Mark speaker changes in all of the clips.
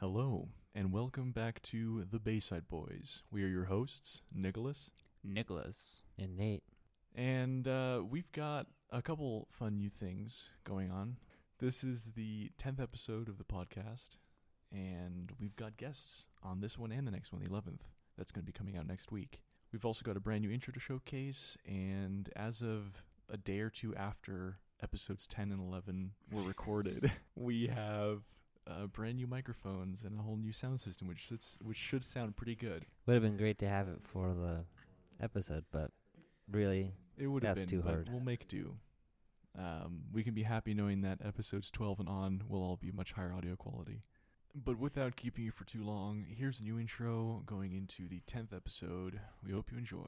Speaker 1: Hello, and welcome back to The Bayside Boys. We are your hosts, Nicholas,
Speaker 2: Nicholas.
Speaker 3: And Nate.
Speaker 1: and uh, we've got a couple fun new things going on. This is the 10th episode of the podcast, and we've got guests on this one and the next one, the 11th. That's going to be coming out next week. We've also got a brand new intro to showcase, and as of a day or two after episodes 10 and 11 were recorded, we have. Uh, brand new microphones and a whole new sound system, which sits, which should sound pretty good.
Speaker 3: Would have been great to have it for the episode, but really,
Speaker 1: It would have been
Speaker 3: That's too
Speaker 1: but
Speaker 3: hard.
Speaker 1: We'll make do. Um, we can be happy knowing that episodes 12 and on will all be much higher audio quality. But without keeping you for too long, here's a new intro going into the 10th episode. We hope you enjoy.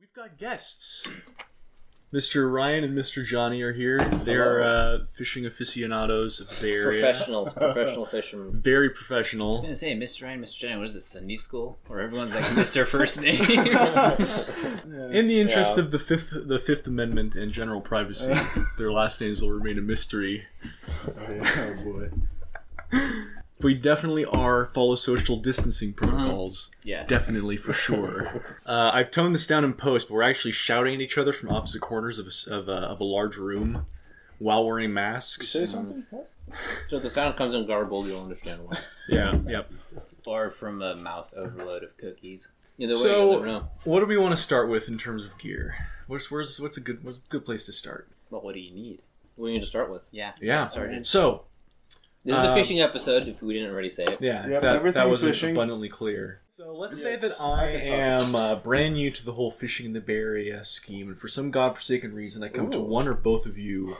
Speaker 1: We've got guests. Mr. Ryan and Mr. Johnny are here. They're uh, fishing aficionados of the Bay Area.
Speaker 2: Professionals, professional fishermen.
Speaker 1: Very
Speaker 2: I was
Speaker 1: professional.
Speaker 2: gonna say, Mr. Ryan, Mr. Jenny, what is this, Sunday school? Where everyone's like Mr. First Name?
Speaker 1: In the interest
Speaker 4: Yeah.
Speaker 1: of the fifth, the Fifth Amendment and general privacy, their last names will remain a mystery.
Speaker 4: oh boy.
Speaker 1: We definitely are follow social distancing
Speaker 4: Mm-hmm.
Speaker 1: protocols.
Speaker 2: yes.
Speaker 1: Definitely for sure. uh, I've toned this down in post, but we're actually shouting at each other from opposite corners of a, s- of a, of a large room while wearing masks.
Speaker 4: Say something?
Speaker 2: So if the sound comes in garbled, you'll understand why.
Speaker 1: Yeah, yep.
Speaker 2: Or from a mouth overload of cookies. Either way,
Speaker 1: So-
Speaker 2: you'll never know.
Speaker 1: What do we want to start with in terms of gear? Where's, where's what's a good what's a good place to start?
Speaker 2: But what do you need? What do you need to start with? Yeah.
Speaker 1: Yeah.
Speaker 2: Started.
Speaker 1: So
Speaker 2: This is a
Speaker 1: Um,
Speaker 2: fishing episode, if we didn't already say it.
Speaker 1: yeah,
Speaker 4: Yep,
Speaker 1: that, that
Speaker 4: everything
Speaker 1: wasn't
Speaker 4: fishing.
Speaker 1: abundantly clear. So let's say
Speaker 4: Yes,
Speaker 1: that I,
Speaker 4: I can talk.
Speaker 1: am uh, brand new to the whole fishing in the Bay Area scheme, and for some godforsaken reason, I come to
Speaker 4: Ooh.
Speaker 1: one or both of you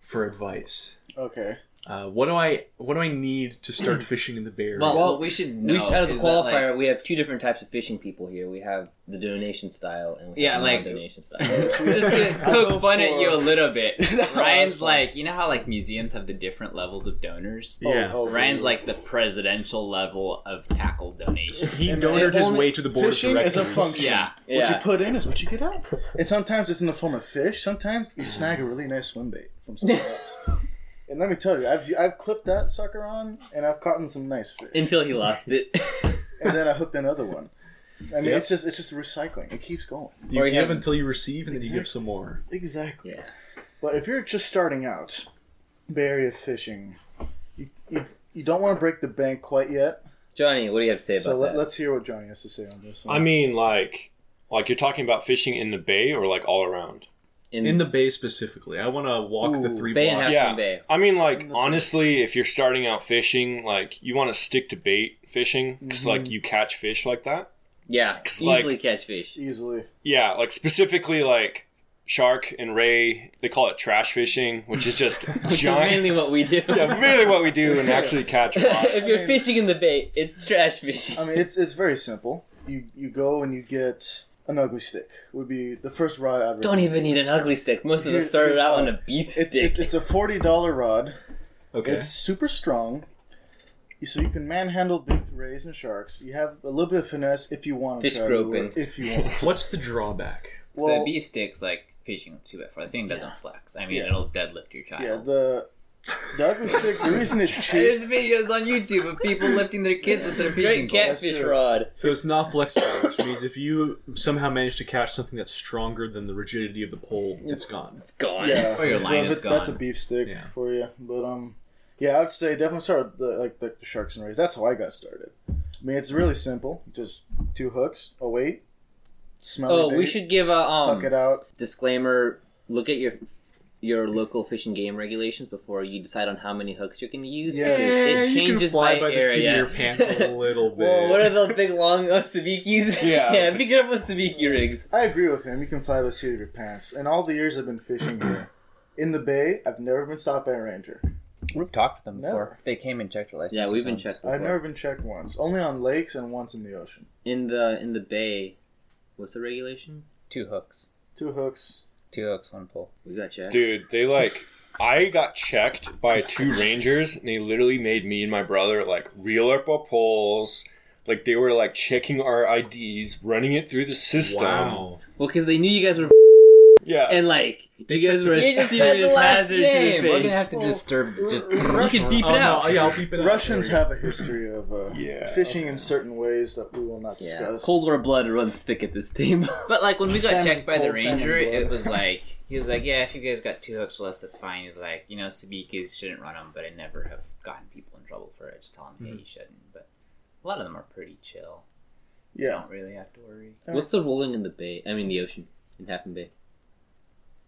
Speaker 1: for advice.
Speaker 4: Okay.
Speaker 1: Uh, what do I what do I need to start fishing in the Bay Area?
Speaker 2: Well, what we should know.
Speaker 5: we should, as a
Speaker 2: is that, like-
Speaker 5: qualifier, we have two different types of fishing people here. We have the donation style and we
Speaker 2: Yeah,
Speaker 5: have
Speaker 2: like-
Speaker 5: donation style.
Speaker 2: just to
Speaker 4: I'll go
Speaker 2: poke fun
Speaker 4: for-
Speaker 2: at you a little bit.
Speaker 4: That was
Speaker 2: Ryan's
Speaker 4: fun.
Speaker 2: like, you know how like museums have the different levels of donors.
Speaker 1: yeah,
Speaker 4: Oh, oh,
Speaker 2: Ryan's
Speaker 4: boy.
Speaker 2: like the presidential level of tackle donation.
Speaker 1: he
Speaker 4: And
Speaker 1: donated his
Speaker 4: only-
Speaker 1: way to the board of
Speaker 4: fishing
Speaker 1: directors.
Speaker 4: is a function.
Speaker 2: Yeah,
Speaker 4: What you
Speaker 2: yeah.
Speaker 4: put in is what you get out. And sometimes it's in the form of fish. Sometimes you
Speaker 1: Mm-hmm.
Speaker 4: snag a really nice swim bait from somewhere else. And let me tell you, I've I've clipped that sucker on, and I've caught in some nice fish.
Speaker 2: Until he lost it.
Speaker 4: And then I hooked another one. I mean,
Speaker 1: Yep.
Speaker 4: it's just it's just recycling. It keeps going.
Speaker 1: You
Speaker 2: Or
Speaker 1: give
Speaker 2: you have-
Speaker 1: until you receive, and then you
Speaker 4: Exactly.
Speaker 1: give some more.
Speaker 4: Exactly.
Speaker 2: Yeah.
Speaker 4: But if you're just starting out, Bay Area fishing, you you, you don't want to break the bank quite yet.
Speaker 5: Johnny, what do you have to say about
Speaker 4: So let,
Speaker 5: that?
Speaker 4: let's hear what Johnny has to say on this. One.
Speaker 6: I mean, like, like you're talking about fishing in the bay or like all around.
Speaker 1: In the Bay specifically, I want to walk the
Speaker 4: Ooh,
Speaker 1: three
Speaker 5: Bay and
Speaker 1: blocks.
Speaker 6: half- Yeah.
Speaker 5: Halfmoon Bay.
Speaker 6: I mean,
Speaker 4: In
Speaker 6: like
Speaker 4: the bay.
Speaker 6: honestly, if you're starting out fishing, like you want to stick to bait fishing because like you catch fish like that.
Speaker 5: Yeah,
Speaker 6: It's
Speaker 5: easily
Speaker 6: like-
Speaker 5: catch fish.
Speaker 4: easily.
Speaker 6: Yeah, like specifically like shark and ray. They call it trash fishing, which is just
Speaker 5: Which is
Speaker 6: giant.
Speaker 5: mainly what we do.
Speaker 6: Yeah, really what we do and actually catch. fish.
Speaker 5: if you're fishing in the bay, it's trash fishing.
Speaker 4: I mean, it's it's very simple. You you go and you get an ugly stick. Would be the first rod I've.
Speaker 5: Don't even need an ugly stick. Most of us
Speaker 4: Here's-
Speaker 5: started
Speaker 4: here's
Speaker 5: out
Speaker 4: how-
Speaker 5: on a beef
Speaker 4: It,
Speaker 5: stick.
Speaker 4: it- it's a forty dollar rod.
Speaker 1: Okay,
Speaker 4: It's super strong, You- so you can manhandle big rays and sharks. You have a little bit of finesse if you want to
Speaker 5: Fish
Speaker 4: try to lure
Speaker 5: groping.
Speaker 4: it, If you want.
Speaker 1: what's the drawback?
Speaker 4: Well,
Speaker 2: so beef sticks like fishing with two by four. The thing doesn't flex. I mean,
Speaker 4: Yeah.
Speaker 2: it'll deadlift your child.
Speaker 4: yeah, the the ugly stick. The reason it's cheap.
Speaker 2: There's videos on YouTube of people lifting their kids with their fishing
Speaker 5: Great
Speaker 2: pole.
Speaker 5: catfish
Speaker 4: That's true.
Speaker 5: rod.
Speaker 1: So it's not flexible, which means if you somehow manage to catch something that's stronger than the rigidity of the pole, it's gone.
Speaker 5: It's gone.
Speaker 4: Yeah,
Speaker 2: Or your
Speaker 4: so
Speaker 2: line
Speaker 4: if
Speaker 2: is
Speaker 4: it- That's a
Speaker 2: gone.
Speaker 4: beef stick
Speaker 1: Yeah.
Speaker 4: for you, but um, yeah, I would say definitely start with the, like the, the sharks and rays. That's how I got started. I mean, it's really simple. Just two hooks, a weight, smell.
Speaker 5: Oh, we should give a um,
Speaker 4: hook it out.
Speaker 5: disclaimer look at your your local fish and game regulations before you decide on how many hooks you're going to use
Speaker 4: Yeah.
Speaker 5: because
Speaker 1: Yeah,
Speaker 5: it
Speaker 1: you can
Speaker 5: changes
Speaker 1: fly
Speaker 5: by,
Speaker 1: by the
Speaker 5: area
Speaker 1: seat of your pants a little bit.
Speaker 5: Whoa, what are the big long uh, sabikis?
Speaker 6: Yeah.
Speaker 5: yeah, pick it up with sabiki rigs.
Speaker 4: I agree with him. You can fly by the seat of your pants. And all the years I've been fishing here in the bay, I've never been stopped by a ranger.
Speaker 2: We've talked to them
Speaker 4: Never.
Speaker 2: before. They came and checked our license.
Speaker 5: Yeah, we've been checked before.
Speaker 4: I've never been checked once. Only on lakes and once in the ocean.
Speaker 5: In the in the bay, what's the regulation?
Speaker 2: Two hooks.
Speaker 4: Two hooks.
Speaker 2: Two hooks, one pole.
Speaker 5: We got checked.
Speaker 7: Dude, they like I got checked by two rangers and they literally made me and my brother like reel up our poles. Like they were like checking our IDs, running it through the system.
Speaker 5: Well, because they knew you guys were
Speaker 7: Yeah.
Speaker 5: and like you guys were a
Speaker 2: You just said the
Speaker 5: serious
Speaker 2: last
Speaker 5: hazard to the
Speaker 2: name. We're gonna
Speaker 5: fish.
Speaker 2: have to disturb. Just
Speaker 4: You
Speaker 2: can beep
Speaker 8: Oh, no, yeah, I'll beep it out.
Speaker 4: Russians have a history of uh,
Speaker 7: Yeah.
Speaker 4: fishing in certain ways that we will not
Speaker 2: Yeah.
Speaker 4: discuss.
Speaker 5: Cold war blood runs thick at this table.
Speaker 2: But like when we got
Speaker 4: Salmon,
Speaker 2: checked by the
Speaker 4: cold salmon
Speaker 2: ranger,
Speaker 4: blood.
Speaker 2: it was like he was like, "Yeah, if you guys got two hooks or less, that's fine." He's like, "You know, Sabikis shouldn't run them, but I never have gotten people in trouble for it. Just tell them, hey,
Speaker 4: Hmm.
Speaker 2: you shouldn't." But a lot of them are pretty chill. You
Speaker 4: Yeah.
Speaker 2: don't really have to worry.
Speaker 5: What's the rolling in the bay? I mean, the ocean in Halfin Bay.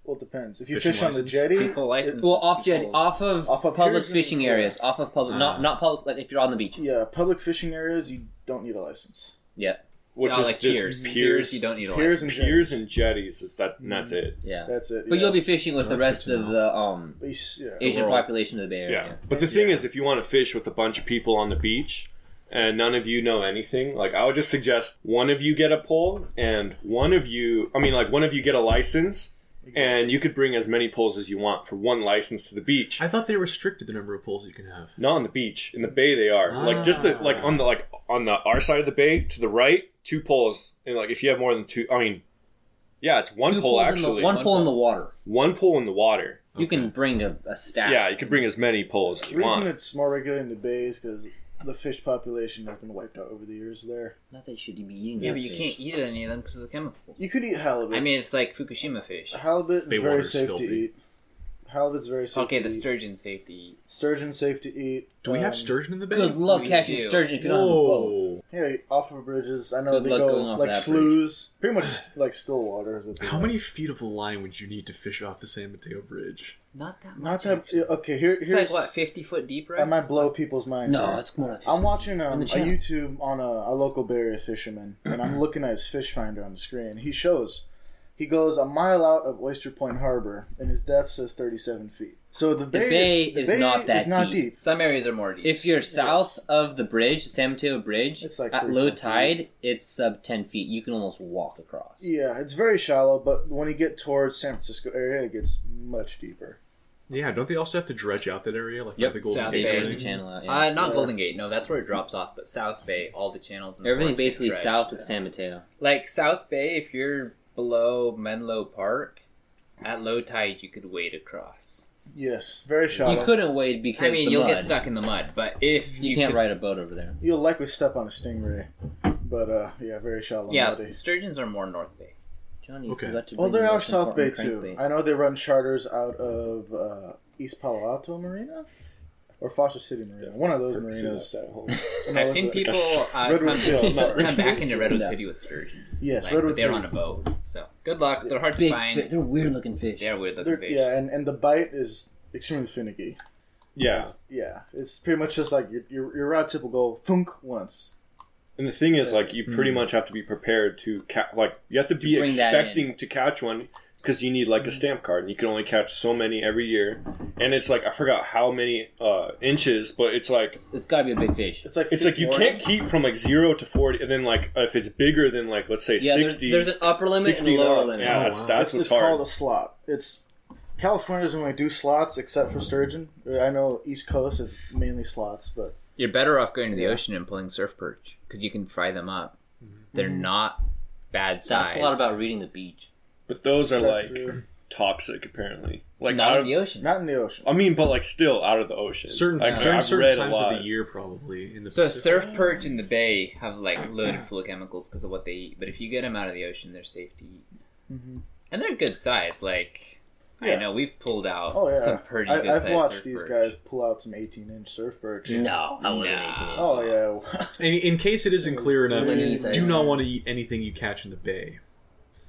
Speaker 4: Well, it depends. If you
Speaker 1: Fishing
Speaker 4: fish on the
Speaker 1: license.
Speaker 4: jetty,
Speaker 2: People license.
Speaker 5: Well, off jet,
Speaker 2: people-
Speaker 5: off of
Speaker 4: Off of
Speaker 5: public
Speaker 4: piers and-
Speaker 5: fishing
Speaker 4: yeah.
Speaker 5: areas, off of public,
Speaker 2: Ah.
Speaker 5: not not public. Like if you're on the beach,
Speaker 4: yeah, public fishing areas, you don't need a license.
Speaker 5: yeah,
Speaker 7: Which
Speaker 2: not
Speaker 7: is
Speaker 2: like
Speaker 7: just
Speaker 2: piers.
Speaker 7: piers,
Speaker 2: Piers, you don't Mm-hmm. need a
Speaker 4: Piers
Speaker 2: license.
Speaker 4: and
Speaker 7: piers
Speaker 4: jetties.
Speaker 7: and jetties is that and that's it.
Speaker 5: yeah.
Speaker 4: That's it.
Speaker 5: But
Speaker 4: yeah.
Speaker 5: you'll be fishing with the
Speaker 1: That's
Speaker 5: rest
Speaker 1: good to
Speaker 5: of the um,
Speaker 4: But you s- yeah.
Speaker 5: Asian
Speaker 7: Overall.
Speaker 5: population of the Bay
Speaker 7: Yeah.
Speaker 5: Area.
Speaker 7: But the thing
Speaker 4: Yeah.
Speaker 7: is if you want to fish with a bunch of people on the beach and none of you know anything, like I would just suggest one of you get a pole and one of you I mean like one of you get a license and you could bring as many poles as you want for one license to the beach.
Speaker 8: I thought they restricted the number of poles you can have.
Speaker 7: Not on the beach. In the bay, they are like just the, like on the like on the our side of the bay to the right, two poles. And like if you have more than two, I mean, yeah, it's one
Speaker 5: Two
Speaker 7: pole
Speaker 5: poles in the-
Speaker 7: actually.
Speaker 5: one,
Speaker 7: one,
Speaker 5: pole in the water.
Speaker 7: pole in the water.
Speaker 5: You can bring a, a stack.
Speaker 7: Yeah, you could bring as many poles as
Speaker 4: The
Speaker 7: you
Speaker 4: reason
Speaker 7: want.
Speaker 4: it's more regulated in the bay is because the fish population has been wiped out over the years there.
Speaker 5: Not that you should be eating.
Speaker 2: Yeah,
Speaker 5: that
Speaker 2: but you
Speaker 5: fish.
Speaker 2: can't eat any of them because of the chemicals.
Speaker 4: You could eat halibut.
Speaker 2: I mean, it's like Fukushima fish.
Speaker 4: halibut
Speaker 8: Bay
Speaker 4: is very
Speaker 8: water's
Speaker 4: safe to
Speaker 8: filthy.
Speaker 4: eat. Halibut's very safe
Speaker 2: Okay,
Speaker 4: to
Speaker 2: the
Speaker 4: eat.
Speaker 2: sturgeon safety.
Speaker 4: Sturgeon's safe to eat.
Speaker 8: Do we have
Speaker 4: Um,
Speaker 8: sturgeon in the bay?
Speaker 5: Good luck
Speaker 2: We
Speaker 5: catching
Speaker 2: do.
Speaker 5: sturgeon if you don't have a boat.
Speaker 8: Whoa!
Speaker 4: Yeah, off of bridges. I know
Speaker 5: Good
Speaker 4: they
Speaker 5: luck
Speaker 4: go
Speaker 5: going off
Speaker 4: like
Speaker 5: that
Speaker 4: sloughs, pretty much like still water. is what they
Speaker 8: How
Speaker 4: do.
Speaker 8: many feet of line would you need to fish off the San Mateo Bridge?
Speaker 2: Not that much.
Speaker 4: Not that.
Speaker 2: actually.
Speaker 4: Okay, here,
Speaker 2: It's
Speaker 4: here's.
Speaker 2: like what, fifty foot deep, right?
Speaker 4: I might blow people's minds.
Speaker 5: No,
Speaker 4: here.
Speaker 5: that's more. than-
Speaker 4: I'm watching um,
Speaker 5: the
Speaker 4: a
Speaker 5: channel.
Speaker 4: YouTube on a, a local Bay Area fisherman, and I'm looking at his fish finder on the screen. He shows he goes a mile out of Oyster Point Harbor, and his depth says 37 feet. So the
Speaker 5: The
Speaker 4: bay,
Speaker 5: bay
Speaker 4: the
Speaker 5: is not that
Speaker 4: is not
Speaker 5: deep.
Speaker 4: deep.
Speaker 2: Some areas are more deep.
Speaker 5: If you're south of the bridge, the San Mateo Bridge,
Speaker 4: It's like
Speaker 5: at
Speaker 4: three,
Speaker 5: low
Speaker 4: four feet.
Speaker 5: tide, it's sub ten feet. You can almost walk across.
Speaker 4: Yeah, it's very shallow, but when you get towards San Francisco area, it gets much deeper.
Speaker 8: Yeah, don't they also have to dredge out that area like by
Speaker 2: Yep,
Speaker 8: the Golden
Speaker 2: South
Speaker 8: Gate?
Speaker 2: Bay.
Speaker 5: There's
Speaker 8: or
Speaker 2: Yeah.
Speaker 5: the
Speaker 8: anything?
Speaker 5: channel out. yeah.
Speaker 2: Uh, not
Speaker 4: Yeah.
Speaker 2: Golden Gate. No, that's where it drops off. But South Bay, all the channels. And the
Speaker 5: Everything
Speaker 2: ports get
Speaker 5: basically
Speaker 2: dredged.
Speaker 5: south of San Mateo.
Speaker 2: Like South Bay, if you're below Menlo Park, at low tide you could wade across.
Speaker 4: Yes, very shallow.
Speaker 5: You couldn't wade because
Speaker 2: I mean,
Speaker 5: the
Speaker 2: you'll
Speaker 5: mud.
Speaker 2: get stuck in the mud, but if
Speaker 5: You,
Speaker 2: you,
Speaker 5: can't
Speaker 2: could-
Speaker 5: ride a boat over there.
Speaker 4: You'll likely step on a stingray, but uh, yeah, very shallow.
Speaker 2: yeah,
Speaker 4: muddy.
Speaker 2: sturgeons are more North Bay.
Speaker 5: Johnny, you
Speaker 8: Okay.
Speaker 5: forgot to
Speaker 4: Well,
Speaker 5: bring
Speaker 4: there
Speaker 5: the
Speaker 4: are
Speaker 5: most
Speaker 4: South Bay
Speaker 5: important
Speaker 4: too.
Speaker 5: crankbait.
Speaker 4: I know they run charters out of uh, East Palo Alto Marina or Foster City Marina. One of those marinas. And
Speaker 2: I've
Speaker 4: those,
Speaker 2: seen
Speaker 4: uh,
Speaker 2: people uh,
Speaker 4: Redwood
Speaker 2: come,
Speaker 4: Seal, not
Speaker 2: come back into Redwood
Speaker 5: Yeah.
Speaker 2: City with sturgeon.
Speaker 4: Yes,
Speaker 2: Like,
Speaker 4: Redwood
Speaker 2: they're on a
Speaker 4: City.
Speaker 2: boat, so good luck. They're hard to
Speaker 5: Big,
Speaker 2: find.
Speaker 5: fi- they're weird looking fish.
Speaker 2: They're weird looking
Speaker 4: They're-
Speaker 2: fish.
Speaker 4: Yeah, and, and the bite is extremely finicky.
Speaker 7: Yeah,
Speaker 4: Yeah, it's pretty much just like your your, your rod tip will go thunk once.
Speaker 7: and the thing is, like, you pretty much have to be prepared to ca- like you have to be
Speaker 5: hmm. bring that in. Hmm.
Speaker 7: expecting to catch one because you need like a stamp card, and you can only catch so many every year. And it's like I forgot how many uh, inches, but it's like
Speaker 5: It's got to be a big fish.
Speaker 4: It's like
Speaker 7: It's like you
Speaker 4: 50
Speaker 7: can't keep from like zero to forty, and then like if it's bigger than like let's say
Speaker 5: Yeah, there's,
Speaker 7: sixty,
Speaker 5: there's an upper limit
Speaker 7: 60
Speaker 5: and a lower
Speaker 7: up,
Speaker 5: limit.
Speaker 7: Yeah,
Speaker 8: Oh,
Speaker 7: that's
Speaker 8: wow.
Speaker 7: that's
Speaker 4: It's
Speaker 7: what's
Speaker 4: just
Speaker 7: hard.
Speaker 4: called a slot. It's California doesn't really do slots except for sturgeon. I know East Coast is mainly slots, but
Speaker 2: You're better off going to the ocean and pulling surf perch because you can fry them up.
Speaker 4: Mm-hmm.
Speaker 2: They're not bad size.
Speaker 5: Mm-hmm. That's a lot about reading the beach.
Speaker 7: but those are
Speaker 4: that's
Speaker 7: like
Speaker 4: true.
Speaker 7: toxic apparently. Like
Speaker 2: not
Speaker 7: out
Speaker 2: in
Speaker 7: of,
Speaker 2: the ocean.
Speaker 4: not in the ocean.
Speaker 7: I mean, but like still out of the ocean.
Speaker 8: Certain
Speaker 7: Like,
Speaker 8: during
Speaker 7: I've
Speaker 8: certain
Speaker 7: read a
Speaker 8: times
Speaker 7: lot.
Speaker 8: of the year, probably in the
Speaker 2: So
Speaker 8: Pacific.
Speaker 2: surf perch in the bay have like loaded full of chemicals because of what they eat. But if you get them out of the ocean, they're safe to eat, and they're good size. Like
Speaker 4: Yeah.
Speaker 2: I know we've pulled out
Speaker 4: Oh yeah,
Speaker 2: some pretty
Speaker 4: I,
Speaker 2: good
Speaker 4: I've
Speaker 2: size
Speaker 4: watched
Speaker 2: surf
Speaker 4: these
Speaker 2: perch.
Speaker 4: guys pull out some 18-inch surf perch.
Speaker 5: No, I wouldn't
Speaker 2: No.
Speaker 5: eat it.
Speaker 4: Oh yeah,
Speaker 8: In, in case it isn't clear enough,
Speaker 4: What
Speaker 5: did he
Speaker 8: you
Speaker 5: say?
Speaker 8: do not want to eat anything you catch in the bay.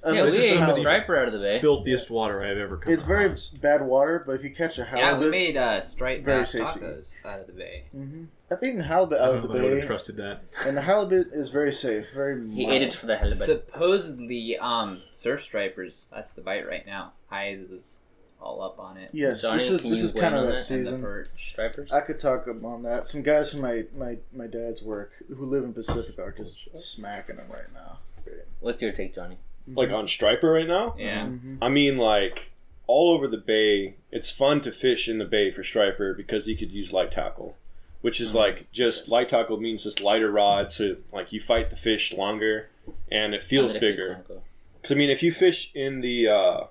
Speaker 2: Yeah,
Speaker 4: Unless
Speaker 2: we
Speaker 4: it's
Speaker 2: ate
Speaker 4: halibut.
Speaker 2: striper out of the bay.
Speaker 8: Filthiest water I've ever come.
Speaker 4: It's very
Speaker 8: across.
Speaker 4: bad water, but if you catch a
Speaker 2: Yeah, we
Speaker 4: halibut, mm-hmm.
Speaker 2: made uh, stripe
Speaker 4: Very
Speaker 2: bass
Speaker 4: safety.
Speaker 2: tacos out of the bay.
Speaker 4: I've eaten halibut
Speaker 8: I
Speaker 4: out
Speaker 8: don't
Speaker 4: of the
Speaker 8: know if I would have
Speaker 4: bay,
Speaker 8: trusted that.
Speaker 4: and the halibut is very safe. Very
Speaker 5: He
Speaker 4: mild.
Speaker 5: ate it for the halibut.
Speaker 2: Supposedly, um, surf stripers. That's the bite right now. Highs is all up on it.
Speaker 4: Yes,
Speaker 5: Johnny,
Speaker 4: this is
Speaker 5: can
Speaker 4: this
Speaker 5: you
Speaker 4: is
Speaker 5: weigh
Speaker 4: kind
Speaker 5: in
Speaker 4: of
Speaker 5: on
Speaker 4: that
Speaker 5: that and
Speaker 2: The
Speaker 4: season.
Speaker 2: perch.
Speaker 5: Stripers?
Speaker 4: I could talk up on that. Some guys from my, my, my dad's work who live in Pacific are just smacking them right now.
Speaker 5: What's your take, Johnny?
Speaker 7: Like on striper right now?
Speaker 2: Yeah.
Speaker 4: Mhm.
Speaker 7: I mean, like all over the bay, it's fun to fish in the bay for striper because you could use light tackle, which is like just light tackle means just lighter rod, so like you fight the fish longer and it feels
Speaker 5: I'm gonna
Speaker 7: bigger.
Speaker 5: fish Uncle.
Speaker 7: Because I mean, if you fish in the uh,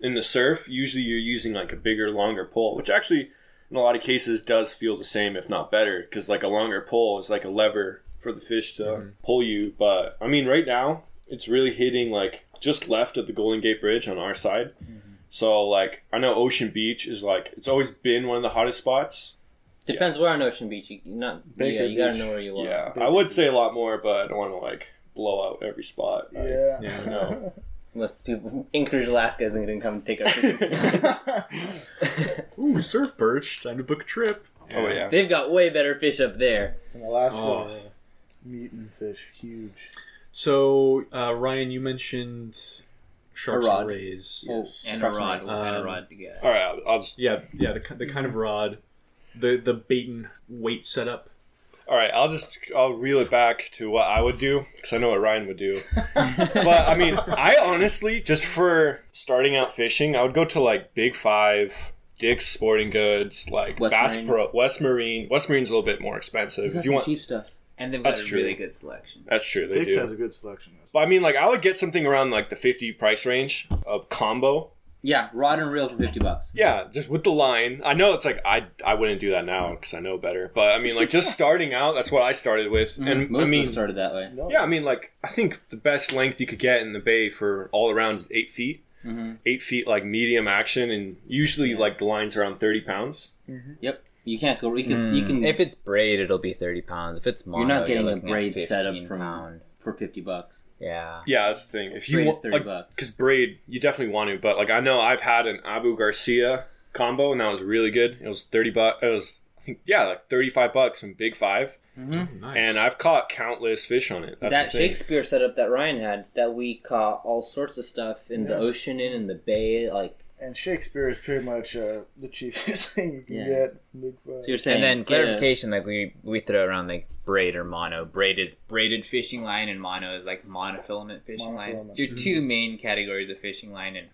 Speaker 7: in the surf, usually you're using like a bigger, longer pole, which actually in a lot of cases does feel the same, if not better. Because like a longer pole is like a lever for the fish to pull you. But I mean, right now it's really hitting like just left of the Golden Gate Bridge on our side. So like I know Ocean Beach is like it's always been one of the hottest spots.
Speaker 5: Depends where on Ocean Beach. You you not
Speaker 7: Baker
Speaker 5: yeah, you gotta
Speaker 7: Beach.
Speaker 5: know where you are.
Speaker 7: Yeah, I would say a lot more, but I don't want to like blow out every spot. I-
Speaker 4: Yeah.
Speaker 7: yeah, I know.
Speaker 5: Most people Anchorage, Alaska isn't gonna come take our
Speaker 6: Ooh, surf birch. Time to book a trip.
Speaker 7: Oh yeah.
Speaker 5: They've got way better fish up there.
Speaker 4: In Alaska,
Speaker 6: Oh.
Speaker 4: meat and fish, huge.
Speaker 6: So uh, Ryan, you mentioned sharks
Speaker 5: rod.
Speaker 6: and rays.
Speaker 4: Yes.
Speaker 2: And a rod. What kind of
Speaker 6: Um,
Speaker 2: rod do you got?
Speaker 7: All right, I'll, I'll just
Speaker 6: Yeah, yeah. The, ki- the kind of rod, the the bait and weight setup.
Speaker 7: All right, I'll just I'll reel it back to what I would do because I know what Ryan would do. but I mean, I honestly just for starting out fishing, I would go to like Big Five, Dick's Sporting Goods, like
Speaker 5: West
Speaker 7: Bass
Speaker 5: Marine.
Speaker 7: Pro, West Marine. West Marine's a little bit more expensive. If you want,
Speaker 5: cheap stuff.
Speaker 2: And they've got
Speaker 7: That's
Speaker 2: a
Speaker 7: true.
Speaker 2: really good selection.
Speaker 7: that's true. They
Speaker 4: Dix
Speaker 7: do.
Speaker 4: has a good selection.
Speaker 7: but I mean, like I would get something around like the fifty price range of combo.
Speaker 5: Yeah, rod and reel for fifty bucks.
Speaker 7: Yeah, just with the line. I know it's like I I wouldn't do that now because I know better. But I mean, like just starting out, that's what I started with. And
Speaker 5: Mm, Most
Speaker 7: I mean,
Speaker 5: of us started that way.
Speaker 4: No.
Speaker 7: Yeah, I mean, like I think the best length you could get in the bay for all around is eight feet.
Speaker 2: Mm-hmm.
Speaker 5: Mhm.
Speaker 7: Eight feet, like medium action, and usually like the line's around thirty pounds.
Speaker 5: Yep. You can't go you can
Speaker 7: Hmm.
Speaker 5: you can
Speaker 2: Hmm. If it's braid, it'll be thirty pounds. If it's mono,
Speaker 5: you're not getting a
Speaker 2: looking at
Speaker 5: braid setup
Speaker 2: 15
Speaker 5: from
Speaker 2: pound.
Speaker 5: for fifty bucks.
Speaker 2: Yeah.
Speaker 7: Yeah, that's the thing. If you
Speaker 5: Braid
Speaker 7: want,
Speaker 5: is 30
Speaker 7: like,
Speaker 5: bucks.
Speaker 7: because braid, you definitely want to. But like, I know I've had an Abu Garcia combo, and that was really good. It was thirty bucks. It was, I think, yeah, like thirty-five bucks from Big Five,
Speaker 6: Oh, Nice.
Speaker 7: and I've caught countless fish on it. That's
Speaker 5: that
Speaker 7: the thing.
Speaker 5: Shakespeare setup that Ryan had, that we caught all sorts of stuff in the
Speaker 4: Yeah.
Speaker 5: ocean and in the bay, like
Speaker 4: And Shakespeare is pretty much uh, the cheapest thing you can
Speaker 5: Yeah.
Speaker 4: get. Big Five.
Speaker 5: so you're saying.
Speaker 2: And then
Speaker 5: get a-
Speaker 2: clarification, like we we throw around like braid or mono. Braid is braided fishing line, and mono is like monofilament fishing line.
Speaker 4: Monofilament.
Speaker 2: Your
Speaker 7: Mm-hmm.
Speaker 2: two main categories of fishing line, and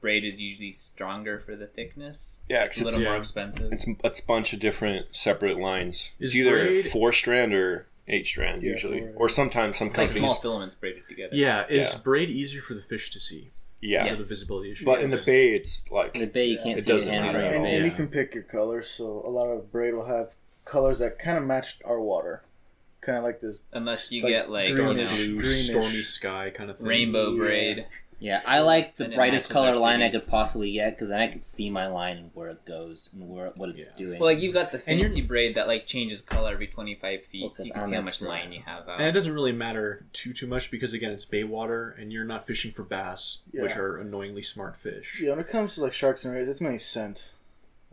Speaker 2: braid is usually stronger for the thickness,
Speaker 7: yeah,
Speaker 2: it's
Speaker 7: 'cause
Speaker 2: a little
Speaker 7: it's,
Speaker 2: more
Speaker 6: yeah.
Speaker 2: expensive.
Speaker 7: it's it's a bunch of different separate lines.
Speaker 6: Is
Speaker 7: it's either
Speaker 6: braid-
Speaker 7: four strand or eight strand
Speaker 4: Yeah,
Speaker 7: usually,
Speaker 4: four.
Speaker 7: or sometimes some
Speaker 2: It's like
Speaker 7: companies.
Speaker 2: small filaments braided together.
Speaker 6: yeah, is
Speaker 7: Yeah.
Speaker 6: braid easier for the fish to see?
Speaker 7: yeah,
Speaker 6: So the visibility issue.
Speaker 7: But in the bay, it's
Speaker 5: in the
Speaker 7: like
Speaker 5: bay you can't
Speaker 7: It
Speaker 5: see the
Speaker 7: doesn't
Speaker 5: hand
Speaker 7: matter
Speaker 5: around
Speaker 7: at
Speaker 5: the
Speaker 4: and,
Speaker 7: all.
Speaker 5: bay.
Speaker 4: and you
Speaker 7: Yeah.
Speaker 4: can pick your colors, so a lot of braid will have colors that kind of match our water, kind of like this.
Speaker 2: Unless you
Speaker 4: Like
Speaker 2: get like you
Speaker 4: greenish.
Speaker 2: know,
Speaker 6: blue,
Speaker 4: greenish.
Speaker 6: stormy sky kind of thing.
Speaker 2: rainbow
Speaker 4: Yeah.
Speaker 2: braid.
Speaker 5: Yeah, I like the
Speaker 2: Then it
Speaker 5: brightest
Speaker 2: matches
Speaker 5: color
Speaker 2: our
Speaker 5: line I
Speaker 2: cities.
Speaker 5: could possibly get because then I could see my line and where it goes and where what it's
Speaker 6: Yeah.
Speaker 5: doing.
Speaker 2: Well, like you've got the
Speaker 6: And you're-
Speaker 2: fancy braid that like changes color every twenty five feet,
Speaker 5: Well,
Speaker 2: so
Speaker 5: 'cause
Speaker 2: you can
Speaker 5: I'm
Speaker 2: see how
Speaker 5: an
Speaker 2: much
Speaker 5: expert.
Speaker 2: line you have out.
Speaker 6: And it doesn't really matter too too much because again, it's bay water, and you're not fishing for bass, which
Speaker 4: Yeah.
Speaker 6: are annoyingly smart fish.
Speaker 4: Yeah, when it comes to like sharks and rays, it's my scent.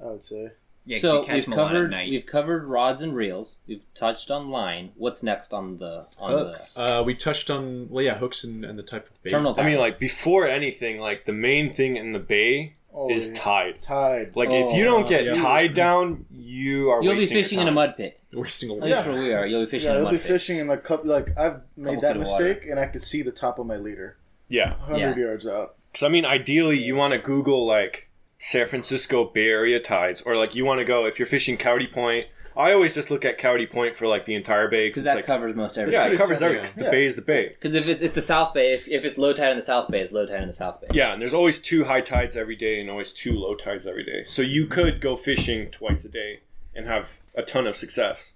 Speaker 4: I would say.
Speaker 2: yeah, 'cause
Speaker 5: so
Speaker 2: you catch
Speaker 5: we've
Speaker 2: them a lot at
Speaker 5: covered
Speaker 2: night.
Speaker 5: we've covered rods and reels. We've touched on line. What's next on the on
Speaker 2: Hooks.
Speaker 5: the
Speaker 6: Uh, we touched on well, yeah, hooks and, and the type of bait.
Speaker 5: terminal?
Speaker 7: I mean,
Speaker 5: paddle?
Speaker 7: like before anything, like the main thing in the bay
Speaker 4: Oh,
Speaker 7: is
Speaker 4: yeah.
Speaker 7: tide.
Speaker 4: Tide.
Speaker 7: Like if
Speaker 5: Oh,
Speaker 7: you don't get
Speaker 6: yeah.
Speaker 7: tied down, you are
Speaker 5: you'll be
Speaker 7: wasting your
Speaker 5: fishing in a
Speaker 7: time.
Speaker 5: mud pit.
Speaker 6: wasting a
Speaker 5: At
Speaker 6: lot.
Speaker 5: least where we are, you'll be fishing
Speaker 4: yeah,
Speaker 5: in a
Speaker 4: I'll
Speaker 5: mud
Speaker 4: be
Speaker 5: pit.
Speaker 4: fishing in like couple. Like I've
Speaker 5: Couple
Speaker 4: made that
Speaker 5: foot of water.
Speaker 4: mistake, and I could see the top of my leader,
Speaker 7: Yeah,
Speaker 4: hundred yards out.
Speaker 7: because I mean, ideally, you want to Google like San Francisco Bay Area tides, or like you want to go if you're fishing Coyote Point. I always just look at Coyote Point for like the entire bay because
Speaker 5: because
Speaker 7: it's
Speaker 5: that
Speaker 7: like
Speaker 5: covers most
Speaker 7: yeah,
Speaker 5: everything.
Speaker 7: it covers
Speaker 6: Yeah.
Speaker 7: everything. 'cause The
Speaker 4: Yeah.
Speaker 7: bay is the bay.
Speaker 5: Because if it's, it's the South Bay, if, if it's low tide in the South Bay, it's low tide in the South Bay.
Speaker 7: Yeah, and there's always two high tides every day and always two low tides every day. So you could go fishing twice a day and have a ton of success.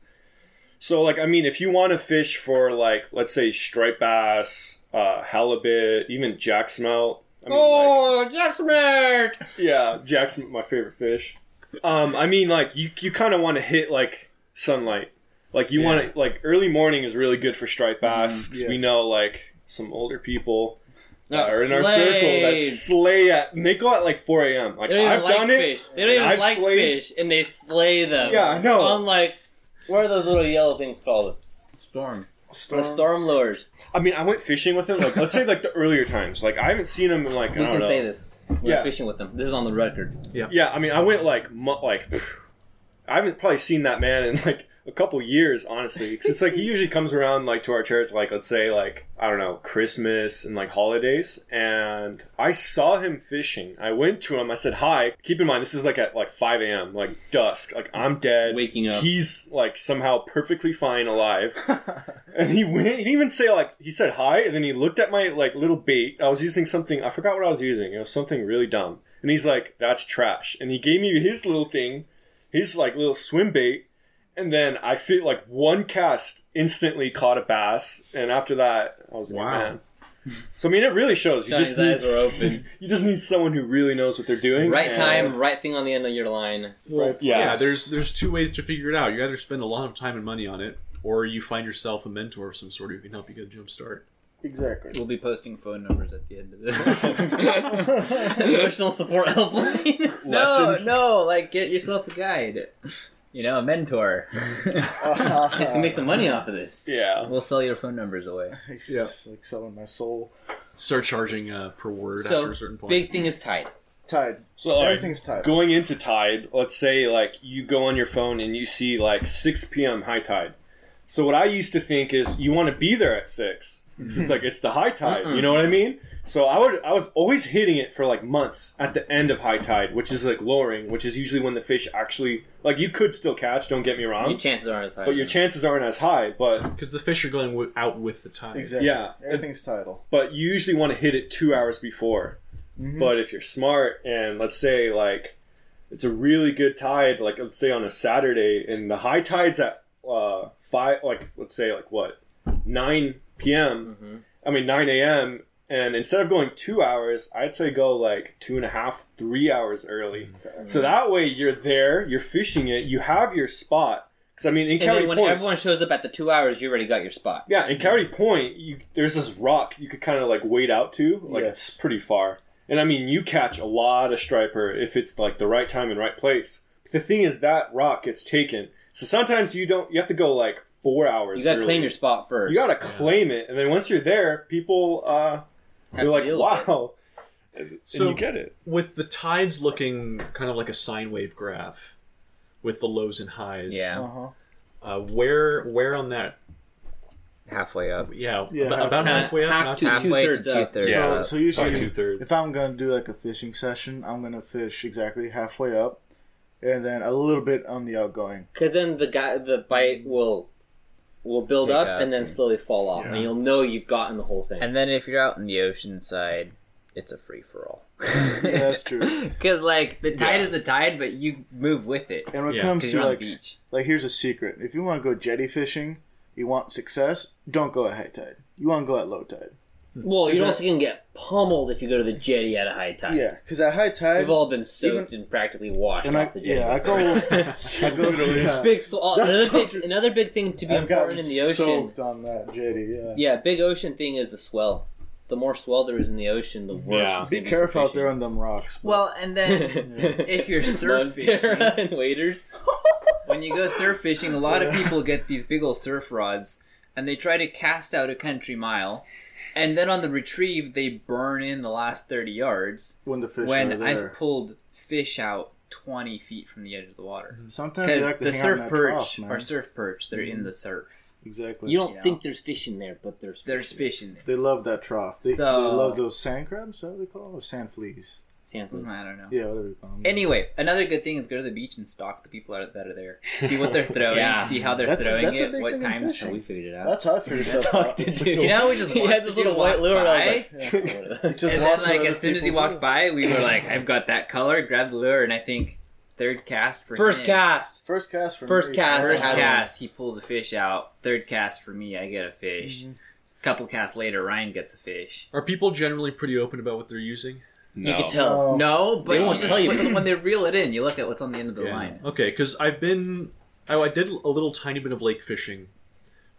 Speaker 7: So like I mean, if you want to fish for like let's say striped bass, uh, halibut, even jack smelt. I mean, oh, jack smelt! Yeah, jack smelt, my favorite fish. Um, I mean, like you you kind of want to hit like sunlight. Like you want to like early morning is really good for striped bass 'cause we
Speaker 4: yes.
Speaker 7: know like some older people
Speaker 5: That
Speaker 7: that are in our
Speaker 5: slayed.
Speaker 7: circle that slay at and they go at like 4 a.m. Like
Speaker 5: They don't even
Speaker 7: I've
Speaker 5: like
Speaker 7: done it.
Speaker 5: fish. They don't even
Speaker 7: I've
Speaker 5: like
Speaker 7: slayed-
Speaker 5: fish, and they slay them.
Speaker 7: Yeah, I know.
Speaker 5: Unlike what are those little yellow things called?
Speaker 2: storm.
Speaker 5: The storm lures.
Speaker 7: I mean, I went fishing with him. Like let's say like the earlier times. Like I haven't seen him in like I
Speaker 5: We
Speaker 7: don't
Speaker 5: can
Speaker 7: know,
Speaker 5: say this. We
Speaker 7: Yeah.
Speaker 5: were fishing with them. This is on the record.
Speaker 7: Yeah, I mean, I went like mo- like I haven't probably seen that man in like a couple years, honestly. Because it's like he usually comes around like to our church, like let's say like I don't know Christmas and like holidays. And I saw him fishing. I went to him. I said hi. Keep in mind this is like at like 5 a.m. like dusk. Like I'm dead.
Speaker 5: Waking up.
Speaker 7: He's like somehow perfectly fine, alive. And he went. He didn't even say like he said hi, and then he looked at my like little bait. I was using something. I forgot what I was using. It was something really dumb. And he's like, "That's trash." And he gave me his little thing, his like little swim bait. And then I fit like one cast instantly caught a bass. And after that, I was like,
Speaker 6: Wow.
Speaker 7: man. So I mean, it really shows. You just need
Speaker 5: Johnny's eyes were open.
Speaker 7: you just need someone who really knows what they're doing.
Speaker 5: Right
Speaker 7: and-
Speaker 5: time, right thing on the end of your line.
Speaker 4: Right.
Speaker 7: Yeah,
Speaker 6: Yeah, there's there's two ways to figure it out. You either spend a lot of time and money on it, or you find yourself a mentor of some sort who can help you get a jump start.
Speaker 4: Exactly.
Speaker 2: We'll be posting phone numbers at the end of this. Emotional support helpline. No,
Speaker 7: Lessons.
Speaker 2: no, like get yourself a guide. You know, a mentor.
Speaker 4: Uh-huh.
Speaker 2: Guys can make some money off of this.
Speaker 7: Yeah.
Speaker 2: We'll sell your phone numbers away.
Speaker 6: Yeah.
Speaker 4: It's like selling my soul.
Speaker 6: Start charging uh, per word
Speaker 2: So,
Speaker 6: after a certain point.
Speaker 2: Big thing is tide.
Speaker 4: Tide.
Speaker 7: So all right,
Speaker 4: Everything's tide.
Speaker 7: going into tide let's say like you go on your phone and you see like 6 p.m high tide so what i used to think is you want to be there at 6 'Cause it's like it's the high tide you know what i mean so i would i was always hitting it for like months at the end of high tide which is like lowering which is usually when the fish actually like you could still catch don't get me wrong
Speaker 5: Your chances aren't as high.
Speaker 7: but your chances aren't as high but
Speaker 6: Because the fish are going w- out with the tide.
Speaker 4: Exactly.
Speaker 7: Yeah.
Speaker 4: Everything's tidal.
Speaker 7: but you usually want to hit it two hours before. But if you're smart and let's say like it's a really good tide, like let's say on a Saturday, and the high tide's at uh, five, like let's say like what nine p.m. I mean nine a.m. And instead of going two hours, I'd say go like two and a half, three hours early. So that way you're there, you're fishing it, you have your spot. Because I mean, in
Speaker 5: and
Speaker 7: County
Speaker 5: then when
Speaker 7: Point,
Speaker 5: everyone shows up at the two hours, you already got your spot.
Speaker 7: yeah, in Coyote Point, you, there's this rock you could kind of like wade out to. Like
Speaker 4: Yes.
Speaker 7: it's pretty far, and I mean you catch a lot of striper if it's like the right time and right place. But the thing is that rock gets taken, so sometimes you don't. You have to go like four hours.
Speaker 5: You got to
Speaker 7: early.
Speaker 5: claim your spot first.
Speaker 7: You gotta claim it, and then once you're there, people uh, they're
Speaker 5: to
Speaker 7: like,
Speaker 5: deal with
Speaker 7: "Wow,"
Speaker 6: So
Speaker 7: and you get it.
Speaker 6: with the tides looking kind of like a sine wave graph, with the lows and highs.
Speaker 2: Yeah.
Speaker 4: Uh huh.
Speaker 6: Uh, where where on that?
Speaker 2: Halfway up.
Speaker 6: Yeah.
Speaker 4: Yeah,
Speaker 6: ab-
Speaker 4: half-
Speaker 6: about, halfway up. not
Speaker 5: half
Speaker 6: too-
Speaker 5: to
Speaker 2: halfway to
Speaker 5: two thirds up.
Speaker 2: two-thirds.
Speaker 4: So,
Speaker 7: Yeah.
Speaker 4: so usually,
Speaker 6: Probably two-thirds.
Speaker 4: if I'm gonna do like a fishing session, I'm gonna fish exactly halfway up, and then a little bit on the outgoing.
Speaker 5: Because then the guy, the bite will will build
Speaker 2: Pick
Speaker 5: up,
Speaker 2: up
Speaker 5: and then
Speaker 2: and-
Speaker 5: slowly fall off,
Speaker 6: Yeah.
Speaker 5: and you'll know you've gotten the whole thing.
Speaker 2: And then if you're out in the ocean side, it's a free for all.
Speaker 4: Yeah, that's true.
Speaker 2: Because like the tide
Speaker 6: Yeah.
Speaker 2: is the tide, but you move with it.
Speaker 4: And when it
Speaker 6: Yeah,
Speaker 4: comes
Speaker 2: Because
Speaker 4: to
Speaker 2: you're on
Speaker 4: like,
Speaker 2: the beach.
Speaker 4: like here's a secret: if you want to go jetty fishing, you want success, don't go at high tide. You want to go at low tide.
Speaker 5: well, you're also gonna get pummeled if you go to the jetty at a high tide.
Speaker 4: Yeah, because at high tide,
Speaker 5: We've all been soaked and practically washed
Speaker 4: and I,
Speaker 5: off the jetty.
Speaker 4: yeah, I go, I go, yeah,
Speaker 5: big. So, uh,
Speaker 4: That's
Speaker 5: another,
Speaker 4: so
Speaker 5: big, another big thing to be
Speaker 4: I've gotten
Speaker 5: important in the ocean.
Speaker 4: soaked on that jetty. Yeah.
Speaker 5: Yeah, big ocean thing is the swell. The more swell there is in the ocean, the worse.
Speaker 7: Yeah.
Speaker 5: it's
Speaker 4: Be
Speaker 5: gonna for
Speaker 4: careful out
Speaker 5: fishing.
Speaker 4: there on them rocks. but-
Speaker 2: Well, and then if you're surf
Speaker 5: Montera
Speaker 2: fishing,
Speaker 5: and waders.
Speaker 2: when you go surf fishing, a lot of people get these big old surf rods, and they try to cast out a country mile, and then on the retrieve they burn in the last thirty yards.
Speaker 4: when the fish are
Speaker 2: when
Speaker 4: there.
Speaker 2: I've pulled fish out 20 feet from the edge of the water.
Speaker 4: Sometimes Mm-hmm. you
Speaker 2: Because
Speaker 4: like to
Speaker 2: the
Speaker 4: hang out
Speaker 2: surf
Speaker 4: in that
Speaker 2: perch
Speaker 4: trough, man.
Speaker 2: are surf perch. They're in the surf.
Speaker 4: exactly.
Speaker 5: You don't
Speaker 2: Yeah.
Speaker 5: think there's fish in there, but there's
Speaker 2: There's
Speaker 4: Mm-hmm.
Speaker 2: fish in there.
Speaker 4: They love that trough. They,
Speaker 2: So-
Speaker 4: they love those sand crabs. Is that what they call them? Or sand fleas?
Speaker 5: Sand fleas.
Speaker 2: Mm, I don't know.
Speaker 4: Yeah, whatever you call them.
Speaker 2: Anyway, another good thing is go to the beach and stalk the people out that are there. See what they're throwing.
Speaker 5: Yeah.
Speaker 2: See how they're
Speaker 4: That's a-
Speaker 2: throwing
Speaker 4: that's a
Speaker 2: it.
Speaker 4: big
Speaker 2: What
Speaker 4: thing in
Speaker 2: time?
Speaker 4: fishing.
Speaker 5: We figured it out.
Speaker 4: that's how I figured stuff out.
Speaker 2: You know, we just
Speaker 5: He
Speaker 2: watched
Speaker 5: had
Speaker 2: the
Speaker 5: this
Speaker 2: dude
Speaker 5: little
Speaker 2: walk
Speaker 5: white lure. and I
Speaker 2: by.
Speaker 5: was like, "What?"
Speaker 2: and
Speaker 4: Just watch
Speaker 2: then,
Speaker 4: what
Speaker 2: like,
Speaker 4: other
Speaker 2: as soon as he
Speaker 4: people
Speaker 2: walked
Speaker 4: do.
Speaker 2: by, we were like, "I've got that color." Grab the lure, and I think third cast for
Speaker 5: First
Speaker 2: him.
Speaker 5: cast.
Speaker 4: First cast for
Speaker 5: First
Speaker 4: me.
Speaker 5: cast,
Speaker 2: First
Speaker 5: I had
Speaker 2: cast, he pulls a fish out. Third cast for me, I get a fish.
Speaker 5: Mm-hmm.
Speaker 2: Couple casts later, Ryan gets a fish.
Speaker 6: Are people generally pretty open about what they're using?
Speaker 5: You
Speaker 7: No.
Speaker 5: could tell.
Speaker 4: Oh.
Speaker 2: No, but
Speaker 5: They
Speaker 2: you
Speaker 5: won't
Speaker 2: just
Speaker 5: tell you
Speaker 2: when-
Speaker 5: that.
Speaker 2: when they reel it in. You look at what's on the end of the line.
Speaker 6: Okay, because I've been. Oh, I did a little tiny bit of lake fishing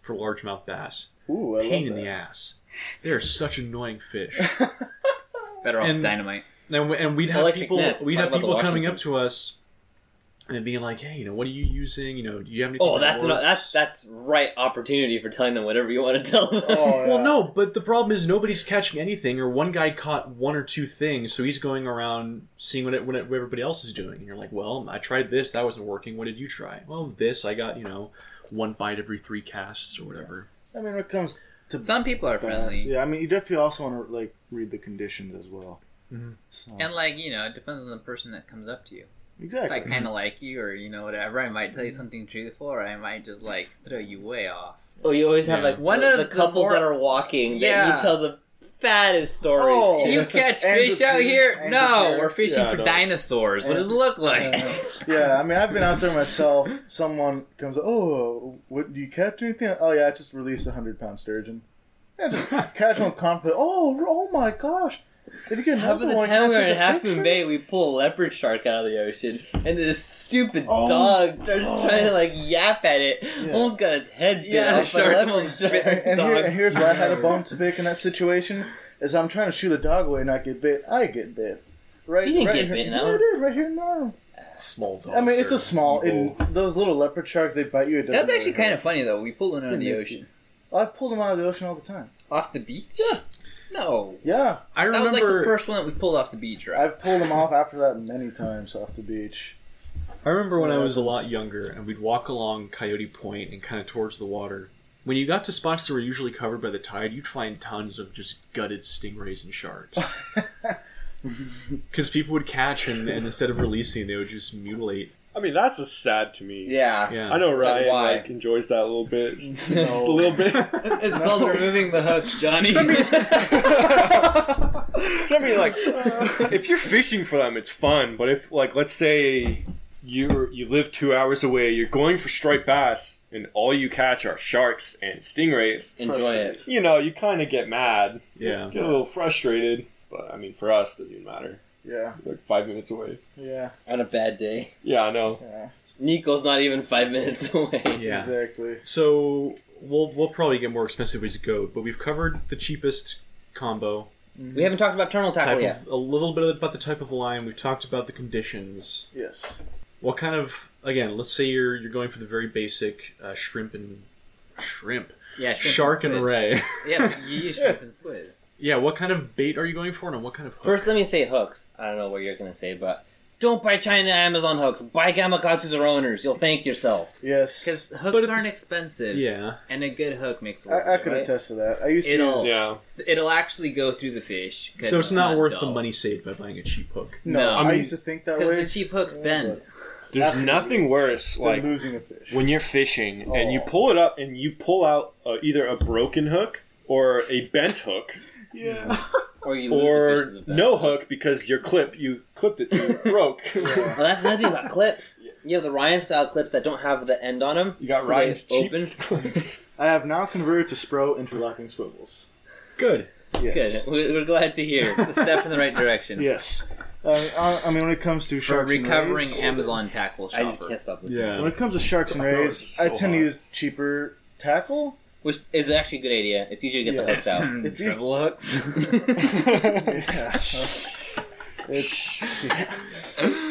Speaker 6: for largemouth bass.
Speaker 4: Ooh, I
Speaker 6: Pain in
Speaker 4: love
Speaker 6: the
Speaker 4: that.
Speaker 6: ass. They are such annoying fish.
Speaker 2: Better off
Speaker 6: And-
Speaker 2: dynamite.
Speaker 6: And, we- and we'd have
Speaker 5: Electric
Speaker 6: people
Speaker 5: nets.
Speaker 6: we'd
Speaker 5: Talk
Speaker 6: have
Speaker 5: about the
Speaker 6: people coming up
Speaker 5: Washington.
Speaker 6: to us and being like, hey, you know, what are you using? You know, do you have anything?
Speaker 5: Oh,
Speaker 6: that
Speaker 5: that's an,
Speaker 6: works?
Speaker 5: that's that's right opportunity for telling them whatever you want to tell them.
Speaker 4: Oh,
Speaker 6: Well,
Speaker 4: yeah.
Speaker 6: no, but the problem is nobody's catching anything, or one guy caught one or two things, so he's going around seeing what, it, what, it, what everybody else is doing. And you're like, well, I tried this, that wasn't working. What did you try? Well, this, I got, you know, one bite every three casts or whatever.
Speaker 4: I mean, when it comes to
Speaker 2: Some people are friendly.
Speaker 4: yeah, I mean, you definitely also want to like read the conditions as well.
Speaker 6: Mhm.
Speaker 4: So,
Speaker 2: Mm-hmm.
Speaker 5: Uh-huh.
Speaker 2: And like you know, it depends on the person that comes up to you. If I
Speaker 5: Mm-hmm.
Speaker 4: exactly.
Speaker 2: kind of like you, or you know whatever, I might tell you something truthful, or I might just like throw you way off.
Speaker 5: Oh, you always have
Speaker 6: Yeah.
Speaker 5: like
Speaker 2: One
Speaker 5: one the,
Speaker 2: of
Speaker 5: the
Speaker 2: the
Speaker 5: couples
Speaker 2: more-
Speaker 5: that are walking that
Speaker 2: Yeah.
Speaker 5: you tell the fattest stories.
Speaker 4: Oh.
Speaker 5: to.
Speaker 2: You catch
Speaker 4: And
Speaker 2: fish
Speaker 4: the
Speaker 2: out
Speaker 4: food,
Speaker 2: here?
Speaker 4: and the
Speaker 2: No,
Speaker 4: food.
Speaker 2: we're fishing
Speaker 7: Yeah, I
Speaker 2: for
Speaker 7: know.
Speaker 2: dinosaurs. What does it look like?
Speaker 4: Yeah. yeah, I mean, I've been out there myself. Someone comes, oh, what do you catch anything? Oh yeah, I just released a hundred pound sturgeon. Yeah, just casual conflict. Oh, oh my gosh! If you can
Speaker 5: How
Speaker 4: have
Speaker 5: about the
Speaker 4: one,
Speaker 5: time
Speaker 4: can
Speaker 5: we
Speaker 4: I
Speaker 5: were
Speaker 4: take
Speaker 5: in
Speaker 4: a
Speaker 5: Half Moon
Speaker 4: picture?
Speaker 5: Bay, we pull a leopard shark out of the ocean, and this stupid
Speaker 4: Oh.
Speaker 5: dog starts
Speaker 4: Oh.
Speaker 5: trying to like yap at it.
Speaker 4: Yeah.
Speaker 5: Almost got its head bit
Speaker 2: Yeah,
Speaker 5: off
Speaker 2: shark
Speaker 5: by a leopard shark.
Speaker 4: And, here, and
Speaker 5: Dogs.
Speaker 4: here's why I had a bone to pick in that situation: is I'm trying to shoot a dog away and I get bit. I get bit. Right,
Speaker 5: You didn't
Speaker 4: right
Speaker 5: get
Speaker 4: here.
Speaker 5: bitten,
Speaker 4: Yeah, I
Speaker 5: Alan.
Speaker 4: did, right here in the arm.
Speaker 6: Small dogs.
Speaker 4: I mean, it's
Speaker 6: are
Speaker 4: a small.
Speaker 6: evil.
Speaker 4: In those little leopard sharks, they bite you. It
Speaker 2: That's actually kind of funny though. We pulled one out of the
Speaker 4: Didn't it?
Speaker 2: ocean,
Speaker 4: of. I've pulled them out of the ocean all the time.
Speaker 2: off the beach. Yeah. No,
Speaker 4: Yeah,
Speaker 6: I
Speaker 2: that was
Speaker 6: remember.
Speaker 2: like the first one that we pulled off the beach, right?
Speaker 4: I've pulled them off after that many times off the beach.
Speaker 6: I remember when I
Speaker 4: Yeah,
Speaker 6: was a
Speaker 4: it was-
Speaker 6: lot younger, and we'd walk along Coyote Point and kind of towards the water. When you got to spots that were usually covered by the tide, you'd find tons of just gutted stingrays and sharks. Because people would catch, and, and instead of releasing, they would just mutilate.
Speaker 7: I mean, that's just sad to me.
Speaker 5: yeah.
Speaker 6: Yeah,
Speaker 7: I know Ryan
Speaker 5: why?
Speaker 7: like enjoys that a little bit, just, just a little bit.
Speaker 5: It's called removing the hook, Johnny.
Speaker 7: So I mean, like, if you're fishing for them, it's fun. But if, like, let's say you you live two hours away, you're going for striped bass, and all you catch are sharks and stingrays.
Speaker 5: Enjoy it.
Speaker 7: You know, you kind of get mad,
Speaker 6: Yeah,
Speaker 7: get a little frustrated. But I mean, for us, it doesn't even matter.
Speaker 4: Yeah,
Speaker 7: We're, Like five minutes away.
Speaker 4: yeah,
Speaker 5: On a bad day.
Speaker 7: Yeah, I know.
Speaker 4: yeah,
Speaker 5: Nico's not even five minutes away.
Speaker 6: yeah.
Speaker 4: exactly.
Speaker 6: So we'll we'll probably get more expensive as we go, but we've covered the cheapest combo.
Speaker 5: We haven't talked about terminal
Speaker 6: Type
Speaker 5: tackle yet.
Speaker 6: of, a little bit about the type of line. We've talked about the conditions.
Speaker 4: Yes.
Speaker 6: What kind of again? Let's say you're you're going for the very basic uh, shrimp and shrimp,
Speaker 2: yeah, shrimp
Speaker 6: shark and
Speaker 2: squid.
Speaker 6: ray.
Speaker 2: Yeah, you use shrimp and squid.
Speaker 6: yeah. What kind of bait are you going for, and what kind of hook?
Speaker 5: First, let me say hooks. I don't know what you're gonna say, but don't buy China Amazon hooks. Buy Gamakatsu's or owners. You'll thank yourself.
Speaker 4: Yes.
Speaker 2: Because
Speaker 6: But
Speaker 2: hooks
Speaker 6: it's-
Speaker 2: aren't expensive,
Speaker 6: yeah,
Speaker 2: and a good hook makes it worth
Speaker 4: I, I
Speaker 2: it,
Speaker 4: could
Speaker 2: right?
Speaker 4: attest to that. I used to.
Speaker 2: It'll-
Speaker 4: use-
Speaker 7: Yeah,
Speaker 2: It'll actually go through the fish. 'cause
Speaker 6: so it's not, worth the
Speaker 2: dull.
Speaker 6: money saved by buying a cheap hook.
Speaker 4: No,
Speaker 2: No.
Speaker 4: I,
Speaker 7: I mean-
Speaker 4: used to think that
Speaker 2: Because
Speaker 4: way.
Speaker 2: the cheap hooks
Speaker 4: Yeah,
Speaker 2: bend.
Speaker 7: there's
Speaker 4: Absolutely.
Speaker 7: nothing worse
Speaker 4: than
Speaker 7: like
Speaker 4: losing a fish.
Speaker 7: when you're fishing and you
Speaker 4: Oh.
Speaker 7: pull it up and you pull out uh, either a broken hook or a bent hook.
Speaker 4: Yeah.
Speaker 5: Or you lose the
Speaker 7: or
Speaker 5: fishes of that.
Speaker 7: no hook because your clip you clipped it to broke.
Speaker 4: Yeah.
Speaker 5: Well, Oh, that's another thing about clips. You have the Ryan style clips that don't have the end on them.
Speaker 7: You got
Speaker 5: so
Speaker 7: Ryan's
Speaker 5: they
Speaker 7: cheap
Speaker 5: open.
Speaker 7: clips.
Speaker 4: I have now converted to Spro interlocking swivels.
Speaker 6: Good.
Speaker 4: Yes.
Speaker 5: Good. We- We're glad to hear.
Speaker 2: It's a step in the right direction.
Speaker 4: Yes. Uh, I- I mean, when it comes to
Speaker 2: For
Speaker 4: sharks and
Speaker 2: recovering
Speaker 4: rays,
Speaker 2: Amazon tackle
Speaker 5: I just
Speaker 2: shopper.
Speaker 5: can't stop. looking.
Speaker 4: when
Speaker 6: Yeah.
Speaker 4: it comes to sharks and
Speaker 7: I know,
Speaker 4: rays,
Speaker 7: it's so
Speaker 4: I tend
Speaker 7: hot.
Speaker 4: to use cheaper tackle.
Speaker 5: Which is actually a good idea. It's easier to get the
Speaker 4: Yes.
Speaker 5: hooks out.
Speaker 4: It's used-
Speaker 2: Treble hooks.
Speaker 4: Yeah. it's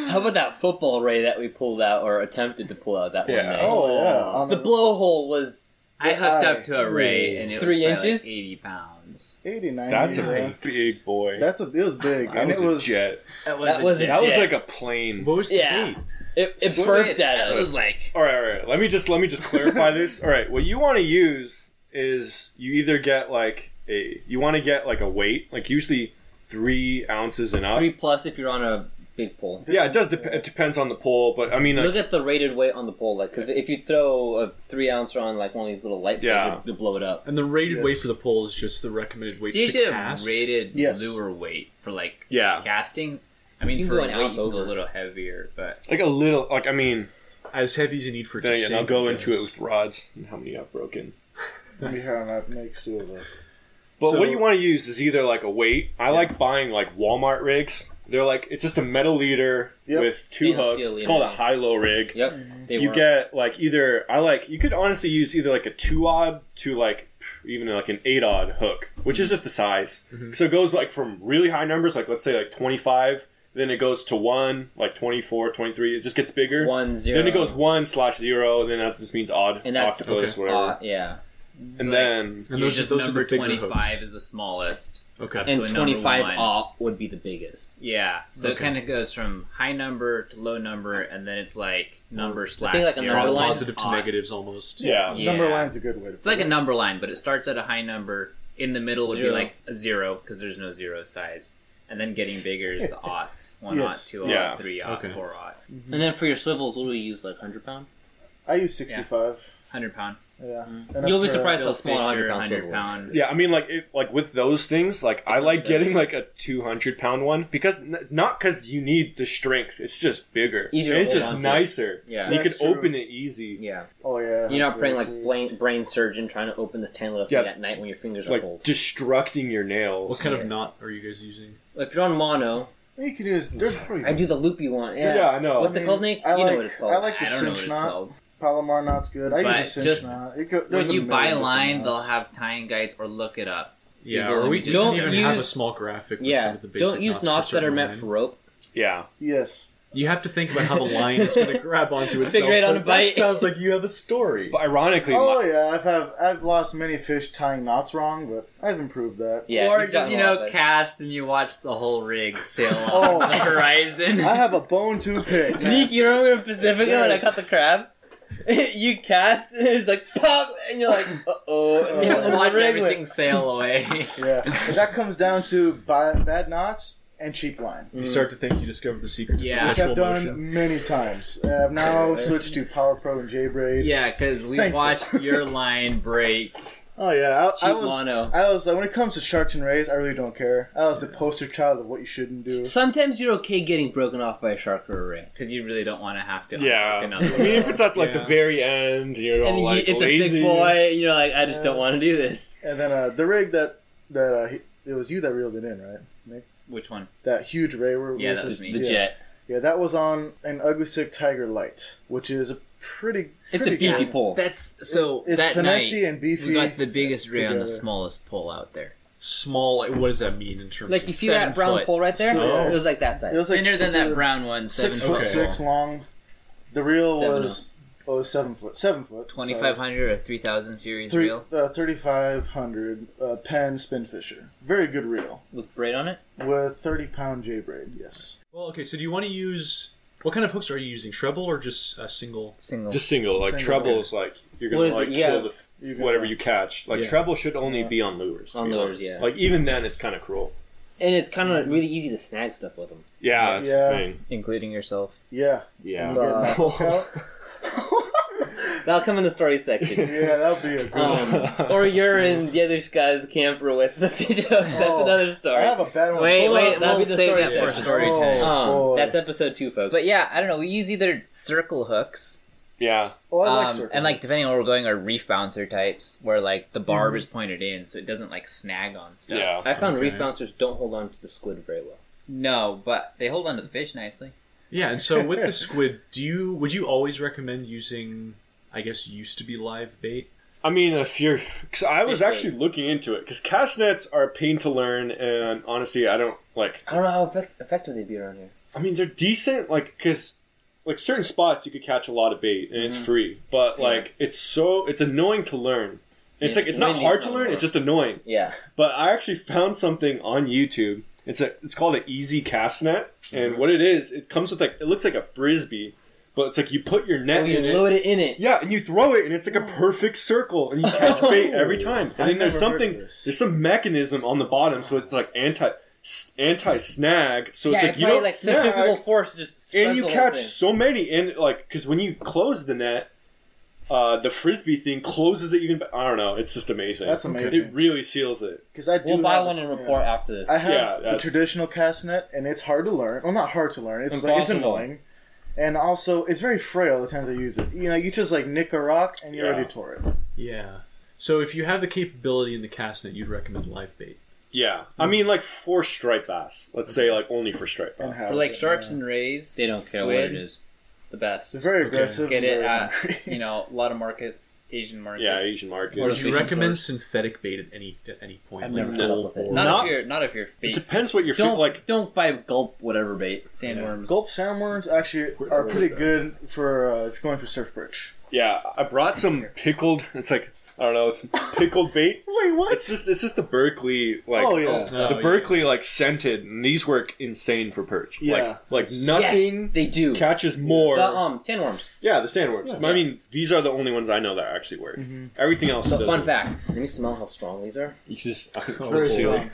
Speaker 5: How about that football ray that we pulled out or attempted to pull out that
Speaker 7: Yeah.
Speaker 5: one
Speaker 4: oh yeah. On
Speaker 5: day? The blowhole was
Speaker 2: I hooked up to a ray, and it
Speaker 5: Three
Speaker 2: was probably like
Speaker 5: inches?
Speaker 2: eighty pounds.
Speaker 4: eighty nine.
Speaker 7: That's
Speaker 4: yeah.
Speaker 7: a big boy.
Speaker 4: That's a. It was big,
Speaker 7: that
Speaker 4: and
Speaker 7: was
Speaker 4: it was.
Speaker 7: a jet.
Speaker 5: was That a was a jet.
Speaker 7: That was
Speaker 5: jet.
Speaker 7: like a plane.
Speaker 6: What was the
Speaker 5: Yeah.
Speaker 6: bait?
Speaker 5: it, it
Speaker 2: Squid.
Speaker 5: burped at
Speaker 2: That was
Speaker 5: us.
Speaker 2: like
Speaker 7: All right, all right. Let me just let me just clarify this. All right, what you want to use is you either get like a you want to get like a weight, like usually three ounces and up.
Speaker 5: Three plus if you're on a big pole.
Speaker 7: Yeah, it does. Dep- it depends on the pole, but I mean, like,
Speaker 5: Look at the rated weight on the pole, like because if you throw a three ouncer on like one of these little light
Speaker 7: Yeah.
Speaker 5: poles, you blow it up.
Speaker 6: And the rated
Speaker 4: Yes.
Speaker 6: weight for the pole is just the recommended weight
Speaker 2: Do you
Speaker 6: to
Speaker 2: should have
Speaker 6: cast.
Speaker 2: rated
Speaker 4: Yes.
Speaker 2: lure weight for like
Speaker 7: yeah,
Speaker 2: casting. I mean,
Speaker 5: You can
Speaker 2: for
Speaker 5: go
Speaker 2: a
Speaker 5: an
Speaker 2: weight,
Speaker 5: ounce
Speaker 2: you can go
Speaker 5: over.
Speaker 2: a little heavier, but
Speaker 7: like a little. Like I mean,
Speaker 6: as heavy as you need for it to
Speaker 7: dang it, and I'll
Speaker 6: sink,
Speaker 7: go
Speaker 6: I
Speaker 7: into
Speaker 6: guess.
Speaker 7: it with rods and how many got broken.
Speaker 4: Let me hear on that makes two of us.
Speaker 7: But
Speaker 6: So-
Speaker 7: what you want to use is either like a weight. I like buying like Walmart rigs. They're like it's just a metal leader
Speaker 4: Yep.
Speaker 7: with two
Speaker 5: Stainless
Speaker 7: hooks.
Speaker 5: steel
Speaker 7: It's
Speaker 5: leader.
Speaker 7: called a high low rig.
Speaker 5: Yep, they
Speaker 7: you
Speaker 5: were.
Speaker 7: get like either I like you could honestly use either like a two odd to like even like an eight
Speaker 6: Mm-hmm.
Speaker 7: odd hook, which is just the size. So it goes like from really high numbers, like let's say like twenty five, Then it goes to 1, like 24, 23. It just gets bigger.
Speaker 5: One zero.
Speaker 7: Then it goes 1 slash 0. And then that just means odd
Speaker 5: And that's-
Speaker 7: octopus,
Speaker 6: okay.
Speaker 7: whatever.
Speaker 5: Uh, yeah.
Speaker 7: and then.
Speaker 6: And
Speaker 2: You're
Speaker 6: those, are-
Speaker 2: just
Speaker 6: those are
Speaker 2: number
Speaker 6: the bigger
Speaker 2: twenty-five
Speaker 6: hooks.
Speaker 2: is the smallest.
Speaker 6: Okay.
Speaker 2: To a
Speaker 5: And
Speaker 2: number
Speaker 5: 25
Speaker 2: one.
Speaker 5: off would be the biggest.
Speaker 2: Yeah, so it
Speaker 6: Okay.
Speaker 2: kind of goes from high number to low number, and then it's like number slash.
Speaker 5: Hmm. like a
Speaker 2: zero.
Speaker 5: number
Speaker 6: All
Speaker 5: line.
Speaker 6: positive to
Speaker 2: Odd.
Speaker 6: negatives almost.
Speaker 7: yeah.
Speaker 2: Yeah.
Speaker 4: Number line's a good way to
Speaker 2: It's like a number line, but it starts at a high number. In the middle would
Speaker 7: Zero.
Speaker 2: be like a zero because there's no zero size, and then getting bigger is the aughts: one
Speaker 4: Yes.
Speaker 2: aught, two aught,
Speaker 7: Yeah.
Speaker 2: three aught,
Speaker 6: Okay.
Speaker 2: four aught,
Speaker 5: And then for your swivels, what do we use? Like 100 pound?
Speaker 4: I use 65.
Speaker 2: hundred pound,
Speaker 4: Yeah.
Speaker 2: Mm.
Speaker 5: You'll
Speaker 4: up
Speaker 5: be
Speaker 4: for-
Speaker 5: surprised how
Speaker 2: Bill
Speaker 5: small a
Speaker 2: Fisher,
Speaker 5: 100 pound
Speaker 2: hundred
Speaker 5: swivel is.
Speaker 2: pound.
Speaker 7: Yeah, I mean, like, it, like with those things, like I like getting like a two hundred pound one because n- not because you need the strength; it's just bigger.
Speaker 5: Easier
Speaker 7: And
Speaker 5: to
Speaker 7: it's
Speaker 5: hold
Speaker 7: just
Speaker 5: onto.
Speaker 7: nicer.
Speaker 5: Yeah.
Speaker 7: you
Speaker 4: That's
Speaker 7: can
Speaker 4: true.
Speaker 7: open it easy.
Speaker 5: Yeah.
Speaker 4: Oh, yeah.
Speaker 5: You're not
Speaker 4: that's
Speaker 5: playing
Speaker 4: really
Speaker 5: like
Speaker 4: cool.
Speaker 5: brain, brain surgeon trying to open this tangled up
Speaker 7: Yeah.
Speaker 5: thing at night when your fingers are
Speaker 7: Like
Speaker 5: cold.
Speaker 7: destructing your nails.
Speaker 6: What kind of
Speaker 5: Yeah.
Speaker 6: knot are you guys using?
Speaker 5: If you're on mono,
Speaker 4: You could use. There's pretty.
Speaker 5: I do the loopy one. Yeah,
Speaker 7: Yeah, I know.
Speaker 5: What's it
Speaker 4: I mean,
Speaker 5: called, Nick?
Speaker 4: I
Speaker 5: you
Speaker 4: like,
Speaker 5: know what it's called.
Speaker 4: I like the
Speaker 2: I don't know what
Speaker 4: cinch
Speaker 2: it's
Speaker 4: knot.
Speaker 2: called.
Speaker 4: Palomar knot's good. I
Speaker 2: But
Speaker 4: use a cinch
Speaker 2: just
Speaker 4: knot. It go, there's
Speaker 2: When
Speaker 4: a
Speaker 2: you buy
Speaker 4: million
Speaker 2: line,
Speaker 4: different
Speaker 2: they'll
Speaker 4: knots.
Speaker 2: have tying guides or look it up.
Speaker 6: Yeah,
Speaker 2: Google
Speaker 6: or we
Speaker 2: images.
Speaker 6: just
Speaker 5: Don't
Speaker 6: even have a
Speaker 5: use-
Speaker 6: small graphic with some
Speaker 5: yeah.
Speaker 6: of the basic
Speaker 5: Don't use knots
Speaker 6: for
Speaker 5: that are
Speaker 6: certain
Speaker 5: meant for
Speaker 6: line.
Speaker 5: rope.
Speaker 7: Yeah,
Speaker 4: Yes.
Speaker 6: You have to think about how the line is going to grab onto itself.
Speaker 5: Figure it out
Speaker 6: but
Speaker 5: a bite.
Speaker 6: That sounds like you have a story.
Speaker 7: but ironically,
Speaker 4: Oh
Speaker 7: my-
Speaker 4: yeah, I've have I've lost many fish tying knots wrong, but I've improved that.
Speaker 5: Yeah,
Speaker 2: or
Speaker 5: he's
Speaker 2: just
Speaker 5: done
Speaker 2: you
Speaker 5: a lot
Speaker 2: know
Speaker 5: of it.
Speaker 2: cast and you watch the whole rig sail
Speaker 4: Oh.
Speaker 2: on the horizon.
Speaker 4: I have a bone to pick. man.
Speaker 5: Nick, you remember in Pacifica when I
Speaker 4: Yes.
Speaker 5: caught the crab? you cast and it was like pop, and you're like, uh oh. And
Speaker 2: You
Speaker 5: then
Speaker 2: just
Speaker 5: the
Speaker 2: watch
Speaker 5: rig went-
Speaker 2: everything sail away.
Speaker 4: yeah, but that comes down to buy, bad knots and cheap line,
Speaker 6: you start to think you discovered the secret. to
Speaker 2: Yeah.
Speaker 4: which
Speaker 6: perpetual
Speaker 4: I've done
Speaker 6: motion.
Speaker 4: many times. I've now switched to Power Pro and J Braid.
Speaker 2: yeah, because we
Speaker 4: Thanks.
Speaker 2: watched your line break.
Speaker 4: Oh yeah, I, I
Speaker 5: Cheap
Speaker 4: was.
Speaker 5: mono.
Speaker 4: I was like, when it comes to sharks and rays, I really don't care. I was the poster child of what you shouldn't do.
Speaker 5: Sometimes you're okay getting broken off by a shark or a ring.
Speaker 2: Because you really don't want to have to.
Speaker 7: yeah.
Speaker 2: unhook
Speaker 7: I
Speaker 2: another
Speaker 7: mean, if
Speaker 2: one.
Speaker 7: it's at like the
Speaker 6: Yeah.
Speaker 7: very end, you're all
Speaker 5: And you,
Speaker 7: like
Speaker 5: it's a
Speaker 7: lazy.
Speaker 5: big boy, and you're like, I just don't want to do this.
Speaker 4: And then uh, the rig that that uh, he, it was you that reeled it in, right?
Speaker 2: Which one?
Speaker 4: That huge ray. Where
Speaker 2: Yeah,
Speaker 4: we
Speaker 2: that was
Speaker 4: just-
Speaker 2: me.
Speaker 5: The
Speaker 4: yeah.
Speaker 5: jet.
Speaker 4: Yeah, that was on an Ugly Sick Tiger Light, which is a pretty.
Speaker 5: It's a
Speaker 4: pretty
Speaker 5: beefy
Speaker 4: good-
Speaker 5: pole.
Speaker 2: That's so.
Speaker 4: It's
Speaker 2: that
Speaker 4: finessey
Speaker 2: night,
Speaker 4: and beefy.
Speaker 2: we got the biggest ray on the
Speaker 4: together.
Speaker 2: smallest pole out there.
Speaker 6: Small. like, What does that mean in terms?
Speaker 5: Like you
Speaker 6: of...
Speaker 5: see
Speaker 2: Seven
Speaker 5: that brown
Speaker 2: foot.
Speaker 5: pole right there?
Speaker 4: So-
Speaker 5: It was like that size.
Speaker 4: It was like
Speaker 2: Thinner than
Speaker 4: it's
Speaker 2: that
Speaker 4: a
Speaker 2: brown one. Seven
Speaker 4: six
Speaker 2: foot
Speaker 4: foot six long. The reel
Speaker 5: Seven
Speaker 4: was oh seven foot seven foot
Speaker 2: Twenty five hundred or three thousand series
Speaker 4: Three,
Speaker 2: reel.
Speaker 4: uh, 3500 uh, pen spin fisher. Very good reel.
Speaker 5: With braid on it?
Speaker 4: With 30 pound J braid, yes.
Speaker 6: Well, okay. So do you want to use what kind of hooks are you using? Treble or just a single?
Speaker 5: Single.
Speaker 7: Just single, like
Speaker 4: Single,
Speaker 7: treble is like you're gonna
Speaker 5: What
Speaker 7: like
Speaker 5: is it? Yeah.
Speaker 7: kill the, f-
Speaker 4: You can-
Speaker 7: whatever you catch. Like
Speaker 6: Yeah.
Speaker 7: treble should only be on lures. to
Speaker 5: On
Speaker 7: be
Speaker 5: lures,
Speaker 7: honest.
Speaker 5: yeah.
Speaker 7: Like even then, it's kind of cruel.
Speaker 5: and it's kind of really easy to snag stuff with them.
Speaker 7: Yeah, that's
Speaker 4: Yeah.
Speaker 7: the thing.
Speaker 5: Including yourself.
Speaker 4: Yeah.
Speaker 7: Yeah.
Speaker 4: And, uh, hook out.
Speaker 5: That'll come in the story section.
Speaker 4: yeah, that would be a good one.
Speaker 5: Um, or you're in the other guy's camper with the fish hook. That's
Speaker 4: Oh.
Speaker 5: another
Speaker 4: I
Speaker 5: story.
Speaker 4: have a bad one. uh,
Speaker 2: Wait,
Speaker 5: Pull
Speaker 2: wait,
Speaker 5: up, that'll
Speaker 2: we'll
Speaker 5: be the
Speaker 2: save
Speaker 5: story
Speaker 2: that for
Speaker 5: section.
Speaker 2: story time.
Speaker 5: Um,
Speaker 4: boy.
Speaker 5: that's episode two, folks.
Speaker 2: But yeah, I don't know. We use either circle hooks,
Speaker 7: yeah.
Speaker 4: Oh, I like
Speaker 2: um,
Speaker 4: circle.
Speaker 2: and like depending on where we're going, are reef bouncer types, where like the barb is pointed in, so it doesn't like snag on stuff.
Speaker 7: Yeah.
Speaker 5: Mhm. I found
Speaker 6: Okay.
Speaker 5: reef bouncers don't hold on to the squid very well.
Speaker 2: No, but they hold onto the fish nicely.
Speaker 6: Yeah. And so with the squid, do you would you always recommend using? I guess used to be live bait.
Speaker 7: I mean, if you're, cause I was actually looking into it because cast nets are a pain to learn, and honestly, I don't like.
Speaker 5: I don't know how effect- effective they'd be around here.
Speaker 7: I mean, they're decent, like because like certain spots you could catch a lot of bait and
Speaker 5: Mm-hmm.
Speaker 7: it's free, but like it's so it's annoying to learn. It's
Speaker 5: Yeah,
Speaker 7: like it's
Speaker 5: the
Speaker 7: not
Speaker 5: winding's
Speaker 7: hard to
Speaker 5: not
Speaker 7: learn;
Speaker 5: hard.
Speaker 7: it's just annoying.
Speaker 5: Yeah.
Speaker 7: But I actually found something on YouTube. It's a it's called an easy cast net,
Speaker 5: Mm-hmm.
Speaker 7: and what it is, it comes with like it looks like a frisbee, but it's like you put your net
Speaker 5: Well, you
Speaker 7: in it.
Speaker 5: load it in it.
Speaker 7: Yeah, and you throw it, and it's like a
Speaker 4: Oh.
Speaker 7: perfect circle, and you catch bait every time. And then
Speaker 4: I've
Speaker 7: there's
Speaker 4: Oh. never heard
Speaker 7: something,
Speaker 4: of this.
Speaker 7: there's some mechanism on the bottom, so it's like anti anti snag. So it's
Speaker 5: yeah,
Speaker 7: like you don't
Speaker 5: like centrifugal
Speaker 7: snag,
Speaker 5: force just
Speaker 7: and
Speaker 5: spreads
Speaker 7: you
Speaker 5: the whole
Speaker 7: catch
Speaker 5: thing.
Speaker 7: so many, and like because when you close the net, uh, the frisbee thing closes it even. be- I don't know. It's just amazing.
Speaker 4: That's amazing.
Speaker 7: It really seals it.
Speaker 4: Because I do
Speaker 5: We'll buy
Speaker 4: have-
Speaker 5: one and
Speaker 4: yeah.
Speaker 5: report after this.
Speaker 4: I have
Speaker 7: Yeah,
Speaker 4: the
Speaker 7: that-
Speaker 4: traditional cast net, and it's hard to learn. Well, not hard to learn. It's like it's
Speaker 5: Impossible.
Speaker 4: annoying, and also it's very frail the times I use it. You know, you just like nick a rock and you
Speaker 7: Yeah.
Speaker 4: already tore it.
Speaker 6: Yeah. So if you have the capability in the cast net, you'd recommend live bait.
Speaker 7: Yeah, I mean like for striped bass. Let's say like only for striped
Speaker 4: And
Speaker 7: bass.
Speaker 4: have
Speaker 2: For like
Speaker 4: it.
Speaker 2: sharks and rays,
Speaker 5: they don't care what
Speaker 2: squid,
Speaker 5: it is.
Speaker 2: the best.
Speaker 4: They're very aggressive.
Speaker 2: Get
Speaker 4: and
Speaker 2: it
Speaker 4: very
Speaker 2: at
Speaker 4: hungry.
Speaker 2: you know a lot of markets, Asian markets.
Speaker 7: Yeah, Asian market.
Speaker 2: Or
Speaker 6: Would
Speaker 2: the
Speaker 6: you
Speaker 2: fishing
Speaker 6: recommend
Speaker 2: forks.
Speaker 6: synthetic bait at any at any point?
Speaker 5: I've
Speaker 6: Like
Speaker 5: never
Speaker 6: gold
Speaker 5: come up with it.
Speaker 6: or-
Speaker 2: Not,
Speaker 7: Not-
Speaker 2: if you're not if you're
Speaker 7: It
Speaker 2: fake.
Speaker 7: depends what you're
Speaker 5: Don't
Speaker 7: like.
Speaker 5: don't buy gulp whatever bait. Sandworms.
Speaker 4: Gulp sandworms actually
Speaker 7: We're
Speaker 4: are
Speaker 7: really
Speaker 4: pretty
Speaker 7: bad.
Speaker 4: good for uh, if you're going for surf bridge.
Speaker 7: Yeah, I brought some pickled. It's like I don't know. It's pickled bait.
Speaker 4: Wait, what?
Speaker 7: It's just it's just the Berkeley like uh,
Speaker 4: oh yeah.
Speaker 6: Oh,
Speaker 7: the
Speaker 6: yeah.
Speaker 7: Berkeley like scented, and these work insane for perch.
Speaker 4: Yeah.
Speaker 7: like like
Speaker 5: Yes,
Speaker 7: nothing
Speaker 5: they do.
Speaker 7: catches more.
Speaker 5: So, um, sandworms.
Speaker 7: yeah, the sandworms. I mean, these are the only ones I know that actually work. Everything else.
Speaker 5: So,
Speaker 7: doesn't.
Speaker 5: fun fact. Let me smell how strong these are.
Speaker 7: You just oh, it's
Speaker 4: very
Speaker 7: silly.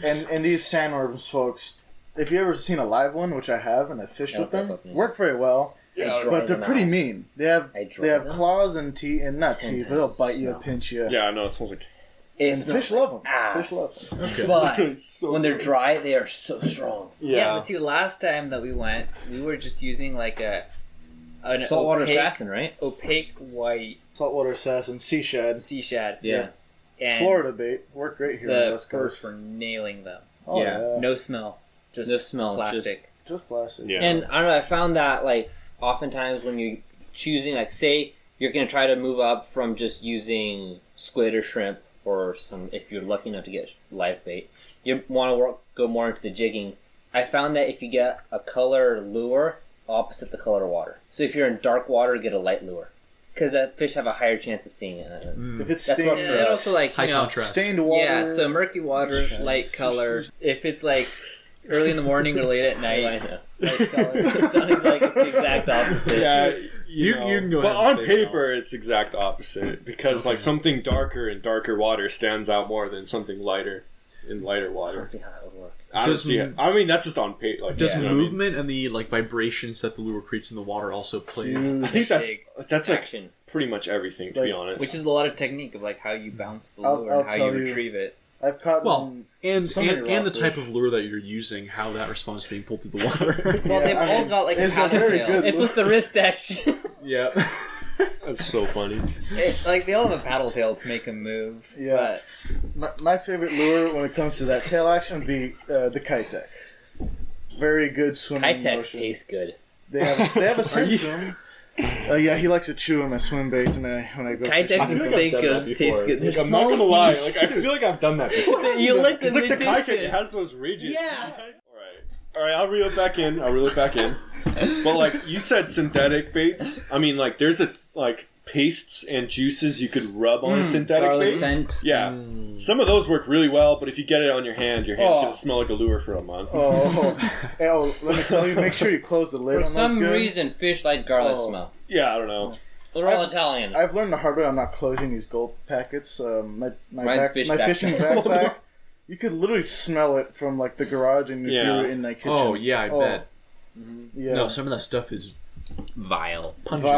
Speaker 4: And and these sandworms, folks, if you ever seen a live one, which I have, and I fished
Speaker 5: Yeah,
Speaker 4: with them,
Speaker 5: that's up, yeah.
Speaker 4: work very well.
Speaker 5: I dry
Speaker 4: But they're
Speaker 5: them
Speaker 4: pretty
Speaker 5: out.
Speaker 4: mean. They have
Speaker 5: I dry
Speaker 4: they have
Speaker 5: them.
Speaker 4: claws and teeth, and not
Speaker 5: Ten
Speaker 4: teeth, but they'll
Speaker 5: times
Speaker 4: bite you,
Speaker 5: smell.
Speaker 4: pinch you.
Speaker 7: Yeah, I know. It smells like
Speaker 5: It
Speaker 4: And
Speaker 5: smells
Speaker 4: fish love them.
Speaker 5: ass.
Speaker 4: Fish love them.
Speaker 5: But
Speaker 7: So
Speaker 5: when they're
Speaker 7: gross.
Speaker 5: dry, they are so strong.
Speaker 2: yeah. but see, last time that we went, we were just using like a an
Speaker 5: Saltwater
Speaker 2: opaque,
Speaker 5: assassin, right?
Speaker 2: opaque white
Speaker 4: Saltwater assassin, sea shad.
Speaker 2: sea shad.
Speaker 5: Yeah.
Speaker 2: and
Speaker 4: Florida bait. Work great here on the
Speaker 2: the
Speaker 4: West
Speaker 2: first
Speaker 4: Coast.
Speaker 2: for nailing them.
Speaker 4: Oh,
Speaker 5: Yeah.
Speaker 4: yeah.
Speaker 2: No smell, just
Speaker 5: No smell,
Speaker 2: plastic.
Speaker 4: Just plastic.
Speaker 7: Yeah.
Speaker 5: And I don't know, I found that like oftentimes when you're choosing, like say you're gonna try to move up from just using squid or shrimp or some, if you're lucky enough to get live bait, you want to work go more into the jigging. I found that if you get a color lure opposite the color water, so if you're in dark water, get a light lure, because that fish have a higher chance of seeing it.
Speaker 4: If it's
Speaker 5: That's what-
Speaker 4: stained,
Speaker 2: Yeah, it also like
Speaker 6: Hmm. High
Speaker 2: you know,
Speaker 6: contrast.
Speaker 4: stained water.
Speaker 2: yeah. So murky water, light color. If it's like early in the morning or late at night, light color.
Speaker 5: Johnny's like it's the exact opposite.
Speaker 7: yeah,
Speaker 6: You-
Speaker 7: you, know.
Speaker 6: you can go
Speaker 7: But
Speaker 6: ahead and
Speaker 7: on
Speaker 6: say Mm-hmm. no.
Speaker 7: paper, it's exact opposite because like something darker in darker water stands out more than something lighter in lighter
Speaker 5: I
Speaker 7: water.
Speaker 5: don't see how that would work.
Speaker 7: I don't
Speaker 6: Does
Speaker 7: see it.
Speaker 6: m-
Speaker 7: I mean, that's just on paper. Like,
Speaker 6: Does
Speaker 7: you know what I mean?
Speaker 6: movement and the like vibrations that the lure creates in the water also play?
Speaker 4: Hmm.
Speaker 7: I think that's that's like
Speaker 5: Action.
Speaker 7: pretty much everything to be
Speaker 4: Like-
Speaker 7: honest.
Speaker 2: which is a lot of technique of like how you bounce the
Speaker 4: I'll-
Speaker 2: lure
Speaker 4: I'll
Speaker 2: and how
Speaker 4: tell
Speaker 2: you
Speaker 4: you.
Speaker 2: retrieve it.
Speaker 4: I've caught.
Speaker 6: Well, and
Speaker 4: So many
Speaker 6: and, and the
Speaker 4: rockfish.
Speaker 6: type of lure that you're using, how that responds to being pulled through the water.
Speaker 2: Well,
Speaker 4: Yeah,
Speaker 2: they've
Speaker 4: I
Speaker 2: all
Speaker 4: mean,
Speaker 2: got like a
Speaker 4: it's a
Speaker 2: paddle
Speaker 4: very
Speaker 2: tail.
Speaker 4: good-
Speaker 5: It's with the wrist action.
Speaker 6: yeah.
Speaker 7: that's so funny.
Speaker 2: It- like they all have a paddle tail to make them move.
Speaker 4: Yeah.
Speaker 2: but
Speaker 4: My, my favorite lure when it comes to that tail action would be uh, the kaitek. Very good swimming
Speaker 5: Kytex
Speaker 4: motion.
Speaker 5: tastes good.
Speaker 4: They have a, they have a
Speaker 6: Are you-
Speaker 4: sense to 'em. Uh, yeah, he likes to chew on my swim baits and I when I go.
Speaker 5: Kytex
Speaker 4: fishing.
Speaker 5: I feel like I've done that Senkos before. taste good. They're
Speaker 7: Like, I'm not gonna
Speaker 5: so
Speaker 7: lie. Like I feel like I've done that before.
Speaker 5: you lick
Speaker 7: It's like the kayak. It has those ridges.
Speaker 5: Yeah.
Speaker 7: All right. All right. I'll reel it back in. I'll reel it back in. But like you said, synthetic baits. I mean, like there's a like pastes and juices you could rub on a synthetic
Speaker 2: garlic
Speaker 7: bait.
Speaker 2: scent.
Speaker 7: Yeah.
Speaker 6: Hmm.
Speaker 7: Some of those work really well, but if you get it on your hand, your hand's
Speaker 4: Oh.
Speaker 7: gonna smell like a lure for a month.
Speaker 4: Oh, hey, oh, let me tell you. Make sure you close the lid
Speaker 5: For
Speaker 4: on those
Speaker 5: some
Speaker 4: good.
Speaker 5: reason, fish like garlic
Speaker 4: Oh.
Speaker 5: smell.
Speaker 7: Yeah, I don't know.
Speaker 5: They're all Italian.
Speaker 4: I've learned the hard way. I'm not closing these gold packets. Um, my my,
Speaker 5: Mine's
Speaker 4: back,
Speaker 5: fish
Speaker 4: my
Speaker 5: backpack.
Speaker 4: fishing
Speaker 7: Oh, no.
Speaker 4: backpack. You could literally smell it from like the garage and if you
Speaker 7: Yeah.
Speaker 4: were in the kitchen.
Speaker 6: Oh yeah, I
Speaker 4: Oh,
Speaker 6: bet.
Speaker 4: Yeah.
Speaker 6: No, some of that stuff is
Speaker 2: Vile.
Speaker 6: pungent.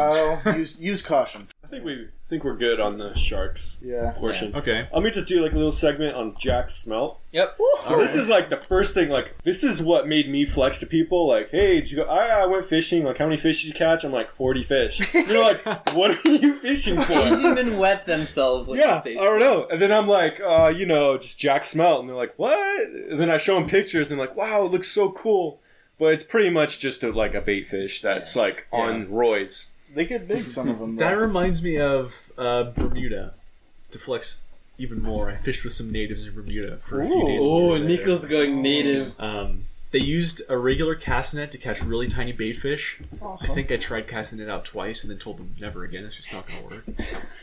Speaker 4: Vile. use use caution.
Speaker 7: I think we I think we're good on the sharks
Speaker 4: Yeah.
Speaker 7: portion.
Speaker 6: Okay.
Speaker 7: Let me just do like a little segment on Jack's smelt.
Speaker 2: Yep.
Speaker 7: So this is like the first thing. Like this is what made me flex to people. Like, hey, did you go? I, I went fishing. Like, how many fish did you catch? I'm like, forty fish. And You're like, what are you fishing
Speaker 2: They
Speaker 7: for?
Speaker 2: even wet themselves when you
Speaker 7: yeah, I
Speaker 2: say
Speaker 7: don't know. And then I'm like, uh, you know, just Jack smelt. And they're like, what? And then I show them pictures. and I'm like, wow, it looks so cool. But it's pretty much just a, like a bait fish that's like on roids.
Speaker 4: They get big. Some of them.
Speaker 6: That
Speaker 4: though.
Speaker 6: reminds me of uh, Bermuda. To flex even more, I fished with some natives in Bermuda for a few days. when we were
Speaker 5: Oh,
Speaker 6: there.
Speaker 5: Nico's going native.
Speaker 6: Um, they used a regular cast net to catch really tiny bait fish. I
Speaker 4: Awesome.
Speaker 6: think I tried casting it out twice and then told them never again. It's just not going to work.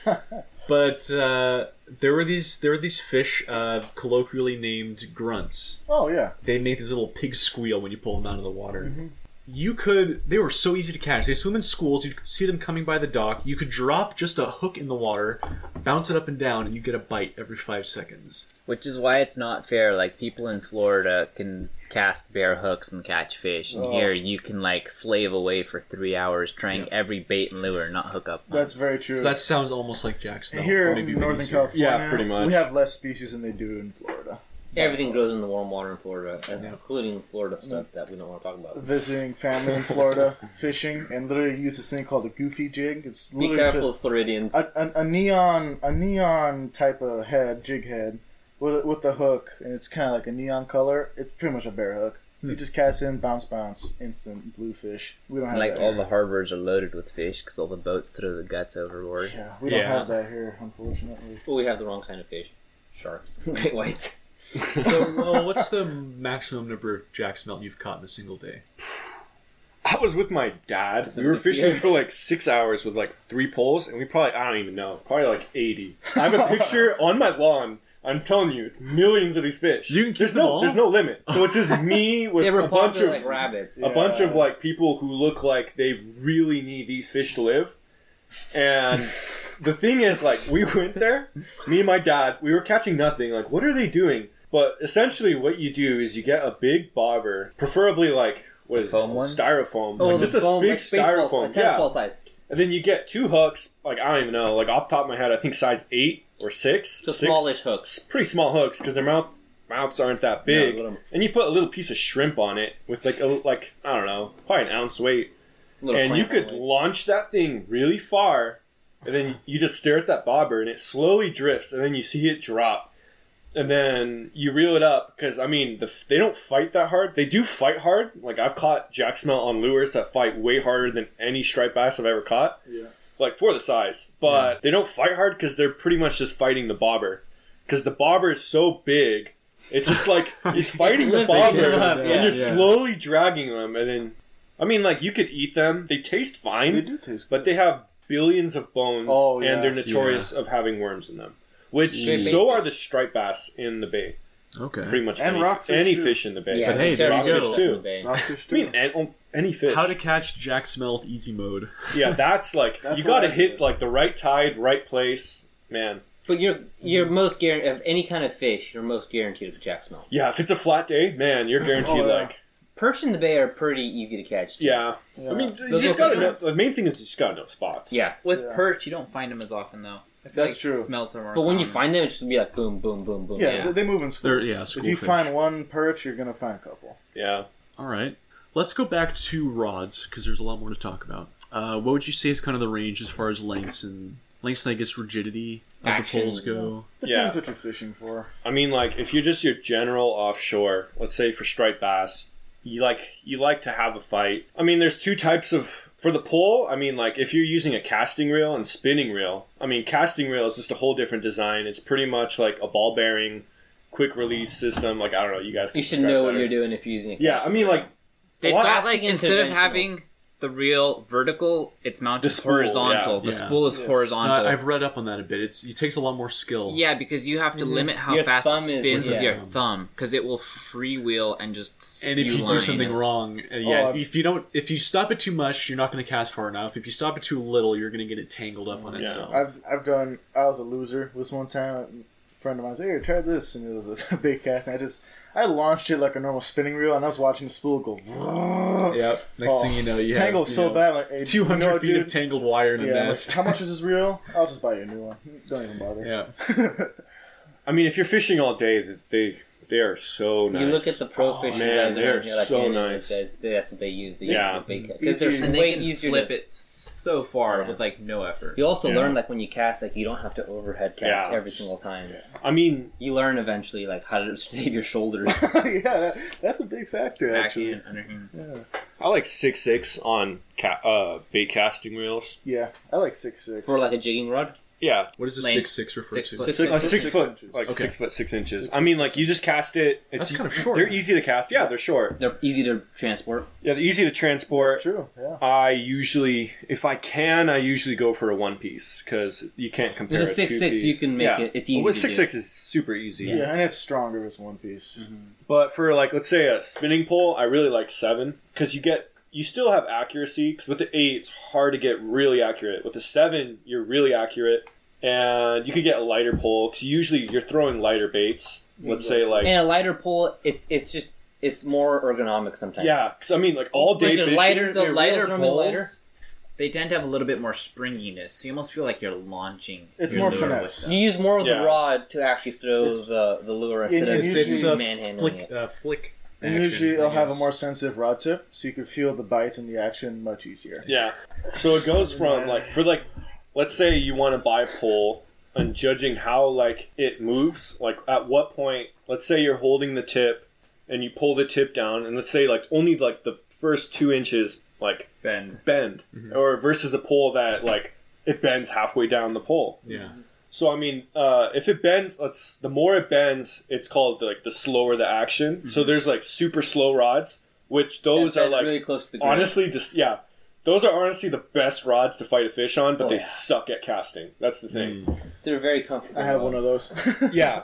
Speaker 6: but uh, there were these there were these fish uh, colloquially named grunts.
Speaker 4: Oh yeah.
Speaker 6: They make this little pig squeal when you pull them out of the water.
Speaker 4: Mm-hmm.
Speaker 6: You could they were so easy to catch. They swim in schools. You could see them coming by the dock. You could drop just a hook in the water, bounce it up and down, and you get a bite every five seconds.
Speaker 2: Which is why it's not fair. Like people in Florida can cast bare hooks and catch fish, and
Speaker 4: Oh.
Speaker 2: here you can like slave away for three hours trying every bait and lure, not hook up. once.
Speaker 4: That's very true.
Speaker 6: So that sounds almost like Jack's.
Speaker 4: And
Speaker 6: Mouth,
Speaker 4: here
Speaker 6: maybe
Speaker 4: in Northern
Speaker 6: easier.
Speaker 4: California,
Speaker 7: Yeah, pretty much.
Speaker 4: we have less species than they do in Florida.
Speaker 5: Everything grows in the warm water in Florida, including Florida stuff that we don't want to talk about.
Speaker 4: Visiting family in Florida, fishing, and literally use this thing called a goofy jig. It's
Speaker 5: Be
Speaker 4: literally
Speaker 5: careful,
Speaker 4: just
Speaker 5: Floridians.
Speaker 4: a, a, a neon, a neon type of head, jig head, with with the hook, and it's kind of like a neon color. It's pretty much a bear hook.
Speaker 7: Hmm.
Speaker 4: You just cast in, bounce, bounce, instant blue fish. We don't have
Speaker 5: like
Speaker 4: that
Speaker 5: all
Speaker 4: here.
Speaker 5: the harbors are loaded with fish because all the boats throw the guts overboard.
Speaker 4: Yeah, we don't
Speaker 7: Yeah.
Speaker 4: have that here, unfortunately.
Speaker 5: Well, we have the wrong kind of fish. Sharks, great whites.
Speaker 6: So, well, what's the maximum number of jack smelt you've caught in a single day?
Speaker 7: I was with my dad. We were fishing for like six hours with like three poles, and we probably, I don't even know, probably like 80. I have a picture on my lawn. I'm telling you, it's millions of these fish.
Speaker 6: You can keep
Speaker 7: there's
Speaker 6: them
Speaker 7: no,
Speaker 6: all?
Speaker 7: There's no limit. So it's just me with
Speaker 5: They were
Speaker 7: a bunch of
Speaker 5: like rabbits.
Speaker 7: a bunch
Speaker 4: Yeah.
Speaker 7: of like people who look like they really need these fish to live. And the thing is, like, we went there, me and my dad, we were catching nothing. Like, what are they doing? But essentially, what you do is you get a big bobber, preferably like what is it,
Speaker 5: Foam one?
Speaker 7: styrofoam,
Speaker 5: Oh,
Speaker 7: like just a
Speaker 5: foam,
Speaker 7: big
Speaker 5: like baseball,
Speaker 7: styrofoam,
Speaker 5: a tennis
Speaker 7: yeah.
Speaker 5: ball size.
Speaker 7: And then you get two hooks, like I don't even know, like off the top of my head, I think size eight or six,
Speaker 5: So
Speaker 7: six
Speaker 5: smallish hooks.
Speaker 7: s- pretty small hooks because their mouth mouths aren't that big,
Speaker 5: Yeah, little-
Speaker 7: and you put a little piece of shrimp on it with like a like I don't know, probably an ounce weight,
Speaker 5: Little
Speaker 7: and you
Speaker 5: plankton
Speaker 7: could
Speaker 5: weights.
Speaker 7: launch that thing really far, and then you just stare at that bobber, and it slowly drifts, and then you see it drop, and then you reel it up because I mean the, they don't fight that hard. They do fight hard. Like I've caught jack smelt on lures that fight way harder than any striped bass I've ever caught.
Speaker 4: Yeah.
Speaker 7: Like for the size, but they don't fight hard because they're pretty much just fighting the bobber, because the bobber is so big. It's just like it's fighting the bobber,
Speaker 5: Yeah,
Speaker 7: and you're
Speaker 6: yeah.
Speaker 7: slowly dragging them, and then I mean, like you could eat them; they taste fine,
Speaker 4: They do taste
Speaker 7: but they have billions of bones,
Speaker 4: Oh, yeah.
Speaker 7: and they're notorious of having worms in them. Which
Speaker 5: They make
Speaker 7: so are the striped bass in the bay.
Speaker 6: Okay.
Speaker 7: Pretty much
Speaker 4: And
Speaker 7: any,
Speaker 4: rockfish,
Speaker 7: any
Speaker 4: too.
Speaker 7: fish in the bay.
Speaker 5: Yeah,
Speaker 6: But hey,
Speaker 5: they're
Speaker 6: there you
Speaker 5: rockfish
Speaker 6: go.
Speaker 5: stuff in the bay.
Speaker 4: Rockfish
Speaker 7: I mean, an- oh, any fish.
Speaker 6: How to catch jack smelt easy mode.
Speaker 7: yeah, that's like
Speaker 4: That's
Speaker 7: you
Speaker 4: what
Speaker 7: got to
Speaker 4: I
Speaker 7: hit
Speaker 4: did.
Speaker 7: like the right tide, right place, man.
Speaker 5: But you're you're most guaranteed of any kind of fish. You're most guaranteed of a jack smelt.
Speaker 7: Yeah, if it's a flat day, man, you're guaranteed
Speaker 4: Oh, yeah.
Speaker 7: like
Speaker 5: Perch in the bay are pretty easy to catch. too.
Speaker 7: yeah.
Speaker 4: Yeah.
Speaker 7: I mean, you
Speaker 2: Those
Speaker 7: just
Speaker 2: look
Speaker 7: gotta know. The main thing is you just gotta know spots.
Speaker 5: yeah.
Speaker 2: With
Speaker 4: Yeah.
Speaker 2: perch, you don't find them as often though. I feel
Speaker 4: That's
Speaker 2: like
Speaker 4: true.
Speaker 2: Smelt them,
Speaker 5: But when you find them, it's just be like boom, boom, boom, boom.
Speaker 4: yeah, they- they move in
Speaker 6: They're-
Speaker 4: schools.
Speaker 6: yeah,
Speaker 4: if
Speaker 6: school
Speaker 4: you
Speaker 6: fish.
Speaker 4: find one perch, you're gonna find a couple.
Speaker 7: yeah.
Speaker 6: All right. Let's go back to rods because there's a lot more to talk about. Uh, what would you say is kind of the range as far as lengths and lengths and I guess rigidity of
Speaker 5: Actions.
Speaker 6: the poles go?
Speaker 4: Depends
Speaker 7: Yeah.
Speaker 4: what you're fishing for.
Speaker 7: I mean, like if you're just your general offshore, let's say for striped bass, you like you like to have a fight. I mean, there's two types of for the pole. I mean, like if you're using a casting reel and spinning reel. I mean, casting reel is just a whole different design. It's pretty much like a ball bearing, quick release system. Like I don't know, you guys. Can
Speaker 5: You should
Speaker 7: describe
Speaker 5: know what
Speaker 7: better.
Speaker 5: you're doing if you're using a
Speaker 7: Yeah, I
Speaker 5: cast.
Speaker 7: mean, like
Speaker 2: They've
Speaker 7: Well,
Speaker 2: got
Speaker 5: that's
Speaker 2: like
Speaker 5: the
Speaker 2: instead of
Speaker 5: conventionals.
Speaker 2: having the reel vertical, it's mounted
Speaker 7: The spool,
Speaker 2: horizontal.
Speaker 6: yeah.
Speaker 2: The
Speaker 6: Yeah.
Speaker 2: spool is
Speaker 6: No,
Speaker 2: horizontal.
Speaker 6: I- Uh, I've read up on that a bit. It's, it takes a lot more skill.
Speaker 2: yeah, because you have to limit how
Speaker 5: Your
Speaker 2: fast it
Speaker 5: thumb is-
Speaker 2: spins with
Speaker 5: yeah.
Speaker 2: your thumb, because it will freewheel and just.
Speaker 6: And if
Speaker 2: spew
Speaker 6: you do
Speaker 2: line.
Speaker 6: something wrong, uh, yeah,
Speaker 4: I'm-
Speaker 6: if you don't, if you stop it too much, you're not going to cast far enough. If you stop it too little, you're going to get it tangled up on
Speaker 7: Yeah.
Speaker 6: itself.
Speaker 4: I've I've done. I was a loser. This one time, a friend of mine said, "Hey, try this," and it was a big cast. And I just I launched it like a normal spinning reel, and I was watching the spool go.
Speaker 6: Yep. Next
Speaker 4: Oh,
Speaker 6: thing you know, you
Speaker 4: tangle
Speaker 6: have, you
Speaker 4: so
Speaker 6: know,
Speaker 4: bad. Like hey, you
Speaker 6: 200
Speaker 4: know what,
Speaker 6: feet
Speaker 4: dude?
Speaker 6: of tangled wire in a
Speaker 4: Yeah, like,
Speaker 6: nest.
Speaker 4: how much is this reel? I'll just buy you a new one. Don't even bother.
Speaker 6: yeah.
Speaker 7: I mean, if you're fishing all day, th- they they are so nice. Oh,
Speaker 5: You look at the
Speaker 2: Oh,
Speaker 5: pro fish
Speaker 7: man,
Speaker 5: guys
Speaker 7: they
Speaker 5: around
Speaker 7: are
Speaker 5: here, like
Speaker 7: so
Speaker 5: any of
Speaker 7: nice.
Speaker 5: those Guys, they- that's what they use. They
Speaker 7: Yeah.
Speaker 5: use the bait because they're
Speaker 2: and
Speaker 5: way
Speaker 2: they can
Speaker 5: easier
Speaker 2: flip
Speaker 5: to.
Speaker 2: it so far
Speaker 5: Yeah.
Speaker 2: with like no effort.
Speaker 5: You also
Speaker 7: Yeah.
Speaker 5: learn like when you cast, like you don't have to overhead cast
Speaker 7: Yeah.
Speaker 5: every single time.
Speaker 7: I mean,
Speaker 5: You learn eventually like how to save your shoulders.
Speaker 4: yeah, that, that's a big factor actually.
Speaker 2: Backhand, underhand.
Speaker 7: I like six six on ca- uh, bait casting reels.
Speaker 4: Yeah, I like six six.
Speaker 5: For like a jigging rod?
Speaker 7: Yeah,
Speaker 6: What does a
Speaker 2: Length.
Speaker 6: six six refer
Speaker 2: Six
Speaker 6: to?
Speaker 2: foot.
Speaker 7: Uh, six,
Speaker 4: Six
Speaker 7: foot,
Speaker 4: inches.
Speaker 7: like
Speaker 6: Okay.
Speaker 7: six foot six inches. I mean, like you just cast it. It's e
Speaker 6: That's kind of short.
Speaker 7: They're easy to cast. Yeah, they're short.
Speaker 5: They're easy to transport.
Speaker 7: Yeah, they're easy to
Speaker 4: That's
Speaker 7: transport.
Speaker 4: true. Yeah.
Speaker 7: I usually, if I can, I usually go for a one piece because you can't compare
Speaker 5: With a
Speaker 7: a
Speaker 5: six
Speaker 7: two
Speaker 5: six,
Speaker 7: piece.
Speaker 5: you can make
Speaker 7: Yeah.
Speaker 5: it- it's easy
Speaker 7: With
Speaker 5: to
Speaker 7: six
Speaker 5: do.
Speaker 7: six is super easy.
Speaker 4: yeah, and it's stronger as one piece.
Speaker 6: Mm-hmm.
Speaker 7: But for like, let's say a spinning pole, I really like seven because you get you still have accuracy. Because with the eight, it's hard to get really accurate. With the seven, you're really accurate, and you could get a lighter pole because usually you're throwing lighter baits. Let's say like
Speaker 5: And a lighter pole, it's it's just it's more ergonomic sometimes.
Speaker 7: Yeah, because I mean, like all day
Speaker 5: Like, they're
Speaker 7: fishing.
Speaker 5: lighter,
Speaker 2: The
Speaker 5: the
Speaker 2: lighter
Speaker 5: lighter
Speaker 2: poles,
Speaker 5: lighter.
Speaker 2: they tend to have a little bit more springiness. So you almost feel like you're launching.
Speaker 4: It's
Speaker 2: your
Speaker 4: more
Speaker 2: lure with
Speaker 4: finesse.
Speaker 2: them.
Speaker 5: You use more of
Speaker 7: Yeah.
Speaker 5: the rod to actually throw
Speaker 4: It's-
Speaker 5: the, the lure instead
Speaker 4: Yeah,
Speaker 5: of
Speaker 6: It's,
Speaker 4: usually-
Speaker 6: it's
Speaker 5: just
Speaker 6: a
Speaker 5: manhandling
Speaker 6: flick.
Speaker 5: it.
Speaker 6: Uh, flick
Speaker 4: And
Speaker 6: action,
Speaker 4: usually,
Speaker 6: I
Speaker 4: it'll have a
Speaker 6: guess.
Speaker 4: more sensitive rod tip, so you can feel the bites and the action much easier.
Speaker 7: Yeah, so it goes from like for like, let's say you want to buy a pole and judging how like it moves. Like at what point? Let's say you're holding the tip and you pull the tip down, and let's say like only like the first two inches like
Speaker 6: Bend.
Speaker 7: bend, or versus a pole that like it bends halfway down the pole.
Speaker 6: Yeah.
Speaker 7: So I mean, uh, if it bends, let's the more it bends, it's called like the slower the action. So there's like super slow rods, which those
Speaker 5: Yeah,
Speaker 7: are like
Speaker 5: really close to the ground.
Speaker 7: honestly this yeah. Those are honestly the best rods to fight a fish on, but
Speaker 5: Oh,
Speaker 7: they
Speaker 5: yeah.
Speaker 7: suck at casting. That's the thing.
Speaker 5: They're very comfortable.
Speaker 4: I have one of those.
Speaker 5: Hmm.
Speaker 7: Yeah.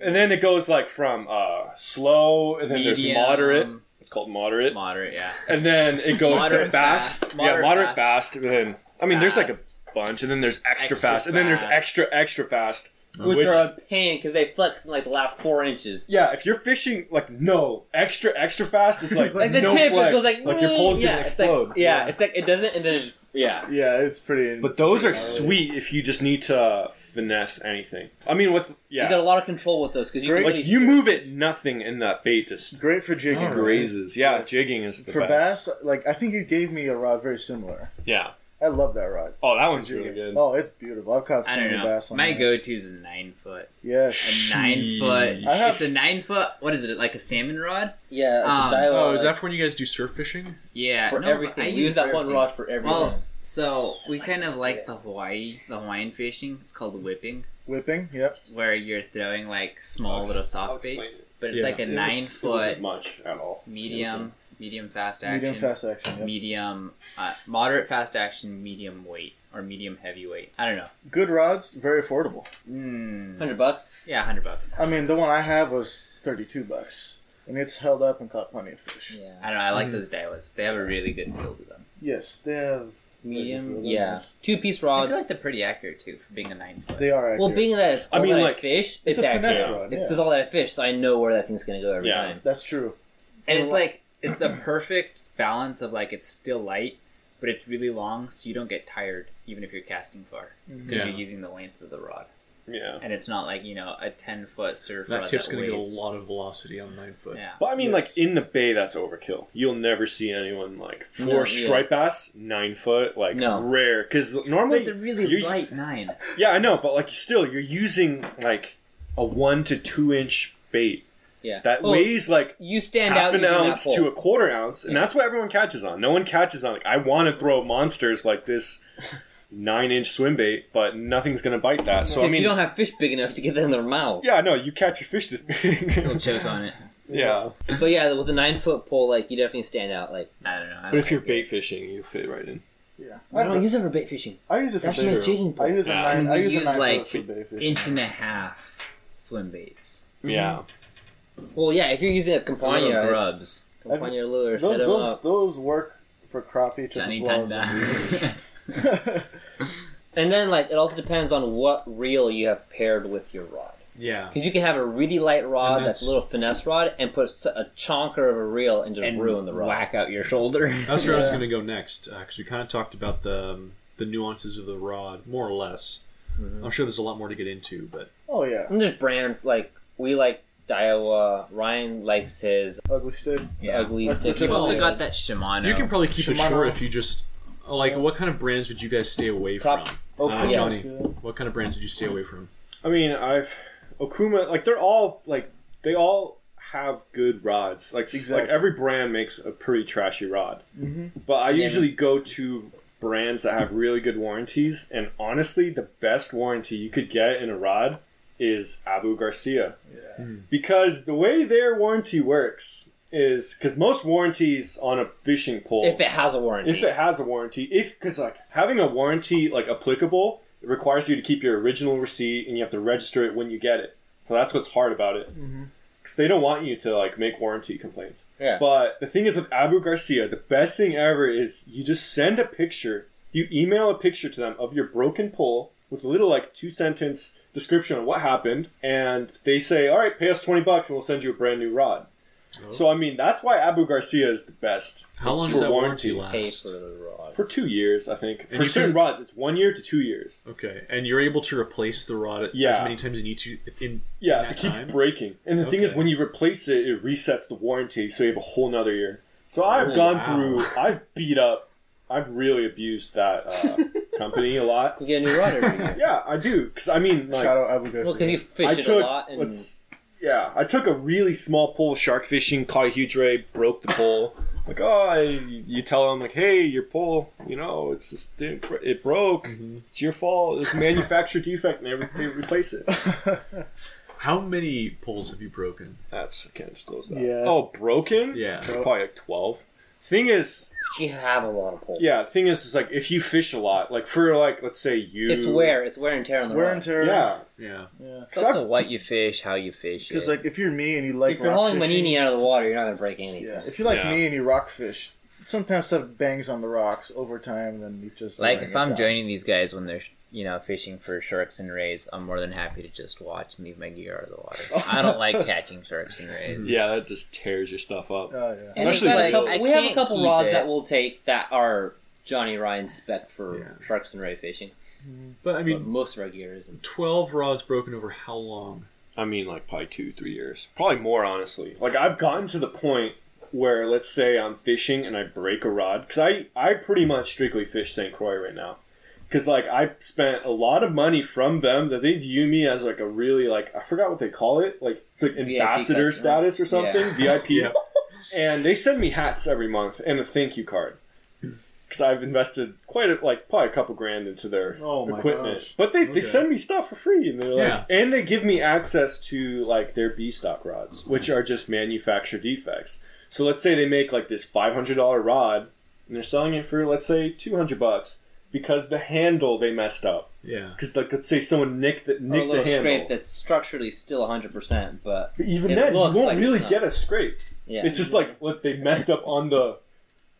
Speaker 7: And then it goes like from uh, slow, and then there's
Speaker 2: Medium.
Speaker 7: moderate. It's called moderate.
Speaker 2: Moderate, yeah.
Speaker 7: and then it goes
Speaker 2: Moderate
Speaker 7: to fast.
Speaker 2: fast.
Speaker 7: yeah,
Speaker 2: Moderate
Speaker 7: moderate fast. And then, I mean, there's like
Speaker 2: Fast.
Speaker 7: a bunch. And then there's extra,
Speaker 2: Extra
Speaker 7: fast. And then there's
Speaker 2: fast.
Speaker 7: extra, extra fast.
Speaker 5: which, are a pain because they flex in like the last four inches.
Speaker 7: Yeah, if you're fishing, like, no. Extra, extra fast is like,
Speaker 5: Like the
Speaker 7: no
Speaker 5: tip,
Speaker 7: flex.
Speaker 5: it goes like,
Speaker 7: your pole's
Speaker 5: yeah,
Speaker 7: gonna
Speaker 5: it's like-
Speaker 7: explode.
Speaker 5: yeah, it's like it doesn't, and then it just, yeah.
Speaker 4: yeah, it's pretty.
Speaker 7: But those are
Speaker 4: pretty gnarly.
Speaker 7: sweet if you just need to uh, finesse anything. I mean, with,
Speaker 5: You got
Speaker 7: yeah.
Speaker 5: a lot of control with those because you can
Speaker 7: Like,
Speaker 5: really-
Speaker 7: you move it nothing and that bait just
Speaker 4: Great for jigging.
Speaker 7: grazes. Yeah, jigging is the
Speaker 4: For
Speaker 7: best.
Speaker 4: bass, like I think you gave me a rod very similar.
Speaker 7: Yeah.
Speaker 4: I love that rod.
Speaker 7: Oh, that one's really good.
Speaker 4: Oh, it's beautiful. I've caught so
Speaker 2: I don't
Speaker 4: many
Speaker 2: know.
Speaker 4: bass on
Speaker 2: My
Speaker 4: that.
Speaker 2: go to is a nine foot.
Speaker 4: Yes.
Speaker 2: A nine foot.
Speaker 4: I have-
Speaker 2: It's a nine foot. What is it? Like a salmon rod?
Speaker 5: Yeah, it's
Speaker 2: Um,
Speaker 5: a dialogue.
Speaker 6: Oh, is that for when you guys do surf fishing?
Speaker 2: Yeah.
Speaker 5: for
Speaker 2: no,
Speaker 5: everything?
Speaker 2: I
Speaker 5: we use
Speaker 2: it
Speaker 5: that
Speaker 2: for
Speaker 5: one
Speaker 2: everything.
Speaker 5: rod for everything.
Speaker 2: Well, so we kind of like the Hawaii, the Hawaiian fishing. It's called whipping,
Speaker 4: Whipping. Yep.
Speaker 2: where you're throwing like small
Speaker 7: Okay,
Speaker 2: little
Speaker 7: I'll
Speaker 2: soft
Speaker 7: explain
Speaker 2: baits,
Speaker 7: it.
Speaker 2: but it's
Speaker 6: Yeah.
Speaker 2: like a
Speaker 7: It was-
Speaker 2: nine
Speaker 7: It
Speaker 2: foot
Speaker 7: wasn't much at all.
Speaker 2: medium, medium fast action,
Speaker 4: Medium fast action. Yep.
Speaker 2: medium, uh, moderate fast action, medium weight or medium heavy weight. I don't know.
Speaker 4: Good rods, very affordable.
Speaker 2: Mm,
Speaker 5: hundred bucks.
Speaker 2: yeah, hundred bucks.
Speaker 4: I mean, the one I have was thirty-two bucks, and it's held up and caught plenty of fish.
Speaker 2: I don't know. I like those Daiwas. They have a really good feel to them.
Speaker 4: Yes, they have.
Speaker 5: Medium,
Speaker 4: They're
Speaker 5: yeah.
Speaker 4: nice.
Speaker 5: Two piece
Speaker 2: I
Speaker 5: rods.
Speaker 2: feel like they're pretty accurate too for being a nine foot.
Speaker 4: They are.
Speaker 5: well,
Speaker 4: accurate.
Speaker 5: being that it's
Speaker 7: I
Speaker 5: all
Speaker 7: mean,
Speaker 5: that I
Speaker 7: like,
Speaker 5: fish, it's,
Speaker 4: it's a finesse
Speaker 5: accurate.
Speaker 4: rod.
Speaker 5: It's
Speaker 4: yeah.
Speaker 5: all that I fish, so I know where that thing's gonna go every
Speaker 7: Yeah.
Speaker 5: time.
Speaker 4: That's true.
Speaker 2: and it's like it's the perfect balance of like it's still light but it's really long so you don't get tired even if you're casting far because
Speaker 6: Yeah.
Speaker 2: you're using the length of the rod
Speaker 7: Yeah.
Speaker 2: and it's not like you know a 10 foot surf
Speaker 6: That
Speaker 2: rod
Speaker 6: tip's
Speaker 2: that
Speaker 6: gonna get a
Speaker 2: weighs-
Speaker 6: lot of velocity on nine foot.
Speaker 2: yeah
Speaker 7: But I mean,
Speaker 4: Yes.
Speaker 7: like in the bay, that's overkill. You'll never see anyone like for
Speaker 5: No, yeah.
Speaker 7: stripe bass nine foot, like
Speaker 5: No.
Speaker 7: rare. Because
Speaker 2: but
Speaker 7: normally,
Speaker 2: it's a really
Speaker 7: you're-
Speaker 2: light nine
Speaker 7: yeah, I know, but like still, you're using like a one to two inch bait
Speaker 5: yeah.
Speaker 7: that
Speaker 5: Well,
Speaker 7: weighs like
Speaker 5: You stand
Speaker 7: half
Speaker 5: out
Speaker 7: an
Speaker 5: using
Speaker 7: ounce
Speaker 5: that
Speaker 7: to
Speaker 5: pole.
Speaker 7: a quarter ounce, and that's what everyone catches on. No one catches on. Like I want to throw monsters like this nine inch swim bait, but nothing's gonna bite that. So I
Speaker 5: Because
Speaker 7: mean,
Speaker 5: you don't have fish big enough to get that in their mouth.
Speaker 7: yeah, no, you catch a fish this
Speaker 2: you'll
Speaker 7: big.
Speaker 2: choke on it
Speaker 7: yeah,
Speaker 5: But yeah, with a nine foot pole, like you definitely stand out. Like
Speaker 2: i don't know I don't
Speaker 7: but if you're
Speaker 2: like it.
Speaker 7: bait fishing, you fit right in.
Speaker 4: Yeah.
Speaker 5: I don't use it for bait fishing.
Speaker 4: I use it for
Speaker 5: That's my
Speaker 4: bait.
Speaker 5: jigging
Speaker 4: I
Speaker 5: pole.
Speaker 4: use a
Speaker 7: Yeah.
Speaker 4: nine. I
Speaker 2: You
Speaker 4: use,
Speaker 2: use,
Speaker 4: a nine
Speaker 2: like,
Speaker 4: foot for bay fish.
Speaker 2: inch and a half swim baits
Speaker 4: Mm-hmm.
Speaker 7: Yeah.
Speaker 5: Well, Oh, yeah, if you're using a
Speaker 2: a lot of
Speaker 5: Campania, it's-
Speaker 2: grubs
Speaker 5: Campania lure, set
Speaker 4: Those
Speaker 5: 'em
Speaker 4: those,
Speaker 5: up.
Speaker 4: those work for crappie just
Speaker 2: Johnny
Speaker 4: as well as
Speaker 2: Tanda.
Speaker 5: And then, like, it also depends on what reel you have paired with your rod.
Speaker 6: Yeah.
Speaker 5: Because you can have a really light rod
Speaker 6: And
Speaker 5: that's,
Speaker 6: that's-
Speaker 5: a little finesse rod and put s- a chonker of a reel and just
Speaker 2: and
Speaker 5: ruin the rod.
Speaker 2: whack out your shoulder
Speaker 6: That's where I was
Speaker 4: Yeah.
Speaker 6: going to go next, because we kind of talked about the um, the nuances of the rod, more or less.
Speaker 4: Mm-hmm.
Speaker 6: I'm sure there's a lot more to get into, but
Speaker 4: oh yeah,
Speaker 5: And there's brands like we like Daiwa. Ryan likes his
Speaker 4: ugly stick.
Speaker 2: Yeah.
Speaker 5: ugly
Speaker 4: That's
Speaker 5: stick.
Speaker 4: the
Speaker 2: you've also
Speaker 4: typical-
Speaker 2: got that shimano
Speaker 6: you can probably keep it
Speaker 4: Shimano.
Speaker 6: short if you just like. What kind of brands would you guys stay away
Speaker 5: Top-
Speaker 6: from?
Speaker 4: Oh,
Speaker 6: Uh,
Speaker 4: yeah.
Speaker 6: Johnny, what kind of brands would you stay away from?
Speaker 7: I mean, I've Okuma like they're all like they all have good rods. Like s-
Speaker 4: Exactly.
Speaker 7: like every brand makes a pretty trashy rod.
Speaker 4: Mhm.
Speaker 7: But I usually go to brands that have really good warranties, and honestly, the best warranty you could get in a rod is Abu Garcia
Speaker 4: Yeah.
Speaker 7: because the way their warranty works is because most warranties on a fishing pole
Speaker 5: If it has a warranty.
Speaker 7: if it has a warranty if because like having a warranty like applicable it requires you to keep your original receipt and you have to register it when you get it so that's what's hard about it because they don't want you to like make warranty complaints
Speaker 5: Yeah.
Speaker 7: but the thing is with abu garcia the best thing ever is you just send a picture you email a picture to them of your broken pole with a little like two sentence description on what happened and they say all right pay us 20 bucks and we'll send you a brand new rod so i mean that's why abu garcia is the best
Speaker 6: How long
Speaker 7: for
Speaker 6: does that warranty,
Speaker 5: pay
Speaker 6: last?
Speaker 5: for the rod.
Speaker 7: for two years, I think.
Speaker 6: And
Speaker 7: for
Speaker 6: you
Speaker 7: certain
Speaker 6: can-
Speaker 7: rods, it's one year to two years.
Speaker 6: Okay, and you're able to replace the rod as
Speaker 7: Yeah.
Speaker 6: many times as you need to. In
Speaker 7: Yeah,
Speaker 6: in
Speaker 7: if
Speaker 6: that
Speaker 7: it keeps
Speaker 6: time?
Speaker 7: breaking. And the thing is,
Speaker 6: Okay.
Speaker 7: when you replace it, it resets the warranty, so you have a whole nother year. So I've
Speaker 6: Oh,
Speaker 7: gone
Speaker 6: wow.
Speaker 7: through, I've beat up, I've really abused that uh, company a lot.
Speaker 5: You get a new rod every year.
Speaker 7: Yeah, I do. Because, I mean, like,
Speaker 4: Shout out Abu
Speaker 5: Well,
Speaker 4: Garcia.
Speaker 5: because you fish
Speaker 7: I
Speaker 5: it
Speaker 7: took,
Speaker 5: a lot and
Speaker 7: let's, Yeah, I took a really small pole shark fishing, caught a huge ray, broke the pole. Like, oh, I, you tell them like, hey, your pole, you know, it's just it, it broke. It's your fault. It's a manufactured defect, and they, re- they replace it.
Speaker 6: How many poles have you broken?
Speaker 7: That's I can't disclose that.
Speaker 4: Yeah.
Speaker 7: Oh, broken.
Speaker 6: Yeah.
Speaker 7: Probably like twelve. Thing is,
Speaker 5: You have a lot of poles.
Speaker 7: yeah. Thing is, is like if you fish a lot, like for like let's say you.
Speaker 5: It's wear. It's wear and tear on the
Speaker 4: Wear
Speaker 5: rod.
Speaker 4: and tear.
Speaker 7: Yeah.
Speaker 6: Yeah.
Speaker 4: Yeah.
Speaker 2: It's also what you fish, how you fish it.
Speaker 4: Because like if you're me and you like
Speaker 5: if you're
Speaker 4: rock
Speaker 5: hauling
Speaker 4: fishing-
Speaker 5: Manini out of the water, you're not gonna break anything.
Speaker 4: Yeah. If you like
Speaker 7: Yeah.
Speaker 4: me and you rock fish, sometimes stuff bangs on the rocks over time, then you just
Speaker 2: like
Speaker 4: bring
Speaker 2: if
Speaker 4: it
Speaker 2: I'm
Speaker 4: back.
Speaker 2: joining these guys when they're you know fishing for sharks and rays, I'm more than happy to just watch and leave my gear out of the water. I don't like catching sharks and
Speaker 5: Mm-hmm.
Speaker 2: rays.
Speaker 7: Yeah, that just tears your stuff up.
Speaker 4: Oh yeah.
Speaker 5: And we've
Speaker 7: Especially
Speaker 5: got a
Speaker 7: like-
Speaker 5: couple-
Speaker 2: I
Speaker 5: we have a
Speaker 2: can't
Speaker 5: couple
Speaker 2: keep
Speaker 5: rods
Speaker 2: it.
Speaker 5: that we'll take that are Johnny Ryan spec for
Speaker 6: Yeah.
Speaker 5: sharks and ray fishing.
Speaker 6: But I
Speaker 5: But
Speaker 6: mean,
Speaker 5: most of our gear isn't.
Speaker 6: twelve rods broken over how long?
Speaker 7: I mean, like probably two, three years. Probably more, honestly. Like I've gotten to the point where, let's say, I'm fishing and I break a rod because I I pretty much strictly fish St. Croix right now. Because like I spent a lot of money from them that they view me as like a really like I forgot what they call it like it's like
Speaker 5: VIP
Speaker 7: ambassador
Speaker 5: customer.
Speaker 7: status or something VIP,
Speaker 6: Yeah.
Speaker 7: and they send me hats every month and a thank you card.
Speaker 4: Hmm.
Speaker 7: Because I've invested quite a, like probably a couple grand into their
Speaker 4: Oh my
Speaker 7: equipment,
Speaker 4: gosh.
Speaker 7: but they,
Speaker 6: Okay.
Speaker 7: they send me stuff for free, and they're like, and they give me access to like their B stock rods, which are just manufactured defects. So let's say they make like this five hundred dollar rod, and they're selling it for let's say two hundred bucks because the handle they messed up.
Speaker 6: Yeah.
Speaker 7: Because like let's say someone nicked the
Speaker 5: Or a
Speaker 7: nicked the
Speaker 5: little scrape
Speaker 7: handle.
Speaker 5: that's structurally still 100%, but
Speaker 7: But even
Speaker 5: it
Speaker 7: then, you
Speaker 5: looks
Speaker 7: won't
Speaker 5: like it's
Speaker 7: really
Speaker 5: not.
Speaker 7: get a scrape.
Speaker 5: yeah.
Speaker 7: It's just like what they messed up on the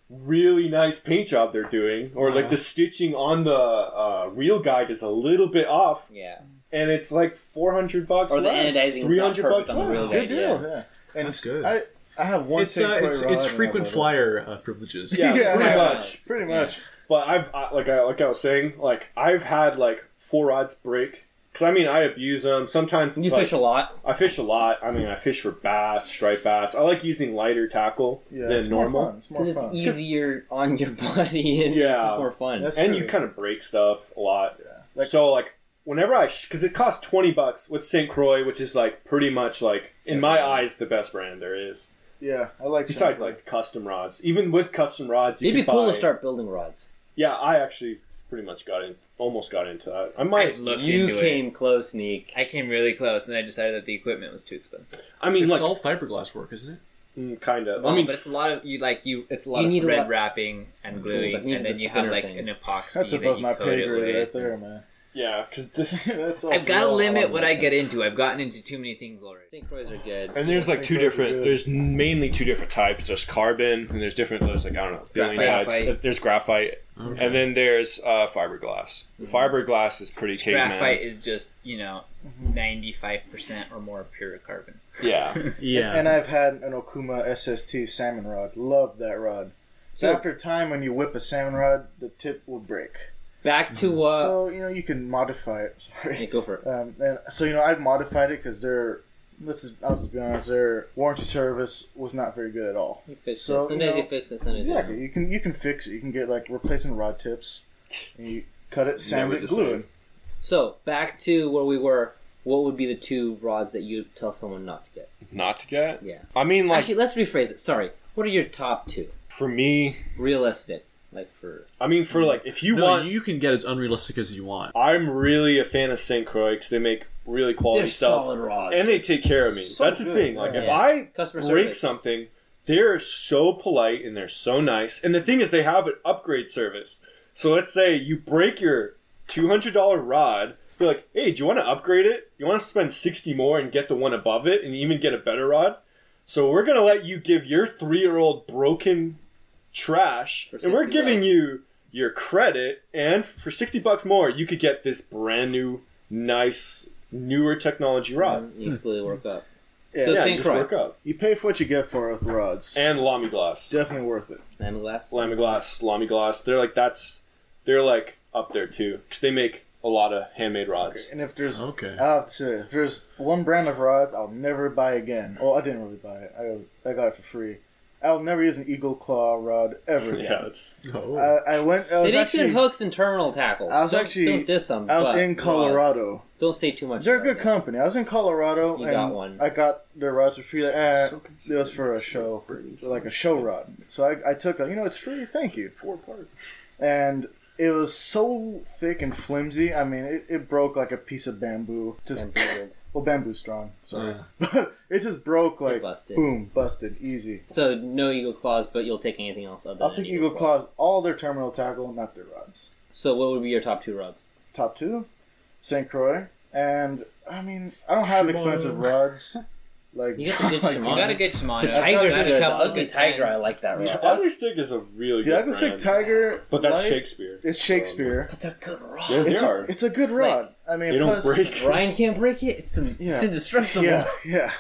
Speaker 7: really nice paint job they're doing, or
Speaker 5: Uh-huh.
Speaker 7: like the stitching on the uh, reel guide is a little bit off.
Speaker 5: yeah.
Speaker 7: and it's like 400 bucks
Speaker 5: Or the
Speaker 7: less,
Speaker 5: anodizing is not
Speaker 7: 300
Speaker 5: perfect
Speaker 7: bucks
Speaker 5: on the
Speaker 7: less.
Speaker 5: real
Speaker 7: Good
Speaker 5: guy,
Speaker 7: deal.
Speaker 4: Yeah. And
Speaker 6: That's
Speaker 4: it's
Speaker 6: good.
Speaker 4: I I have one.
Speaker 6: it's uh,
Speaker 4: St. Croix
Speaker 6: it's,
Speaker 4: rod
Speaker 6: it's
Speaker 4: and I
Speaker 6: frequent
Speaker 4: love it.
Speaker 6: flyer uh, privileges.
Speaker 7: Yeah,
Speaker 4: Yeah.
Speaker 7: pretty
Speaker 4: Yeah.
Speaker 7: much.
Speaker 4: Pretty much.
Speaker 7: But I've I, like I like I was saying, like I've had like four rods break because I mean I abuse them. Sometimes it's
Speaker 5: You
Speaker 7: like,
Speaker 5: fish a lot.
Speaker 7: I fish a lot. I mean I fish for bass, striped bass. I like using lighter tackle
Speaker 4: Yeah.
Speaker 7: than
Speaker 4: it's
Speaker 7: normal.
Speaker 4: More fun. It's more
Speaker 5: Because
Speaker 4: fun.
Speaker 5: it's easier on your body and
Speaker 7: Yeah.
Speaker 5: it's just more fun.
Speaker 4: That's
Speaker 7: and
Speaker 4: true.
Speaker 7: you kind of break stuff a lot.
Speaker 4: Like-
Speaker 7: so like whenever I because it costs twenty bucks with Saint Croix, which is like pretty much like in my eyes the best brand there is.
Speaker 4: Yeah. I like.
Speaker 7: Besides
Speaker 4: something.
Speaker 7: like custom rods, even with custom rods, you
Speaker 5: It'd be
Speaker 7: could
Speaker 5: cool to
Speaker 7: buy-
Speaker 5: start building rods.
Speaker 7: Yeah, I actually pretty much got in, almost got into that. I might.
Speaker 2: I've looked
Speaker 5: You
Speaker 2: into
Speaker 5: came
Speaker 2: it.
Speaker 5: close, Neek.
Speaker 2: I came really close, and then I decided that the equipment was too expensive.
Speaker 7: I mean,
Speaker 6: it's
Speaker 7: like,
Speaker 6: all fiberglass work, isn't it?
Speaker 7: kind of.
Speaker 2: Well,
Speaker 7: I mean,
Speaker 2: but it's a lot of you like you. It's a lot
Speaker 5: You
Speaker 2: of
Speaker 5: need a
Speaker 2: thread
Speaker 5: lot-
Speaker 2: wrapping and gluing,
Speaker 5: but you
Speaker 2: and
Speaker 5: need
Speaker 2: then
Speaker 5: the
Speaker 2: you have
Speaker 5: spinner
Speaker 2: like
Speaker 5: thing.
Speaker 2: an epoxy.
Speaker 4: That's
Speaker 2: that
Speaker 4: above
Speaker 2: you
Speaker 4: my
Speaker 2: coat
Speaker 4: pay
Speaker 2: it
Speaker 4: grade
Speaker 2: with.
Speaker 4: right there, man.
Speaker 7: yeah, because
Speaker 4: That's all
Speaker 2: I've got to
Speaker 4: below
Speaker 2: limit
Speaker 4: all
Speaker 2: what
Speaker 4: my-
Speaker 2: I get into. I've gotten into too many things already.
Speaker 5: St. Croix are good.
Speaker 7: and there's like two
Speaker 4: Those are
Speaker 7: different.
Speaker 4: good.
Speaker 7: There's mainly two different types. There's carbon, and there's different. There's like I don't know, a billion
Speaker 2: Graphite.
Speaker 7: types. There's graphite, and then there's uh, fiberglass. Fiberglass is pretty caveman.
Speaker 2: Graphite is just you know
Speaker 5: Mm-hmm.
Speaker 2: ninety five percent or more pure carbon.
Speaker 7: Yeah,
Speaker 6: Yeah.
Speaker 4: And I've had an Okuma SST salmon rod. Loved that rod. So
Speaker 5: So-
Speaker 4: after time, when you whip a salmon rod, the tip will break.
Speaker 5: Back to, uh...
Speaker 4: so you know you can modify it. Sorry.
Speaker 5: hey, go for it.
Speaker 4: Um, and so you know, I've modified it because their let's just, I'll just be honest, their warranty service was not very good at all.
Speaker 5: You fix
Speaker 4: So,
Speaker 5: it.
Speaker 4: you
Speaker 5: Sometimes you,
Speaker 4: know,
Speaker 5: fix it, sometimes you
Speaker 4: Exactly.
Speaker 5: don't.
Speaker 4: You can you can fix it. You can get like replacement rod tips. And you cut it, sand
Speaker 7: Never
Speaker 4: it,
Speaker 7: the
Speaker 4: glue
Speaker 7: same.
Speaker 4: it.
Speaker 5: So, back to where we were. What would be the two rods that you'd tell someone not to get?
Speaker 7: not to get.
Speaker 5: Yeah.
Speaker 7: I mean, like
Speaker 5: Actually, let's rephrase it. Sorry. What are your top two?
Speaker 7: for me,
Speaker 5: Realistic. Like for
Speaker 7: I mean for like if you
Speaker 6: no,
Speaker 7: want,
Speaker 6: you can get as unrealistic as you want.
Speaker 7: I'm really a fan of Saint Croix. 'cause They make really quality
Speaker 5: They're
Speaker 7: stuff.
Speaker 5: solid rods.
Speaker 7: and they take care of me.
Speaker 4: So
Speaker 7: That's the
Speaker 4: good,
Speaker 7: thing. Like if
Speaker 5: yeah.
Speaker 7: I
Speaker 5: Customer
Speaker 7: break
Speaker 5: service.
Speaker 7: something, they're so polite and they're so nice. And the thing is, they have an upgrade service. So let's say you break your two hundred dollar rod. You're like, hey, do you want to upgrade it? You want to spend sixty more and get the one above it, and even get a better rod. So we're gonna let you give your three year old broken trash,
Speaker 5: For
Speaker 7: and we're
Speaker 5: 60
Speaker 7: giving
Speaker 5: bucks.
Speaker 7: you your credit, and for sixty bucks more, you could get this brand new, nice, newer technology rod.
Speaker 5: you slowly work up.
Speaker 4: Yeah.
Speaker 5: So
Speaker 7: Yeah,
Speaker 5: Saint
Speaker 7: you just
Speaker 5: Croix.
Speaker 7: work up.
Speaker 4: You pay for what you get for with rods.
Speaker 7: And Lamy Gloss.
Speaker 4: Definitely worth it.
Speaker 5: Lima glass.
Speaker 7: Lamy Gloss, Lamy Gloss. They're like, that's, they're like up there too. Because they make a lot of handmade rods.
Speaker 4: And if there's
Speaker 6: Okay.
Speaker 4: I'll have to say, if there's one brand of rods I'll never buy again. Well, I didn't really buy it. I I got it for free. I'll never use an eagle claw rod ever again.
Speaker 7: Yeah, it's
Speaker 6: Oh.
Speaker 4: I, I went. I was
Speaker 5: They
Speaker 4: actually.
Speaker 5: did good hooks and terminal tackle.
Speaker 4: I was
Speaker 5: don't,
Speaker 4: actually-
Speaker 5: don't diss them.
Speaker 4: I was
Speaker 5: but-
Speaker 4: in Colorado.
Speaker 5: Don't say too much.
Speaker 4: They're a
Speaker 5: about
Speaker 4: good
Speaker 5: it.
Speaker 4: company. I was in Colorado
Speaker 5: You
Speaker 4: and
Speaker 5: got one.
Speaker 4: I got the rods for free. Like, eh, it was for a show, like a show rod. So I, I took a, you know, it's free. Thank you. Four part. And it was so thick and flimsy. I mean, it, it broke like a piece of bamboo. Just well, bamboo's strong. Sorry, but it just broke like
Speaker 5: busted.
Speaker 4: boom, busted, easy.
Speaker 5: So no eagle claws, but you'll take anything else other
Speaker 4: I'll
Speaker 5: than
Speaker 4: take eagle claws, all their terminal tackle, not their rods.
Speaker 5: So what would be your top two rods?
Speaker 4: Top two, Saint Croix, and I mean, I don't have expensive rods. Like
Speaker 5: You got the good
Speaker 4: like,
Speaker 5: Shimano.
Speaker 2: You got a good Shimano.
Speaker 5: The
Speaker 2: I've
Speaker 5: tiger's
Speaker 2: got
Speaker 5: a
Speaker 2: a
Speaker 5: good
Speaker 2: couple
Speaker 5: ugly
Speaker 2: good
Speaker 5: tiger. I
Speaker 2: times.
Speaker 5: like that rod.
Speaker 7: Ugly Stick is a really
Speaker 4: The
Speaker 7: good
Speaker 4: Ugly Stick
Speaker 7: brand.
Speaker 4: Tiger,
Speaker 7: but that's
Speaker 4: Light,
Speaker 7: Shakespeare.
Speaker 4: It's Shakespeare.
Speaker 5: But they're good rods.
Speaker 7: Yeah, they
Speaker 4: it's,
Speaker 7: are.
Speaker 4: A, it's a good rod. I mean,
Speaker 7: they don't
Speaker 4: plus,
Speaker 7: break.
Speaker 5: Ryan can't break it. It's, in,
Speaker 4: Yeah.
Speaker 5: it's indestructible.
Speaker 4: Yeah, yeah,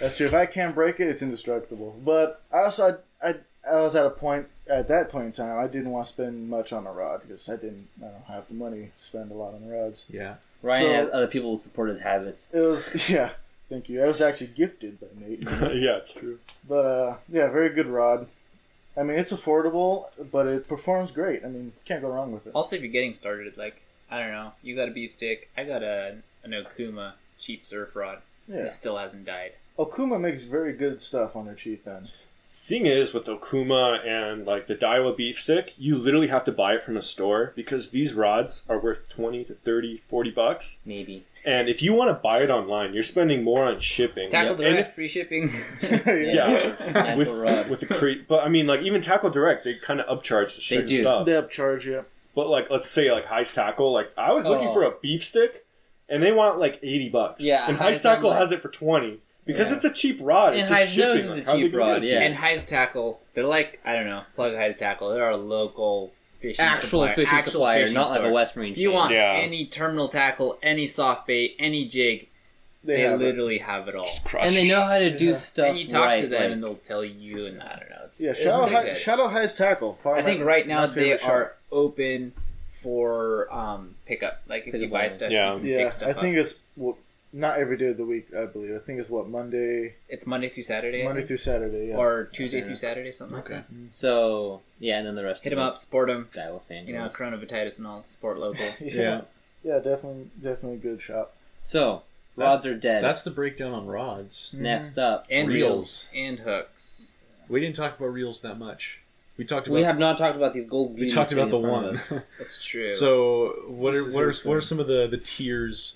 Speaker 4: that's true. If I can break it, it's indestructible. But I also, I, I, I was at a point at that point in time. I didn't want to spend much on a rod because I didn't, I don't have the money to spend a lot on rods.
Speaker 6: yeah.
Speaker 5: Ryan
Speaker 4: So-
Speaker 5: has other people who support his habits.
Speaker 4: It was, yeah, thank you. I was actually gifted by Nate.
Speaker 7: yeah, it's true.
Speaker 4: But uh, yeah, very good rod. I mean, it's affordable, but it performs great. I mean, can't go wrong with it.
Speaker 2: Also, if you're getting started, like I don't know, you got a beef stick. I got a an Okuma cheap surf rod
Speaker 4: Yeah,
Speaker 2: that still hasn't died.
Speaker 4: Okuma makes very good stuff on her cheap end.
Speaker 7: Thing is, with Okuma and like the Daiwa beef stick, you literally have to buy it from a store because these rods are worth 20 to 30, 40 bucks.
Speaker 5: Maybe.
Speaker 7: And if you want to buy it online, you're spending more on shipping.
Speaker 2: Tackle
Speaker 7: And
Speaker 2: direct,
Speaker 7: if-
Speaker 2: free shipping.
Speaker 7: yeah,
Speaker 5: Tackle
Speaker 7: with
Speaker 5: Rod.
Speaker 7: with the cre- but I mean, like even Tackle Direct, they kind of upcharge the certain
Speaker 5: do.
Speaker 7: stuff.
Speaker 4: They upcharge you.
Speaker 7: But like, let's say like Heist Tackle, like I was looking
Speaker 5: Oh.
Speaker 7: for a beef stick, and they want like eighty bucks.
Speaker 5: Yeah,
Speaker 7: and
Speaker 5: Heist,
Speaker 7: Heist Tackle
Speaker 5: I'm like-
Speaker 7: has it for twenty because
Speaker 5: Yeah.
Speaker 7: it's a cheap rod.
Speaker 5: And
Speaker 7: It's
Speaker 5: Heist
Speaker 7: just shipping.
Speaker 5: knows
Speaker 7: Like,
Speaker 5: it's a
Speaker 7: how they
Speaker 5: cheap
Speaker 7: gonna get
Speaker 5: rod,
Speaker 7: it
Speaker 5: yeah.
Speaker 7: cheap?
Speaker 2: And High's Tackle, they're like I don't know, plug High's Tackle. They're our local fishing
Speaker 5: Actual
Speaker 2: supplier,
Speaker 5: fishing
Speaker 2: actual
Speaker 5: supplier,
Speaker 2: fishing
Speaker 5: not like
Speaker 2: store.
Speaker 5: a West Marine.
Speaker 2: If you
Speaker 5: chain.
Speaker 2: want
Speaker 7: Yeah.
Speaker 2: any terminal tackle, any soft bait, any jig,
Speaker 4: They,
Speaker 2: they,
Speaker 4: have it.
Speaker 2: literally have it all.
Speaker 5: and they know how to do
Speaker 4: Yeah.
Speaker 5: stuff.
Speaker 2: and you talk
Speaker 5: right,
Speaker 2: to them,
Speaker 5: like-
Speaker 2: and they'll tell you, and I don't know. It's,
Speaker 4: Yeah,
Speaker 2: it's
Speaker 4: Shadow,
Speaker 2: really
Speaker 4: High,
Speaker 2: good.
Speaker 4: Shadow High's tackle. Probably
Speaker 2: I think
Speaker 4: my-
Speaker 2: right now
Speaker 4: my
Speaker 2: they
Speaker 4: favorite
Speaker 2: are open for um, pickup. Like if
Speaker 5: Pickup
Speaker 2: you buy
Speaker 5: only.
Speaker 2: stuff, you
Speaker 7: Yeah.
Speaker 4: shot.
Speaker 2: can
Speaker 4: Yeah,
Speaker 2: pick stuff
Speaker 4: I
Speaker 2: up.
Speaker 4: think it's well, not every day of the week. I believe. I think it's what Monday,
Speaker 2: it's Monday through Saturday, I
Speaker 4: Monday
Speaker 2: think,
Speaker 4: through Saturday. Yeah.
Speaker 2: or Tuesday
Speaker 5: Yeah.
Speaker 2: through Saturday, something like that.
Speaker 5: So yeah, and then the rest.
Speaker 2: Hit
Speaker 5: of
Speaker 2: them up, support them.
Speaker 5: Daiwa fan.
Speaker 2: You know, coronavirus and all, support local.
Speaker 4: yeah. yeah,
Speaker 6: Yeah.
Speaker 4: definitely, definitely good shop.
Speaker 5: So
Speaker 6: That's-
Speaker 5: rods are dead.
Speaker 6: That's the breakdown on rods.
Speaker 5: Next up,
Speaker 2: Mm. and
Speaker 6: Reels.
Speaker 2: reels and hooks.
Speaker 6: We didn't talk about reels that much. We talked about
Speaker 5: we have not talked about these gold.
Speaker 6: we
Speaker 5: beauties
Speaker 6: talked about the
Speaker 5: sitting in front of
Speaker 6: one.
Speaker 5: us.
Speaker 2: That's true.
Speaker 6: so what
Speaker 4: This
Speaker 6: are
Speaker 4: is
Speaker 6: what are
Speaker 4: really
Speaker 6: what
Speaker 4: fun.
Speaker 6: are some of the the tiers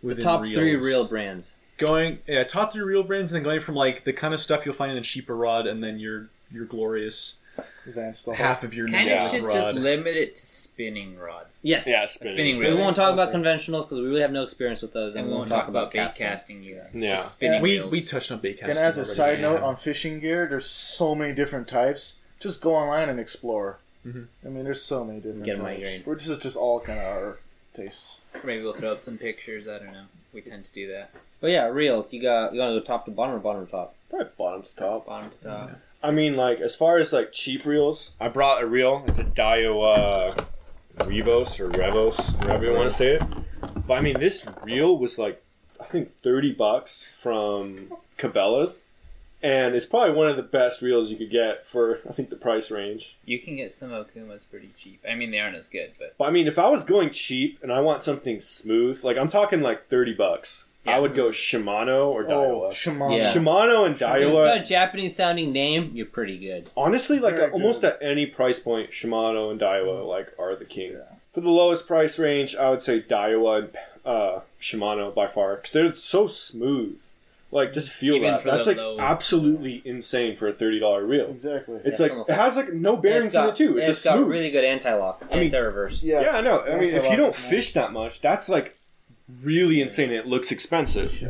Speaker 5: The
Speaker 6: within
Speaker 5: top
Speaker 6: reels?
Speaker 5: three reel brands.
Speaker 6: going yeah, top three reel brands and then going from like the kind of stuff you'll find in a cheaper rod and then your your glorious
Speaker 4: Advanced the
Speaker 6: half of your
Speaker 2: kind
Speaker 6: new
Speaker 2: of should
Speaker 6: rod.
Speaker 2: just limit it to spinning rods.
Speaker 5: Yes.
Speaker 7: Yeah,
Speaker 2: A
Speaker 7: spinning.
Speaker 2: spinning
Speaker 5: We
Speaker 2: reels.
Speaker 5: won't talk about conventionals because we really have no experience with those,
Speaker 2: and we won't
Speaker 5: we'll
Speaker 2: talk about bait
Speaker 5: casting.
Speaker 2: casting either.
Speaker 7: Yeah.
Speaker 2: Just spinning
Speaker 6: we
Speaker 2: reels.
Speaker 6: we touched on bait casting.
Speaker 4: And as a
Speaker 6: already.
Speaker 4: side
Speaker 6: Yeah.
Speaker 4: note on fishing gear, there's so many different types. Just go online and explore.
Speaker 6: Mhm.
Speaker 4: I mean, there's so many different.
Speaker 5: Get a
Speaker 4: types.
Speaker 5: migraine.
Speaker 4: We're just just all kind of our tastes.
Speaker 2: Maybe we'll throw up some pictures. I don't know. We tend to do that.
Speaker 5: But yeah, reels. You got you want to go top to bottom or bottom to top?
Speaker 7: Probably bottom to top.
Speaker 2: Bottom to top.
Speaker 7: I mean, like as far as like cheap reels, I brought a reel. It's a Daiwa Revos or Revos, whatever you want to say it. But I mean, this reel was like I think thirty bucks from Cabela's, and it's probably one of the best reels you could get for I think the price range.
Speaker 2: You can get some Okumas pretty cheap. I mean, they aren't as good, but
Speaker 7: But I mean, if I was going cheap and I want something smooth, like I'm talking like thirty bucks, I
Speaker 2: Yeah.
Speaker 7: would go Shimano or
Speaker 4: Oh,
Speaker 7: Daiwa.
Speaker 4: Shimano.
Speaker 5: Yeah.
Speaker 7: Shimano and
Speaker 5: If it's got a
Speaker 7: Daiwa,
Speaker 5: Japanese sounding name, you're pretty good.
Speaker 7: honestly, like
Speaker 4: Very
Speaker 7: uh, almost
Speaker 4: good.
Speaker 7: at any price point, Shimano and Daiwa like are the king. For the lowest price range, I would say Daiwa and uh, Shimano by far because they're so smooth. Like just feel
Speaker 2: Even
Speaker 7: that.
Speaker 2: for
Speaker 7: That's
Speaker 2: the
Speaker 7: like
Speaker 2: low-
Speaker 7: absolutely insane for a thirty dollar reel.
Speaker 4: Exactly.
Speaker 7: It's
Speaker 5: Yeah,
Speaker 7: like
Speaker 5: almost
Speaker 7: it has like no bearings
Speaker 5: And
Speaker 7: in it too.
Speaker 5: and
Speaker 7: It's
Speaker 5: it's
Speaker 7: just
Speaker 5: got
Speaker 7: smooth.
Speaker 5: really good anti-lock,
Speaker 7: I mean-
Speaker 5: anti-reverse.
Speaker 4: yeah.
Speaker 7: Yeah, I know. I mean, if you don't
Speaker 4: Antelope,
Speaker 7: fish that much, that's like really insane. It looks expensive.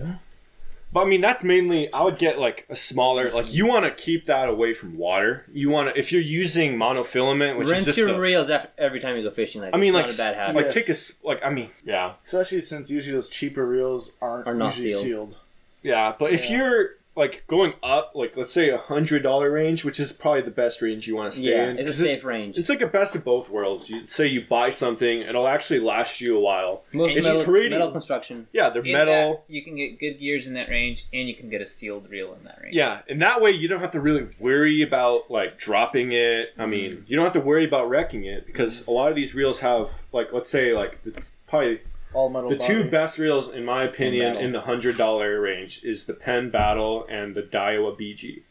Speaker 7: But I mean, that's mainly. I would get like a smaller. Like you want to keep that away from water. You want to if you're using monofilament, which is
Speaker 5: Rinse
Speaker 7: just.
Speaker 5: your
Speaker 7: a-
Speaker 5: reels af- every time you go fishing. Like
Speaker 7: I mean,
Speaker 5: it's
Speaker 7: like,
Speaker 5: not a bad habit.
Speaker 7: like
Speaker 4: Yes.
Speaker 7: take a s- like. I mean, yeah,
Speaker 4: Especially since usually those cheaper reels aren't
Speaker 5: Are not
Speaker 4: usually
Speaker 5: sealed.
Speaker 4: sealed.
Speaker 7: yeah. But if
Speaker 4: Yeah.
Speaker 7: you're like going up, like let's say a hundred dollar range, which is probably the best range you want to stay
Speaker 5: yeah,
Speaker 7: in.
Speaker 5: it's a
Speaker 7: Is it-
Speaker 5: safe range.
Speaker 7: It's like a best of both worlds. You say you buy something, it'll actually last you a while.
Speaker 5: Most
Speaker 7: it's
Speaker 5: metal,
Speaker 7: pretty.
Speaker 5: metal construction.
Speaker 7: Yeah, they're
Speaker 2: In
Speaker 7: metal.
Speaker 2: that, you can get good gears in that range, and you can get a sealed reel in that range.
Speaker 7: Yeah, and that way you don't have to really worry about like dropping it. I mean, you don't have to worry about wrecking it because a lot of these reels have like let's say like the, probably
Speaker 4: All metal.
Speaker 7: the two
Speaker 4: body.
Speaker 7: best reels in my opinion
Speaker 4: Battle.
Speaker 7: in the hundred dollar range is the Penn Battle and the Daiwa BG.